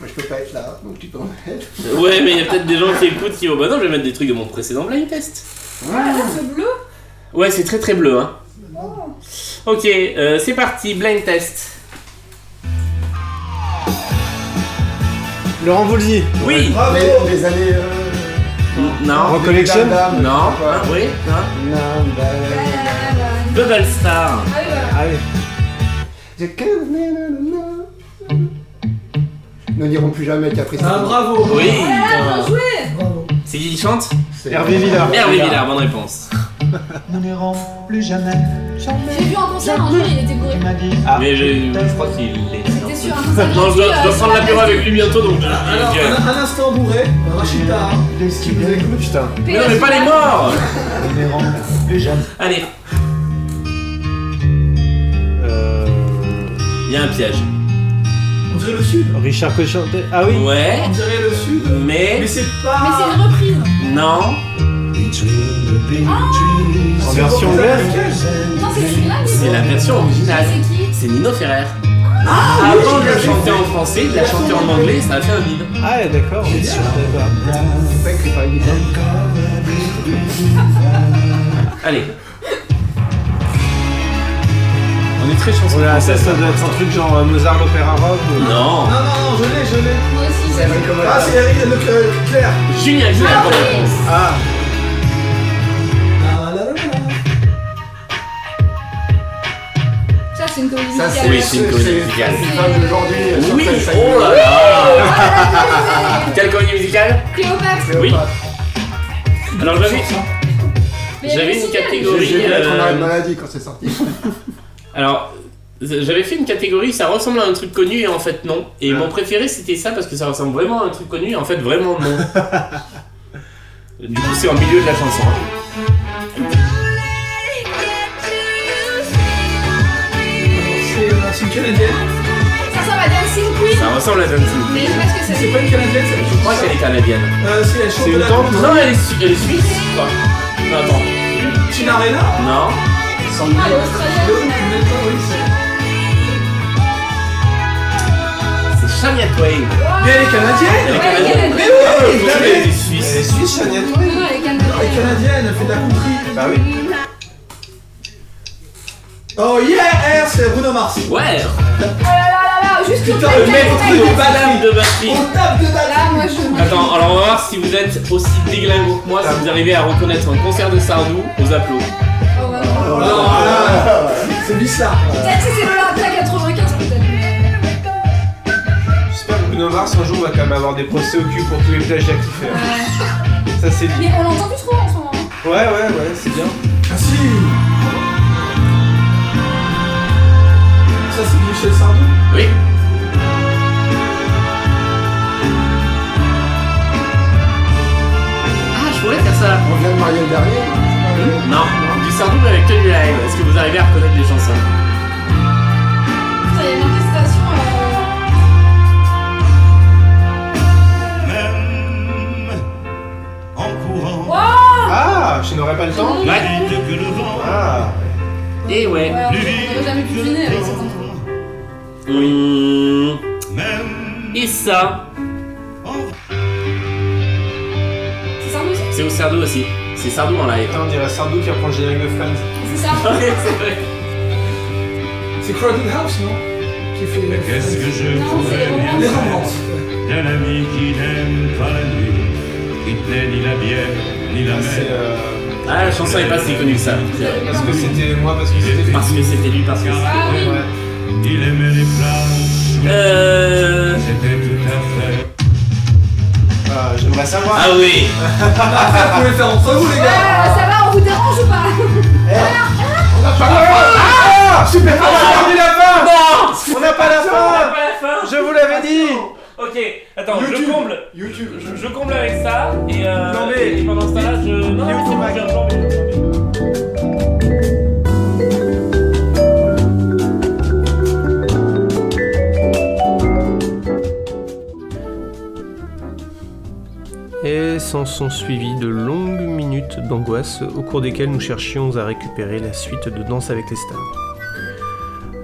Moi, je peux pas être là, donc tu peux en être. Ouais, mais il y a peut-être des gens qui écoutent qui vont bah non, je vais mettre des trucs de mon précédent blind test. Ah, là, c'est bleu. Ouais, c'est très très bleu, hein. Oh. Ok, euh, c'est parti, blind test. Laurent Voulzy. Oui Bravo Les, les années. euh, Non. Recollection Dame, dame, Non. quoi. Ah, oui, non. Dame, dame. Bubble Star. Ah oui, voilà. Allez. Je connais, nanana. Nous n'irons plus jamais Caprice. Ah bravo. Oui Ah, bien putain. joué Bravo. C'est qui qui chante Hervé Villard. Hervé Villard, bonne réponse. Nous n'irons plus jamais. J'ai vu en concert un jour, il était bourré. Ah. Mais je, je crois qu'il est. C'était sur un ah, concert. Non, je dois, je dois euh, prendre sur l'apéro avec lui bientôt donc. je- Alors, je- je- un, un instant bourré, Rachida, qui nous écoute. Putain. Mais non, mais pas les morts Nous n'irons plus jamais. Allez, Euh, il y a un piège. On dirait le sud. Richard Cochon. Ah oui. Ouais, On dirait le sud. mais. Mais c'est Mais pas. c'est une reprise. Non. En version anglaise. Non, c'est celui-là, mais C'est la version originale. C'est qui C'est Nino Ferrer. Avant de la chanter en français, de la chanter en anglais, ça a fait un hymne. Ah ouais, d'accord. C'est pas écrit par une femme. Allez. On est très chanceux. Voilà, ça, ça doit être un truc genre euh, Mozart l'opéra rock. ou- Non. Non, non, non, je l'ai, je l'ai. Moi aussi. C'est Henri Commodore. Ah, c'est Eric le euh, Claire. Julien, Julien, Ah bonne oui réponse. Ah. Ah, là, là, là, là. Ça, c'est une comédie Ça, musicale. c'est Oui, c'est une comédie c'est- musicale. c'est une femme d'aujourd'hui. euh, sur Oui, scène, ça y est. oh là là Quelle comédie musicale Cléopâtre. Oui. Cléopâtre. Alors j'avais, Mais j'avais elle est une musicale. catégorie. J'ai dû mettre en euh, arrêt de maladie quand c'est sorti. alors j'avais fait une catégorie, ça ressemble à un truc connu et en fait non. Et mon préféré c'était ça parce que ça ressemble vraiment à un truc connu et en fait vraiment non. du coup c'est en milieu de la chanson. hein. C'est euh, c'est une Canadienne. Ça ressemble à Dancing Queen. Ça ressemble à Dancing Mais je Queen. sais pas ce que C'est c'est. pas une Canadienne, c'est Je crois qu'elle est canadienne. Euh, si, elle chante C'est de une hein. la tante, country. Non, elle est, su- elle est suisse quoi. Non, attends. Tina Arena. Non. Ah, elle est Oui, australienne. en même temps, oui, c'est- C'est Shania Twain. Mais elle est canadienne. Elle est Ouais, elle est canadienne. canadienne. Je pensais qu'elle était Elle suisse. est suisse, Shania Twain. Non, non, elle est Elle est canadienne. canadienne, elle fait de la country. Bah oui. Oh yeah, c'est Bruno Mars. Ouais. Oh là là là là, juste le Putain, fait le mec, qu'elle on taille peut de- le battre. Madame de Buffy. On tape de balle. Là, moi, je. Attends, alors on va voir si vous êtes aussi déglingo que moi, si vous arrivez à reconnaître un concert de Sardou aux applaudissements. Oh, ouais, ouais. Oh là Ah, là, C'est bizarre. Peut-être que c'est l'Olympia 95 peut-être. mais- J'espère que Bruno Mars un jour va quand même avoir des procès au cul pour tous les plagiats qu'il fait. Ça c'est dit. Mais on l'entend plus trop en ce moment. hein. Ouais, ouais, ouais, c'est bien. Ah si. Michel Sardou Oui. Ah, je voulais faire ça Hmm? là. On vient de marier le dernier Non, du Sardou mais avec que du live. Est-ce que vous arrivez à reconnaître les chansons Putain, il y a une orchestration. euh, Ah, je n'aurais pas le temps Mmh. Ah. Et Eh ouais. Euh, On aurait jamais pu deviner avec cet endroit. Oui. Mmh. Et ça C'est Sardou aussi C'est au Sardou aussi. C'est Sardou en live. Putain, on dirait Sardou qui reprend le générique de Friends. C'est ça Ouais, c'est vrai. C'est Crowded House, non Qui fait. Qu'est-ce que je Non, c'est pourrais les bien romances. faire d'un ami qui n'aime pas la nuit, qui plaît ni la bière, ni la mer euh, Ah, la chanson est pas si connue que ça. c'est vrai. Parce que c'était moi, parce que c'était. Parce que c'était lui, parce que. Ah oui Il aimait les plages, Euh. c'était tout à fait. Ah, J'aimerais savoir. Ah oui Vous pouvez le faire entre vous, les Euh, gars Ça va, on vous dérange ou pas On n'a pas la fin Ah Super On a perdu la fin Non On n'a pas la fin Ah, la fin Je vous l'avais dit Ok, attends, YouTube. je comble. YouTube Je, je comble avec ça et, euh, Non, mais- et pendant ce temps-là, je. Non, mais c'est bon, je vais retomber, je vais retomber. Et s'en sont suivies de longues minutes d'angoisse au cours desquelles nous cherchions à récupérer la suite de Danse avec les stars.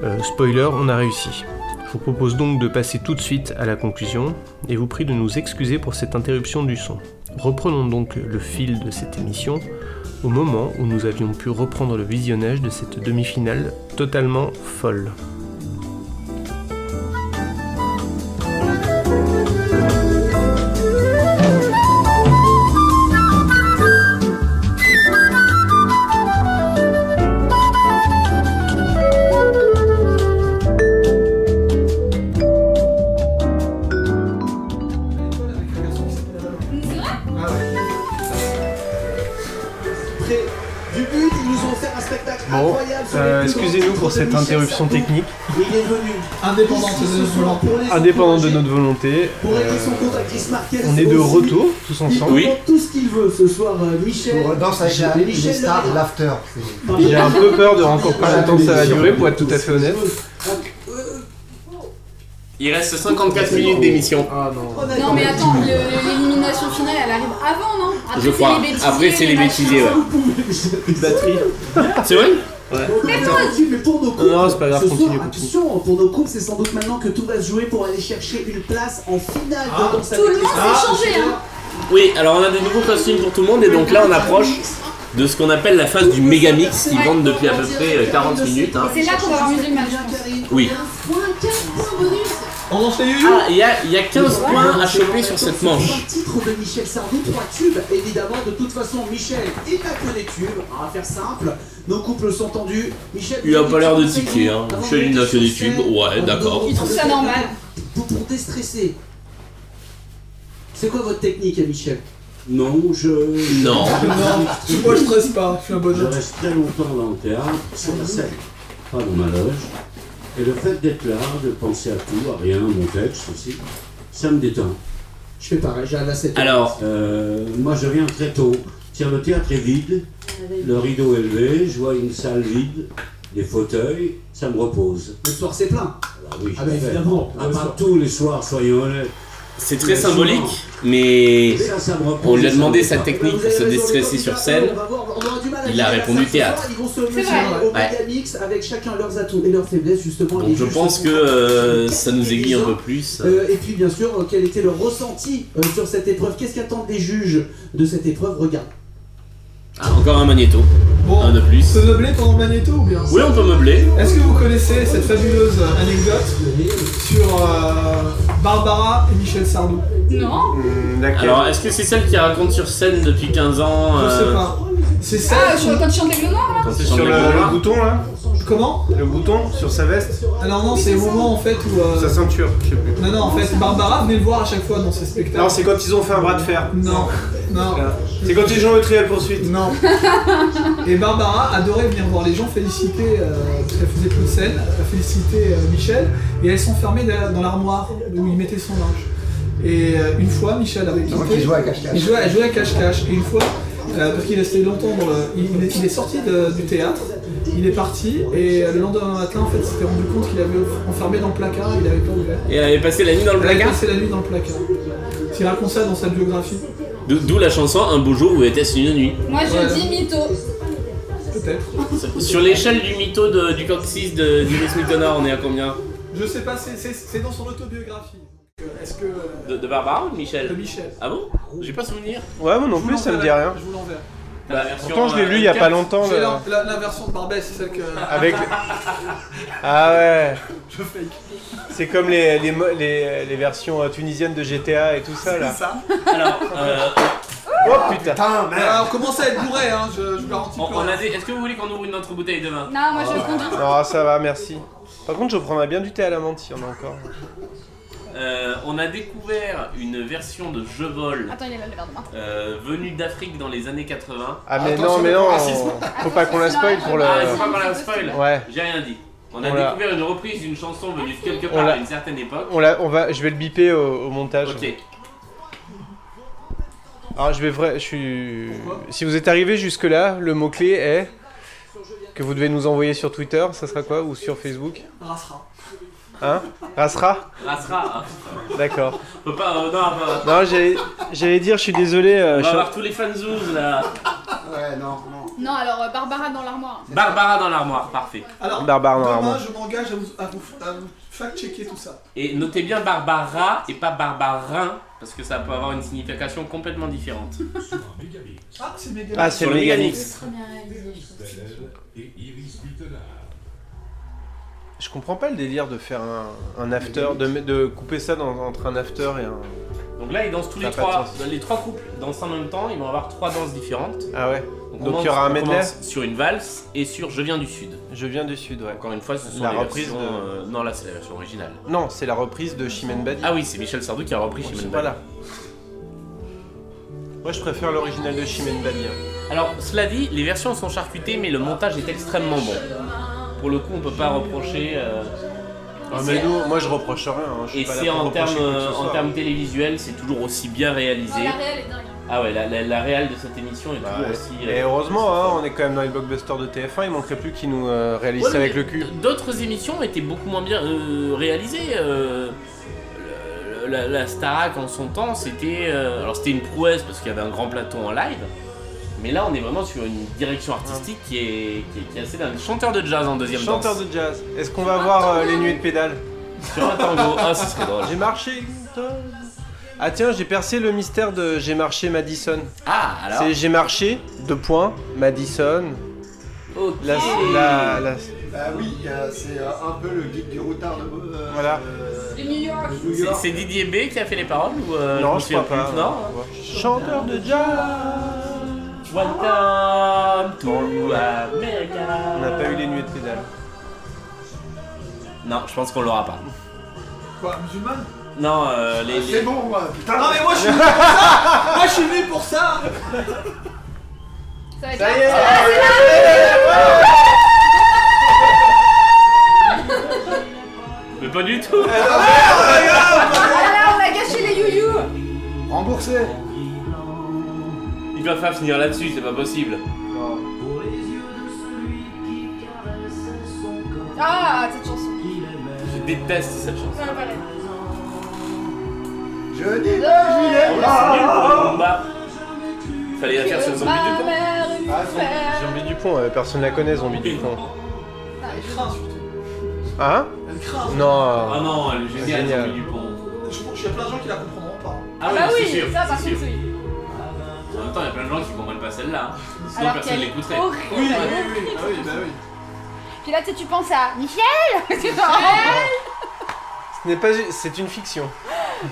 Euh, spoiler, on a réussi. Je vous propose donc de passer tout de suite à la conclusion et vous prie de nous excuser pour cette interruption du son. Reprenons donc le fil de cette émission au moment où nous avions pu reprendre le visionnage de cette demi-finale totalement folle. Près du but, ils nous ont fait un spectacle Bon, incroyable. sur euh, les plus beaux excusez-nous titres pour de cette Michel interruption Sardou. technique, Il est venu. Indépendant, c'est Ici, ce soir, de pour les indépendante de encourager, notre volonté. Pour régler euh, son compte avec Chris Marquez. on est de aussi. retour tous Il ensemble. Oui. prend tout ce qu'il veut ce soir, euh, Michel. Pour danse avec la, les Michel stars, Legrand. l'after. J'ai un peu peur de encore combien de temps ça va durer, pour être tout à fait honnête. Il reste 54 minutes d'émission. Ah non. Non mais attends, le- l'élimination finale elle arrive avant non Après, Je c'est crois. les bêtisiers, Après, c'est les machins. bêtisiers, ouais. Batterie. C'est vrai Attends, mais pour nos couples, Non, c'est pas grave, ce continue, soir, continue. attention, hein, pour nos couples, c'est sans doute maintenant que tout va se jouer pour aller chercher une place en finale Ah. de Danse Tout avec le les monde stars. s'est changé hein Oui, alors on a des nouveaux costumes pour tout le monde et donc là on approche de ce qu'on appelle la phase du méga mix qui vente depuis à peu près euh, 40 minutes. hein. C'est là qu'on va avoir Musulman je pense. Oui. On en fait you Ah, il y a, il y a 15 points à choper sur cette manche. Un titre de Michel Sardou, trois tubes, évidemment, de toute façon, Michel, il n'a que des tubes, on va faire simple, nos couples sont tendus, Michel... Il a pas l'air de tiquer, hein. Michel, il n'a que des tubes, ouais, d'accord. Il trouve ça normal. Pour, pour déstresser, c'est quoi votre technique, Michel Non, je. Ah, bah, Non. Non, moi je stresse pas, je suis un Je bonhomme. reste très longtemps dans le théâtre, sur la scène, pas dans ma loge. Et le fait d'être là, de penser à tout, à rien, mon texte aussi, ça me détend. Je fais pareil, j'arrive à 7 Alors, Euh, moi, je viens très tôt. Tiens, le théâtre est vide, le rideau est levé, je vois une salle vide, des fauteuils, ça me repose. Le soir, c'est plein. Alors oui, Ah bah je fais. évidemment, Ah, le pas soir. tous les soirs, soyons honnêtes. c'est très symbolique, mais Ça, ça me repose. on lui a ça me demandé détend. sa technique pour se déstresser sur scène. Il a répondu théâtre. Ils vont se C'est mesurer vrai. au Megamix avec chacun leurs atouts et leurs faiblesses justement. Donc Et je juste- pense que euh, ça nous aiguille un peu plus. Euh, et puis bien sûr, euh, quel était leur ressenti euh, sur cette épreuve Qu'est-ce qu'attendent les juges de cette épreuve Regarde. Ah, encore un magnéto, un Bon, de plus. se meubler pendant Magneto ou bien Oui, on peut meubler. Est-ce que vous connaissez cette fabuleuse anecdote sur euh, Barbara et Michel Sardou Non Hmm, Alors, est-ce que c'est celle qui raconte sur scène depuis 15 ans Je sais euh, pas. C'est Ah celle sur le qui- quand tu chantes les vieux noirs quand c'est Sur le, Jean-Luc Mélenchon le bouton là Comment Le bouton sur sa veste Alors non, c'est au moment en fait où... euh, Sa ceinture, je sais plus. Non, non, en fait, Barbara venait le voir à chaque fois dans ses spectacles. Non, c'est quand ils ont fait un bras de fer. Non, non. C'est quand ils ont le trial poursuite. Non. Et Barbara adorait venir voir les gens féliciter, euh, parce qu'elle faisait plus de scène, féliciter euh, Michel, et elles sont fermées derrière- dans l'armoire où il mettait son linge. Et euh, une fois, Michel avait Donc, quitté- il jouait à cache-cache. Il jouait, elle jouait à cache-cache. Et une fois, euh, parce qu'il restait longtemps dans le... il, il est, il est sorti de- du théâtre, il est parti, et euh, le lendemain matin, en fait, il s'était rendu compte qu'il avait enfermé dans le placard, il avait pas ouvert. Et elle avait passé la nuit dans le Elle a placard passé la nuit dans le placard. Il raconte ça dans sa biographie. D'o- D'où la chanson Un beau jour ou était-ce une nuit Moi je Ouais. dis mytho. Peut-être. Sur l'échelle du mytho de- du coccyx de Smith Smitona, on est à combien Je sais pas, c'est- c'est c'est dans son autobiographie. Donc, euh, Est-ce que. euh, de, de Barbara ou de Michel De Michel. Ah bon J'ai pas souvenir. Ouais, moi non je vous plus, ça me dit l'enverrai, rien. Je vous l'enverrai. T'as la version, Bah, Pourtant, je l'ai euh, lu il y a pas longtemps. J'ai le- la, la- la version de Barbès, c'est celle que. Avec. Ah ouais. Je fake. C'est comme les, les, mo- les, les versions euh, tunisiennes de GTA et tout ça là. C'est ça. Alors, euh, Oh putain. Ah, Alors, on commence à être bourré, hein, je, je vous garantis. on, on a dit, est-ce que vous voulez qu'on ouvre une autre bouteille demain Non, moi je conduis. Non, ça va, merci. Par contre, je prendrais bien du thé à la menthe, il y en a encore. Euh, On a découvert une version de Je vole Attends, il est là le verre de vin. euh, venue d'Afrique dans les années 80. Ah, mais non, mais non, faut pas qu'on la spoil pour le. Ah, c'est pas qu'on la spoil Oh Ouais. J'ai rien dit. On a On l'a- découvert une reprise d'une chanson venue de quelque On part l'a- à une certaine époque. On, la- on va, je vais le biper au, au montage. Ok. Alors je vais vrai, je suis. Si vous êtes arrivé jusque là, le mot clé est que vous devez nous envoyer sur Twitter, ça sera quoi, ou sur Facebook. Rassera. Hein Rassera Rassera. D'accord. hein. Faut pas. euh, non, pas- Non, j'allais- j'allais dire, je suis désolé. euh, On va je suis- avoir tous les fanzouz là. Ouais, non, non. Non, alors euh, Barbara dans l'armoire. Barbara dans l'armoire, parfait. Alors, Barbara dans Demain, l'armoire. je m'engage à vous, à vous, à vous fact-checker tout ça. Et notez bien Barbara et pas Barbarin, parce que ça peut avoir une signification complètement différente. Ah, c'est méga. Ah, c'est Sur le Megamix. Je comprends pas le délire de faire un, un after, de, me- de couper ça dans- entre un after et un. Donc là, ils dansent tous les Ça a pas trois. de sens. Les trois couples dansent en même temps, ils vont avoir trois danses différentes. Ah ouais. on Donc, il y commence- aura un on medley. commence Sur une valse et sur Je viens du Sud. Je viens du sud, ouais. Encore une fois, ce sont La les reprise versions, de- euh, non, là, c'est la version originale. Non, c'est la reprise de Chimène Badi. Ah oui, c'est Michel Sardou qui a repris Ouais, chez c'est pas là. Moi, je préfère l'original de Chimène Badi. hein. Alors, cela dit, les versions sont charcutées, mais le montage est extrêmement bon. Pour le coup, on peut pas reprocher. euh, Ah, et mais c'est- nous, moi, je reproche rien. hein. Je suis Et pas là c'est pour en reprocher termes quoi que ce euh, en soit. hein. termes télévisuels, c'est toujours aussi bien réalisé. Non, la réelle est dingue. hein. Ah ouais, la, la, la réal de cette émission est toujours Bah Ouais. aussi. euh, Et heureusement, hein, on est quand même dans les blockbusters de TF1, il manquerait plus qu'ils nous euh, réalisent Ouais, ça avec mais le cul. D'autres émissions étaient beaucoup moins bien euh, réalisées. euh, le- le- la, la Starac en son temps, c'était euh, alors c'était une prouesse parce qu'il y avait un grand plateau en live. Mais là, on est vraiment sur une direction artistique qui est, qui est, qui est assez dingue. Chanteur de jazz en deuxième Chanteur danse. de jazz, est-ce qu'on va voir euh, les nuées de pédale Sur un tango. Ah, ce serait drôle. J'ai marché. Ah tiens, j'ai percé le mystère de J'ai marché Madison. Ah, alors. C'est J'ai marché, deux points, Madison. Ok. La, la, la- Bah oui, euh, c'est euh, un peu le guide du routard de. euh, Voilà. euh, De New York. de New C'est- York. C'est Didier B qui a fait les paroles ou euh, Non, me je souviens crois plus. pas. Non. Chanteur de jazz. Welcome to On America. n'a pas eu les nuées de pédale. Non, je pense qu'on l'aura pas. Quoi, musulmane Non, euh, les. Ah, C'est bon, moi, putain. Non, mais moi je suis venu pour ça Moi je suis venu pour ça Ça va être Ça y la- est Ah, c'est la- Mais pas du tout. Ah là là, on a gâché les youyou Remboursé Il va pas finir là-dessus, c'est pas possible. Ah, cette chanson. Je déteste cette chanson. Ça va pas l'être. Je dis pas, j'y Oh, ai là, c'est nul pour le combat. Fallait pas. la faire sur zombie Ma de con. mère est une Ah, zombie. femme. Zombie du pont, euh, personne la connaît, Zombie du pont. Elle craint surtout. Hein Elle craint. Non. Ah non, elle est géniale, Génial. zombie du pont. Je pense qu'il y a plein de gens qui la comprendront pas. Ah bah non, c'est oui, sûr, ça c'est par contre, sûr. oui. En même temps, il y a plein de gens qui comprennent pas celle-là. hein. Sinon, Alors personne qu'elle est l'écouterait. horrible. Oui, bah oui, oui, bah oui, bah oui. Puis là, tu sais, tu penses à Michel Tu vois Ce n'est pas, c'est une fiction.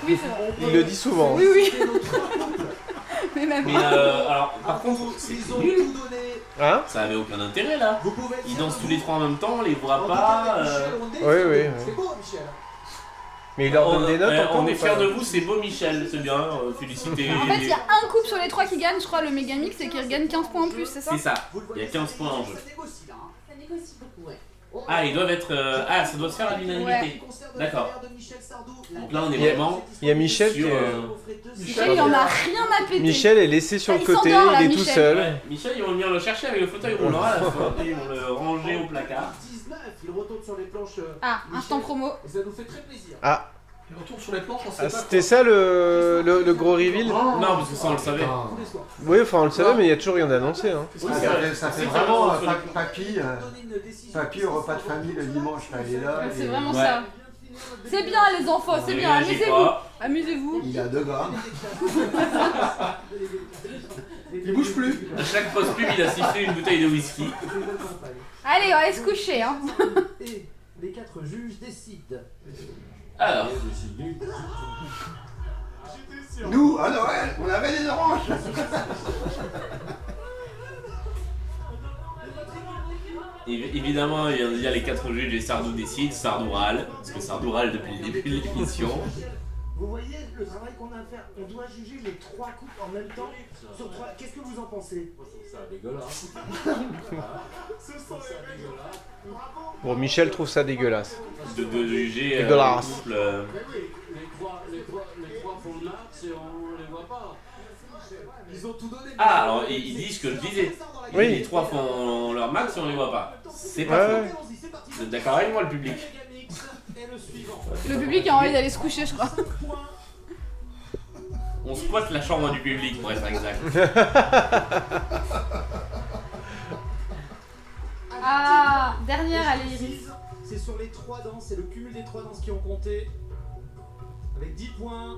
Oui, c'est vrai. Il le dit souvent. Oui, oui. Mais même. Mais euh, alors, par contre, c'est- Ils ont tout donné Hein Ça avait aucun intérêt là. Vous pouvez Ils dansent tous les trois en même temps, on les En voit tout cas, pas. avec euh, Michel Rondet, Oui, c'est oui, beau. oui. C'est beau, Michel. Mais il leur on, donne des notes euh, encore on est ou pas fiers de vous, c'est beau Michel, c'est bien, euh, félicité. En fait, il y a un couple sur les trois qui gagne, je crois, le Megamix, et qui regagne 15 points en plus, c'est ça C'est ça, il y a 15 points en jeu. hein. Ça négocie beaucoup, ouais. Oh, Ah, ils doivent être. euh, Ah, ça doit se faire à l'unanimité. D'accord. Donc là, on est Il y a- vraiment. Il y a Michel qui sur, est- euh, Michel, il en a rien à péter. Michel est laissé sur Ah, le il côté, s'endort, là, il est tout Michel. seul. Ouais, Michel, ils vont venir le chercher avec le fauteuil roulant à la fois. Ils vont le ranger au placard. 19, il retourne sur les planches. euh, Ah, instant promo. Et ça nous fait très plaisir. Ah, Il retourne sur les planches, on sait ah, pas. c'était ça le, le, le gros reveal Oh. Non, parce que ça, on le savait. Oui, enfin on le savait, mais il y a toujours rien d'annoncé. Hein. Oui, ça, fait- Ah, bah, ça fait vraiment euh, pa- papy, euh, papy au repas de famille le dimanche, là, il est là. Ouais, C'est et- vraiment ça. C'est bien les enfants, Oh, c'est Ne bien, réagis amusez-vous. pas. Amusez-vous. Il a deux grammes. Il bouge plus. À chaque pause pub, il a sifflé une bouteille de whisky. Allez, on va aller se coucher. Hein. Et les quatre juges décident. Alors. Nous, à Noël, on avait des oranges Évi- Évidemment, il vient de dire les quatre juges et Sardou décide, Sardou râle, parce que Sardou râle depuis le début de l'émission. Vous voyez le travail qu'on a à faire On doit juger les trois couples en même temps. Sur trois. Qu'est-ce que vous en pensez Ça dégueulasse. Bon, Michel trouve ça dégueulasse. De, de juger euh, Dégueulasse. le couple. euh, Mais oui, les trois, les trois, les trois font le max et on les voit pas. Ils ont tout donné. Ah, alors ils ils disent ce que je disais. Ils Oui. disent Les trois font leur max et on les voit pas. C'est Ouais, pas ouais. faux. Vous êtes d'accord avec moi, le public Le public a envie d'aller se coucher, je crois. On squatte la chambre du public, pour être exact. Ah, dernière, allez, Iris. Iris. C'est sur les trois danses, c'est le cumul des trois danses qui ont compté. Avec 10 points.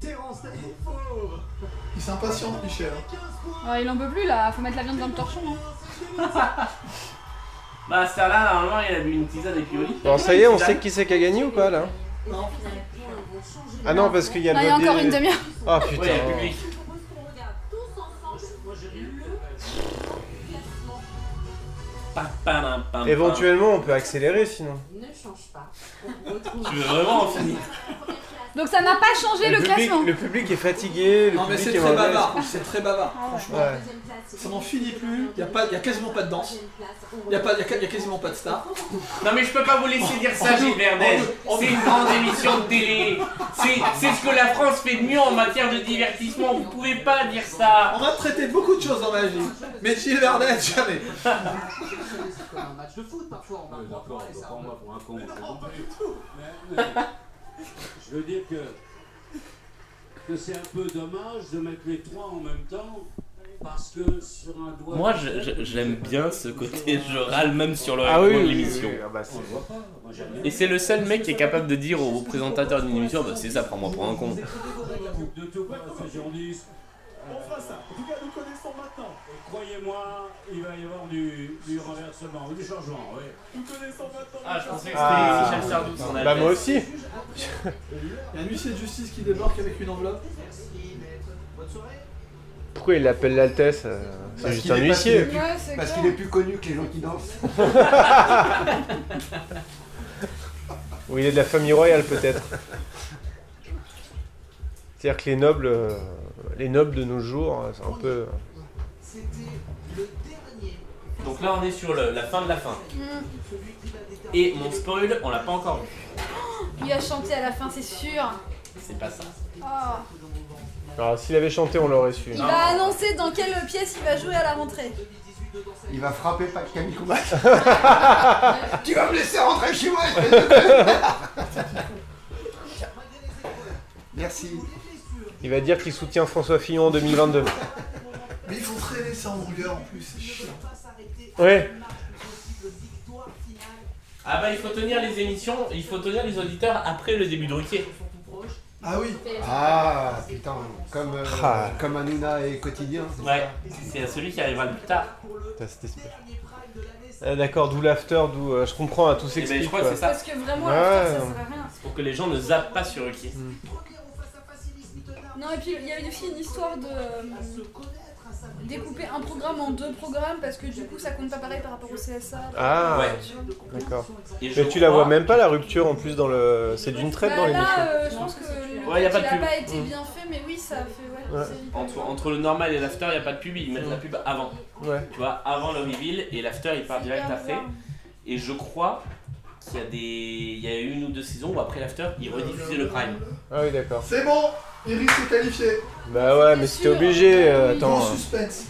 Terence, t'as été fort Il s'impatiente, Michel. Ouais, il en peut plus là, faut mettre la viande dans le torchon. hein. bah, ça là, normalement, il a bu une tisane et puis au lit. Bon, ça y est, on sait qui c'est qui a gagné ou pas là Ah non, parce qu'il y a Non, le il y a encore dé- une demi-heure. Ah Ouais, il y a le putain. public. Pam, pam, pam, pam. Éventuellement, on peut accélérer sinon. Ne change pas. On retrouve. Tu veux vraiment en finir Donc ça n'a pas changé le, public, classement. le public est fatigué, le Non, mais public c'est est très mal à l'aise. bavard, c'est très bavard, Ah franchement. Ouais. Ça n'en finit plus, il n'y a, quasiment pas de danse. Il n'y a, pas- y a- y a quasiment pas de star. Non mais je peux pas vous laisser dire ça, Gilles Verdez. C'est une grande émission de télé. C'est c'est ce que la France fait de mieux en matière de divertissement. Vous pouvez pas dire ça. On m'a traité de beaucoup de choses dans ma vie, mais Gilles Verdez, jamais. C'est comme un match de foot parfois, on va D'accord, on prendre et doit ça. pas en avoir pour un con. c'est Non, bon. pas du tout Mais- mais- Je veux dire que, que c'est un peu dommage de mettre les trois en même temps parce que sur un doigt. Moi je- je- j'aime bien ce côté je râle même sur le Ah règlement oui, oui, de l'émission. oui, oui, ah bah, c'est- On le voit pas. Moi j'aime bien. Et c'est le seul mec qui est capable de dire au présentateur d'une émission, bah c'est ça, prends-moi pour un con. De tout point de vue, journaliste, On fera ça. En tout cas, nous connaissons maintenant. Croyez-moi, il va y avoir du, du renversement ou du changement, oui. Nous connaissons maintenant. Ah, je pensais que c'était Ah. Michel Sardou son Bah moi adresse. aussi. Il y a un huissier de justice qui débarque avec une enveloppe. Bonne soirée. Pourquoi il l'appelle l'altesse euh, C'est Parce juste qu'il un est pas- huissier. il est plus- Ouais, c'est Parce clair. qu'il est plus connu que les gens qui dansent. Ou il est de la famille royale peut-être. C'est-à-dire que les nobles, euh, les nobles de nos jours, euh, c'est un peu. C'était le dernier. Donc là on est sur le- la fin de la fin. Mm. Celui qui l'a déterminé. Et mon spoil, on l'a pas encore vu. Il a chanté à la fin, c'est sûr. C'est pas ça. Oh. Alors s'il avait chanté, on l'aurait su. Il va annoncer dans quelle pièce il va jouer à la rentrée. Il va frapper pas Camille Combats. tu vas me laisser rentrer chez moi, espèce de connard. Merci. Il va dire qu'il soutient François Fillon en 2022. Mais ils font traîner ces hamburgers en plus, c'est chiant. Ouais. Ah bah il faut tenir les émissions, il faut tenir les auditeurs après le début de Ruquier. Ah oui Ah putain, comme, euh, Ah. comme Hanouna et Quotidien. c'est Ouais, c'est celui qui arrivera le plus tard. Putain, c'était super. Ah, D'accord, d'où l'after, d'où euh, je comprends, à tout Eh ben, s'explique. je crois que quoi. c'est ça. Parce que vraiment, Ouais. la fin, ça sert à rien. Pour que les gens ne zappent pas sur Ruquier. Hmm. Première, on face à Facilis Mittenard. Non, et puis il y avait aussi une histoire de euh, découper un programme en deux programmes parce que du coup ça compte pas pareil par rapport au CSA. Ah, Ouais. d'accord. Et Mais je tu la crois- vois même pas la rupture en plus dans le. C'est d'une traite Bah, dans l'émission. là, euh, je pense que le Ouais, y a pas de il a pub. pas été Mm. bien fait, mais oui, ça a fait. Ouais, Ouais. c'est hyper- Entre, entre le normal et l'after, il n'y a pas de pub, ils mettent la pub avant. Ouais. Tu vois, avant le reveal, et l'after, il part direct hyper après. bizarre. Et je crois qu'il y a des... Il y a eu une ou deux saisons où après l'after, ils rediffusaient le prime. Ah oui, d'accord. C'est bon, Iris est qualifié. Bah ouais, mais c'était obligé. euh, attends. Grand suspense.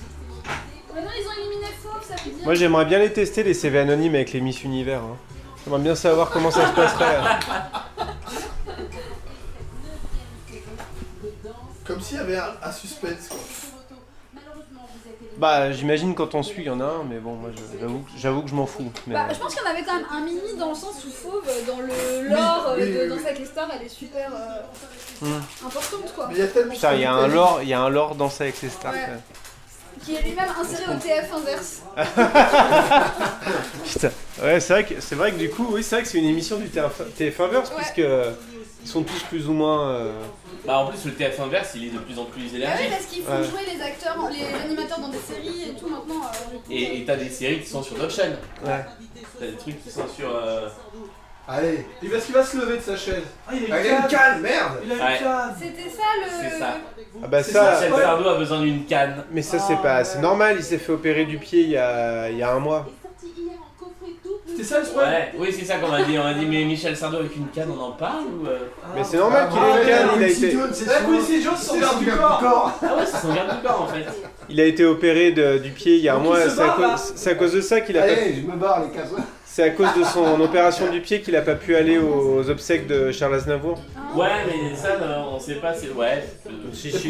Bah non, ils ont éliminé Fauve, ça veut dire. Moi j'aimerais bien les tester, les CV anonymes avec les Miss Univers. hein. J'aimerais bien savoir comment ça se passerait. hein. Comme s'il y avait un, un suspense quoi. Bah j'imagine quand on suit, il y en a un, mais bon, moi je- j'avoue que- j'avoue que je m'en fous. Mais... Bah, je pense qu'il y en avait quand même un mini dans le sens où Fauve, euh, dans le lore euh, Oui, oui, de oui, Danse oui. avec les stars, elle est super euh, Hmm. importante quoi. Putain, il y a un lore, il y a un lore danser avec les stars. Ouais. quoi. Qui est lui-même inséré au TF inverse. Putain. Ouais, c'est vrai que c'est vrai que du coup, oui, c'est vrai que c'est une émission du TF1 TF1verse puisque euh, ils sont tous plus ou moins. euh, Bah en plus, le TF inverse, il est de plus en plus Bah oui, élargi. parce qu'ils font Ouais. jouer les acteurs, les animateurs dans des séries et tout maintenant. euh, Et et t'as des séries qui sont sur d'autres chaînes. Ouais. T'as des trucs qui sont sur... euh, Allez. Il va, il va se lever de sa chaise. Ah, il Ah, il a une canne, merde Il a une Ouais. canne C'était ça le. C'est ça. Ah bah ça. Michel Sardou a besoin d'une canne. Mais ça c'est pas, c'est normal. Il s'est fait opérer du pied il y a, il y a un mois. C'est ça le problème Ouais, oui, c'est ça qu'on m'a dit. On m'a dit, mais Michel Sardou avec une canne, on en parle ou. euh Ah, Mais c'est normal qu'il ait une canne. Ah, Il a été, La Quincy Jones s'en garde du corps Ah ouais, c'est son garde du corps en fait. il a été opéré de- du pied il y a un Donc, il mois. se C'est à, barre, cause- là. c'est à cause de ça qu'il a. pas- Allez, je me barre les casins. C'est à cause de son opération du pied qu'il a pas pu aller aux obsèques de Charles Aznavour. Ah. Ouais, mais ça, non, on sait pas. C'est... Ouais.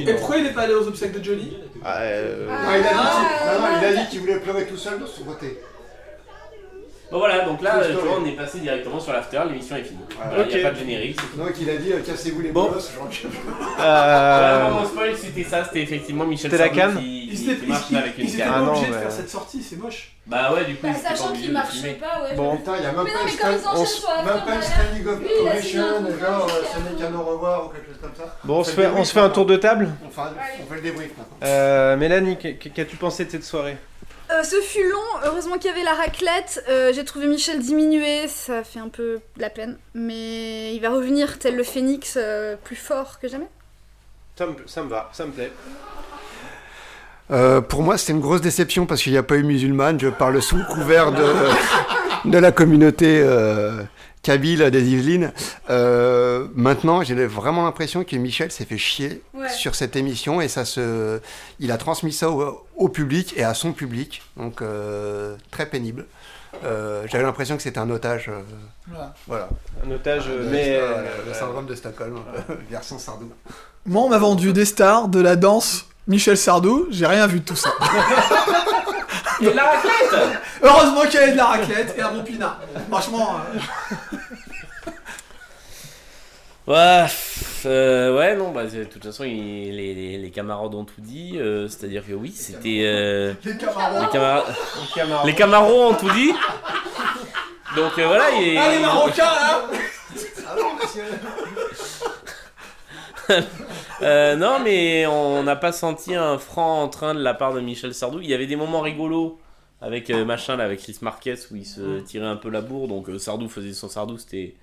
Et pourquoi il est pas allé aux obsèques de Johnny Ah, euh, Non, Bah, il a dit, non, non, il a dit qu'il voulait pleurer tout seul dans son côté. Bon voilà, donc là, True euh, tu story. vois, on est passé directement sur l'after, l'émission est finie. Ah. Voilà, Ok. y a pas de générique. Donc il a dit euh, cassez-vous les bosses, j'en veux plus. Euh, Ah. Voilà, mon spoil, c'était ça, c'était effectivement Michel C'était la Sardou canne qui, Il qui s'était- marche il- avec il une s'était canne. pas Ah non, obligé de de mais- faire cette sortie, c'est moche. Bah ouais, du coup, Bah, il s'était sachant pas obligé qu'il de le marchait filmer. pas, ouais. Bon. Putain, il y a même Mais pas non, une mais comme ils stand- enchaînent on sur s- Même la pas fin, une voilà. standing Lui, il a signé un ovation, contrat genre euh, qui a- ce n'est qu'un au revoir ou quelque chose comme ça. Bon, on se fait, le on se fait un tour de table. débrief. On fait, un- on fait le débrief maintenant. Euh, Mélanie, qu'est- qu'as-tu pensé de cette soirée Euh, ce fut long, heureusement qu'il y avait la raclette. Euh, J'ai trouvé Michel diminué, ça fait un peu de la peine. Mais il va revenir tel le phénix euh, plus fort que jamais. ça me, ça me va, ça me plaît. Euh, pour moi, c'était une grosse déception parce qu'il n'y a pas eu musulmane. Je parle sous le couvert de, de la communauté euh, kabyle des Yvelines. Euh, maintenant, j'ai vraiment l'impression que Michel s'est fait chier Ouais. sur cette émission et ça se, il a transmis ça au, au public et à son public. Donc, euh, très pénible. Euh, J'avais l'impression que c'était un otage. euh, Voilà. voilà. Un otage, De- mais. euh, le euh, syndrome de Stockholm, version Sardou. Moi, on m'a vendu des stars, de la danse, Michel Sardou, j'ai rien vu de tout ça. Et la raclette Heureusement qu'il y avait de la raclette et un bon pinard. Franchement, euh, Ouais, pff, euh, ouais, non, bah, c'est- de toute façon, il- les, les- les camarades ont tout dit. euh, c'est-à-dire que oui, c'était. euh, les camarades. les, camara- les camarades. les camarons ont tout dit. Donc euh, voilà, il est. Ah, les Marocains, là Alors, Ah monsieur Euh, non, mais on n'a pas senti un franc entrain de la part de Michel Sardou. Il y avait des moments rigolos avec euh, machin là, avec Chris Marquez où il Mm. se tirait un peu la bourre. Donc euh, Sardou faisait son Sardou, c'était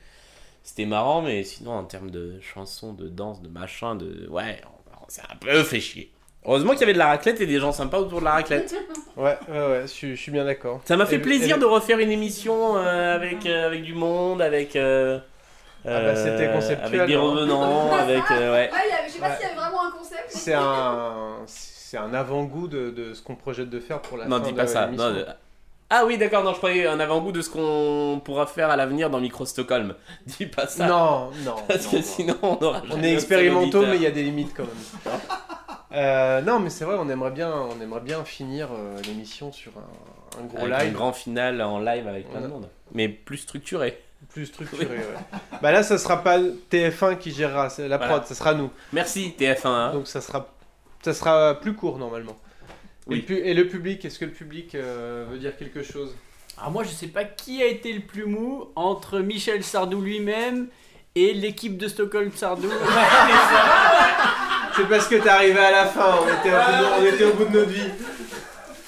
c'était marrant, mais sinon en termes de chansons, de danse, de machin, de ouais, on, on s'est un peu fait chier. Heureusement qu'il y avait de la raclette et des gens sympas autour de la raclette. Ouais, ouais, ouais, je suis- je suis bien d'accord. Ça m'a Et fait le- plaisir et de le- refaire une émission euh, avec euh, avec du monde, avec euh, Ah bah, c'était euh, conceptuel, avec des hein. revenants, avec euh, ouais. il y avait- je sais pas Ouais. s'il y avait vraiment un concept. mais- C'est un, c'est un avant-goût de, de ce qu'on projette de faire pour la Non, fin dis de pas ça. l'émission. Non, le- Ah oui, d'accord, non, je croyais un avant-goût de ce qu'on pourra faire à l'avenir dans Micro Stockholm. Dis pas ça. Non, non, Parce non, que non. sinon, on aura. On jamais est expérimentaux, auditeur. mais il y a des limites quand même. Ah. Euh, non, mais c'est vrai, on aimerait bien, on aimerait bien finir euh, l'émission sur un, un gros Avec live. Un grand final en live avec plein de Ouais. monde. Mais plus structuré. Plus structuré, ouais. Bah là, ça sera pas TF1 qui gérera c'est la Voilà. prod, ça sera nous. Merci TF1. hein. Donc ça sera, ça sera plus court normalement. Oui. Et, pu- et le public, est-ce que le public euh, veut dire quelque chose Alors moi je sais pas qui a été le plus mou entre Michel Sardou lui-même et l'équipe de Stockholm Sardou. C'est parce que t'es arrivé à la fin, on était, au bout de- on était au bout de notre vie.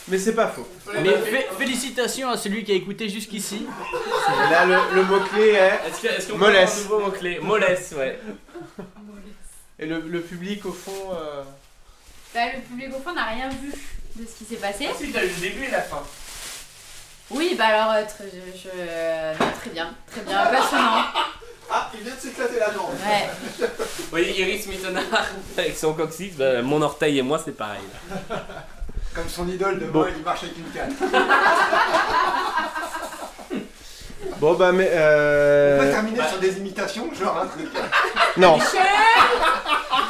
Mais c'est pas faux. Mais fé- félicitations à celui qui a écouté jusqu'ici. Là, le, le mot-clé est. Est-ce que- est-ce qu'on peut mollesse. avoir un nouveau mot-clé Mollesse, ouais. Et le, le public, au fond. euh, Bah, le public au fond n'a rien vu de ce qui s'est passé. Si, t'as eu le début et la fin. Oui, bah alors, euh, très, je- je- euh, non, très bien, très bien, passionnant. Ah, il vient de s'éclater la dent. Ouais. Eh, voyez Iris Mittenard avec son coccyx, bah, mon orteil et moi c'est pareil. Comme son idole de Bon. moi, il marche avec une canne. Bon, bah, mais. On Euh... peut terminer sur des imitations, genre un truc. Non. Est-ce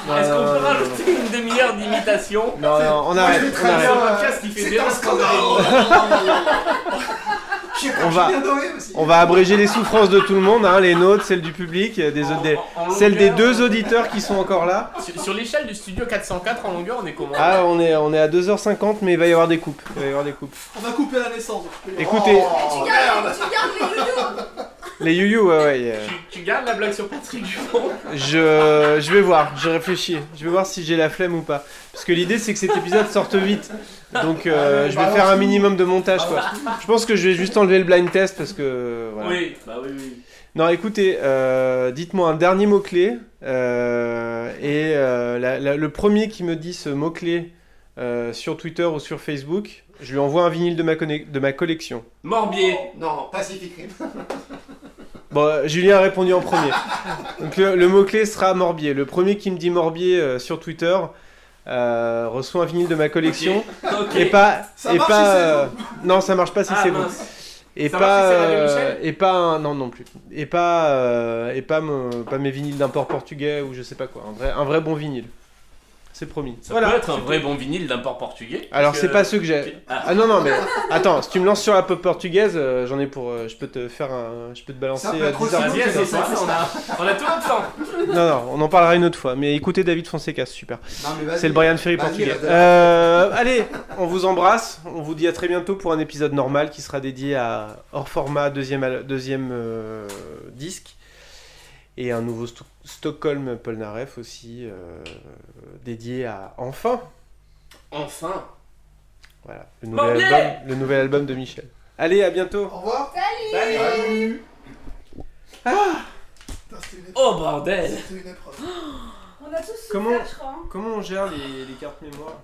qu'on peut Euh, rajouter une demi-heure d'imitation Non, non, on arrête. on C'est arrête. un podcast qui fait euh, C'est bien un ce qu'on On va, on va abréger les souffrances de tout le monde, hein, les nôtres, celles du public, euh, des, autres- des- en celles des longueur. deux auditeurs qui sont encore là. a. Sur, sur l'échelle du studio 404 en longueur, on est comment Ah, on est, on est à 2h50, mais il va y avoir des coupes. Il va y avoir des coupes. On va couper la naissance. Écoutez. Oh, merde. Tu gardes les youtubeurs Les youyou, ouais, ouais. euh, Tu gardes la blague sur Patrick Dupont Je, je vais voir, je réfléchis. Je vais voir si j'ai la flemme ou pas. Parce que l'idée, c'est que cet épisode sorte vite. Donc, euh, je vais faire un minimum de montage, quoi. Je pense que je vais juste enlever le blind test parce que. euh, voilà. Oui, bah oui, oui. Non, écoutez, euh, dites-moi un dernier mot-clé. euh, et euh, la- la- le premier qui me dit ce mot-clé euh, sur Twitter ou sur Facebook, je lui envoie un vinyle de ma, conne- de ma collection. Morbier Non, Pacific Rim. Bon, euh, Julien a répondu en premier. Donc le, le mot-clé sera Morbier. Le premier qui me dit Morbier euh, sur Twitter euh, reçoit un vinyle de ma collection. Ok. Et pas. Ça et marche pas si c'est euh, Non, ça marche pas si Ah, c'est bon. mince. Et Ça pas, marche si c'est Radio euh, Michel et pas un- non non plus et pas euh, et pas me- pas mes vinyles d'import portugais ou je sais pas quoi un vrai un vrai bon vinyle c'est promis Ça peut être un vrai bon vinyle d'import portugais. alors Parce c'est que- pas ceux que j'ai. Ah. non non mais attends, si tu me lances sur la pop portugaise, euh, j'en ai pour euh, je peux te faire un je peux te balancer Ça peut euh, être aussi 10 articles. Vas-y, vas-y, vas-y, on a- on a tout le temps. Non non, on en parlera une autre fois, mais écoutez David Fonseca, c'est super. Non, mais vas-y. C'est le Brian Ferry Vas-y, portugais. vas-y. Euh, allez, on vous embrasse, on vous dit à très bientôt pour un épisode normal qui sera dédié à hors format deuxième al- deuxième euh, disque. Et un nouveau Sto- Stockholm Polnareff aussi, euh, dédié à Enfin Enfin Voilà, le nouvel, Morbier album, le nouvel album de Michel. Allez, à bientôt. Au revoir. Salut. Oh bordel On a tous hein. Comment, comment on gère les, les cartes mémoire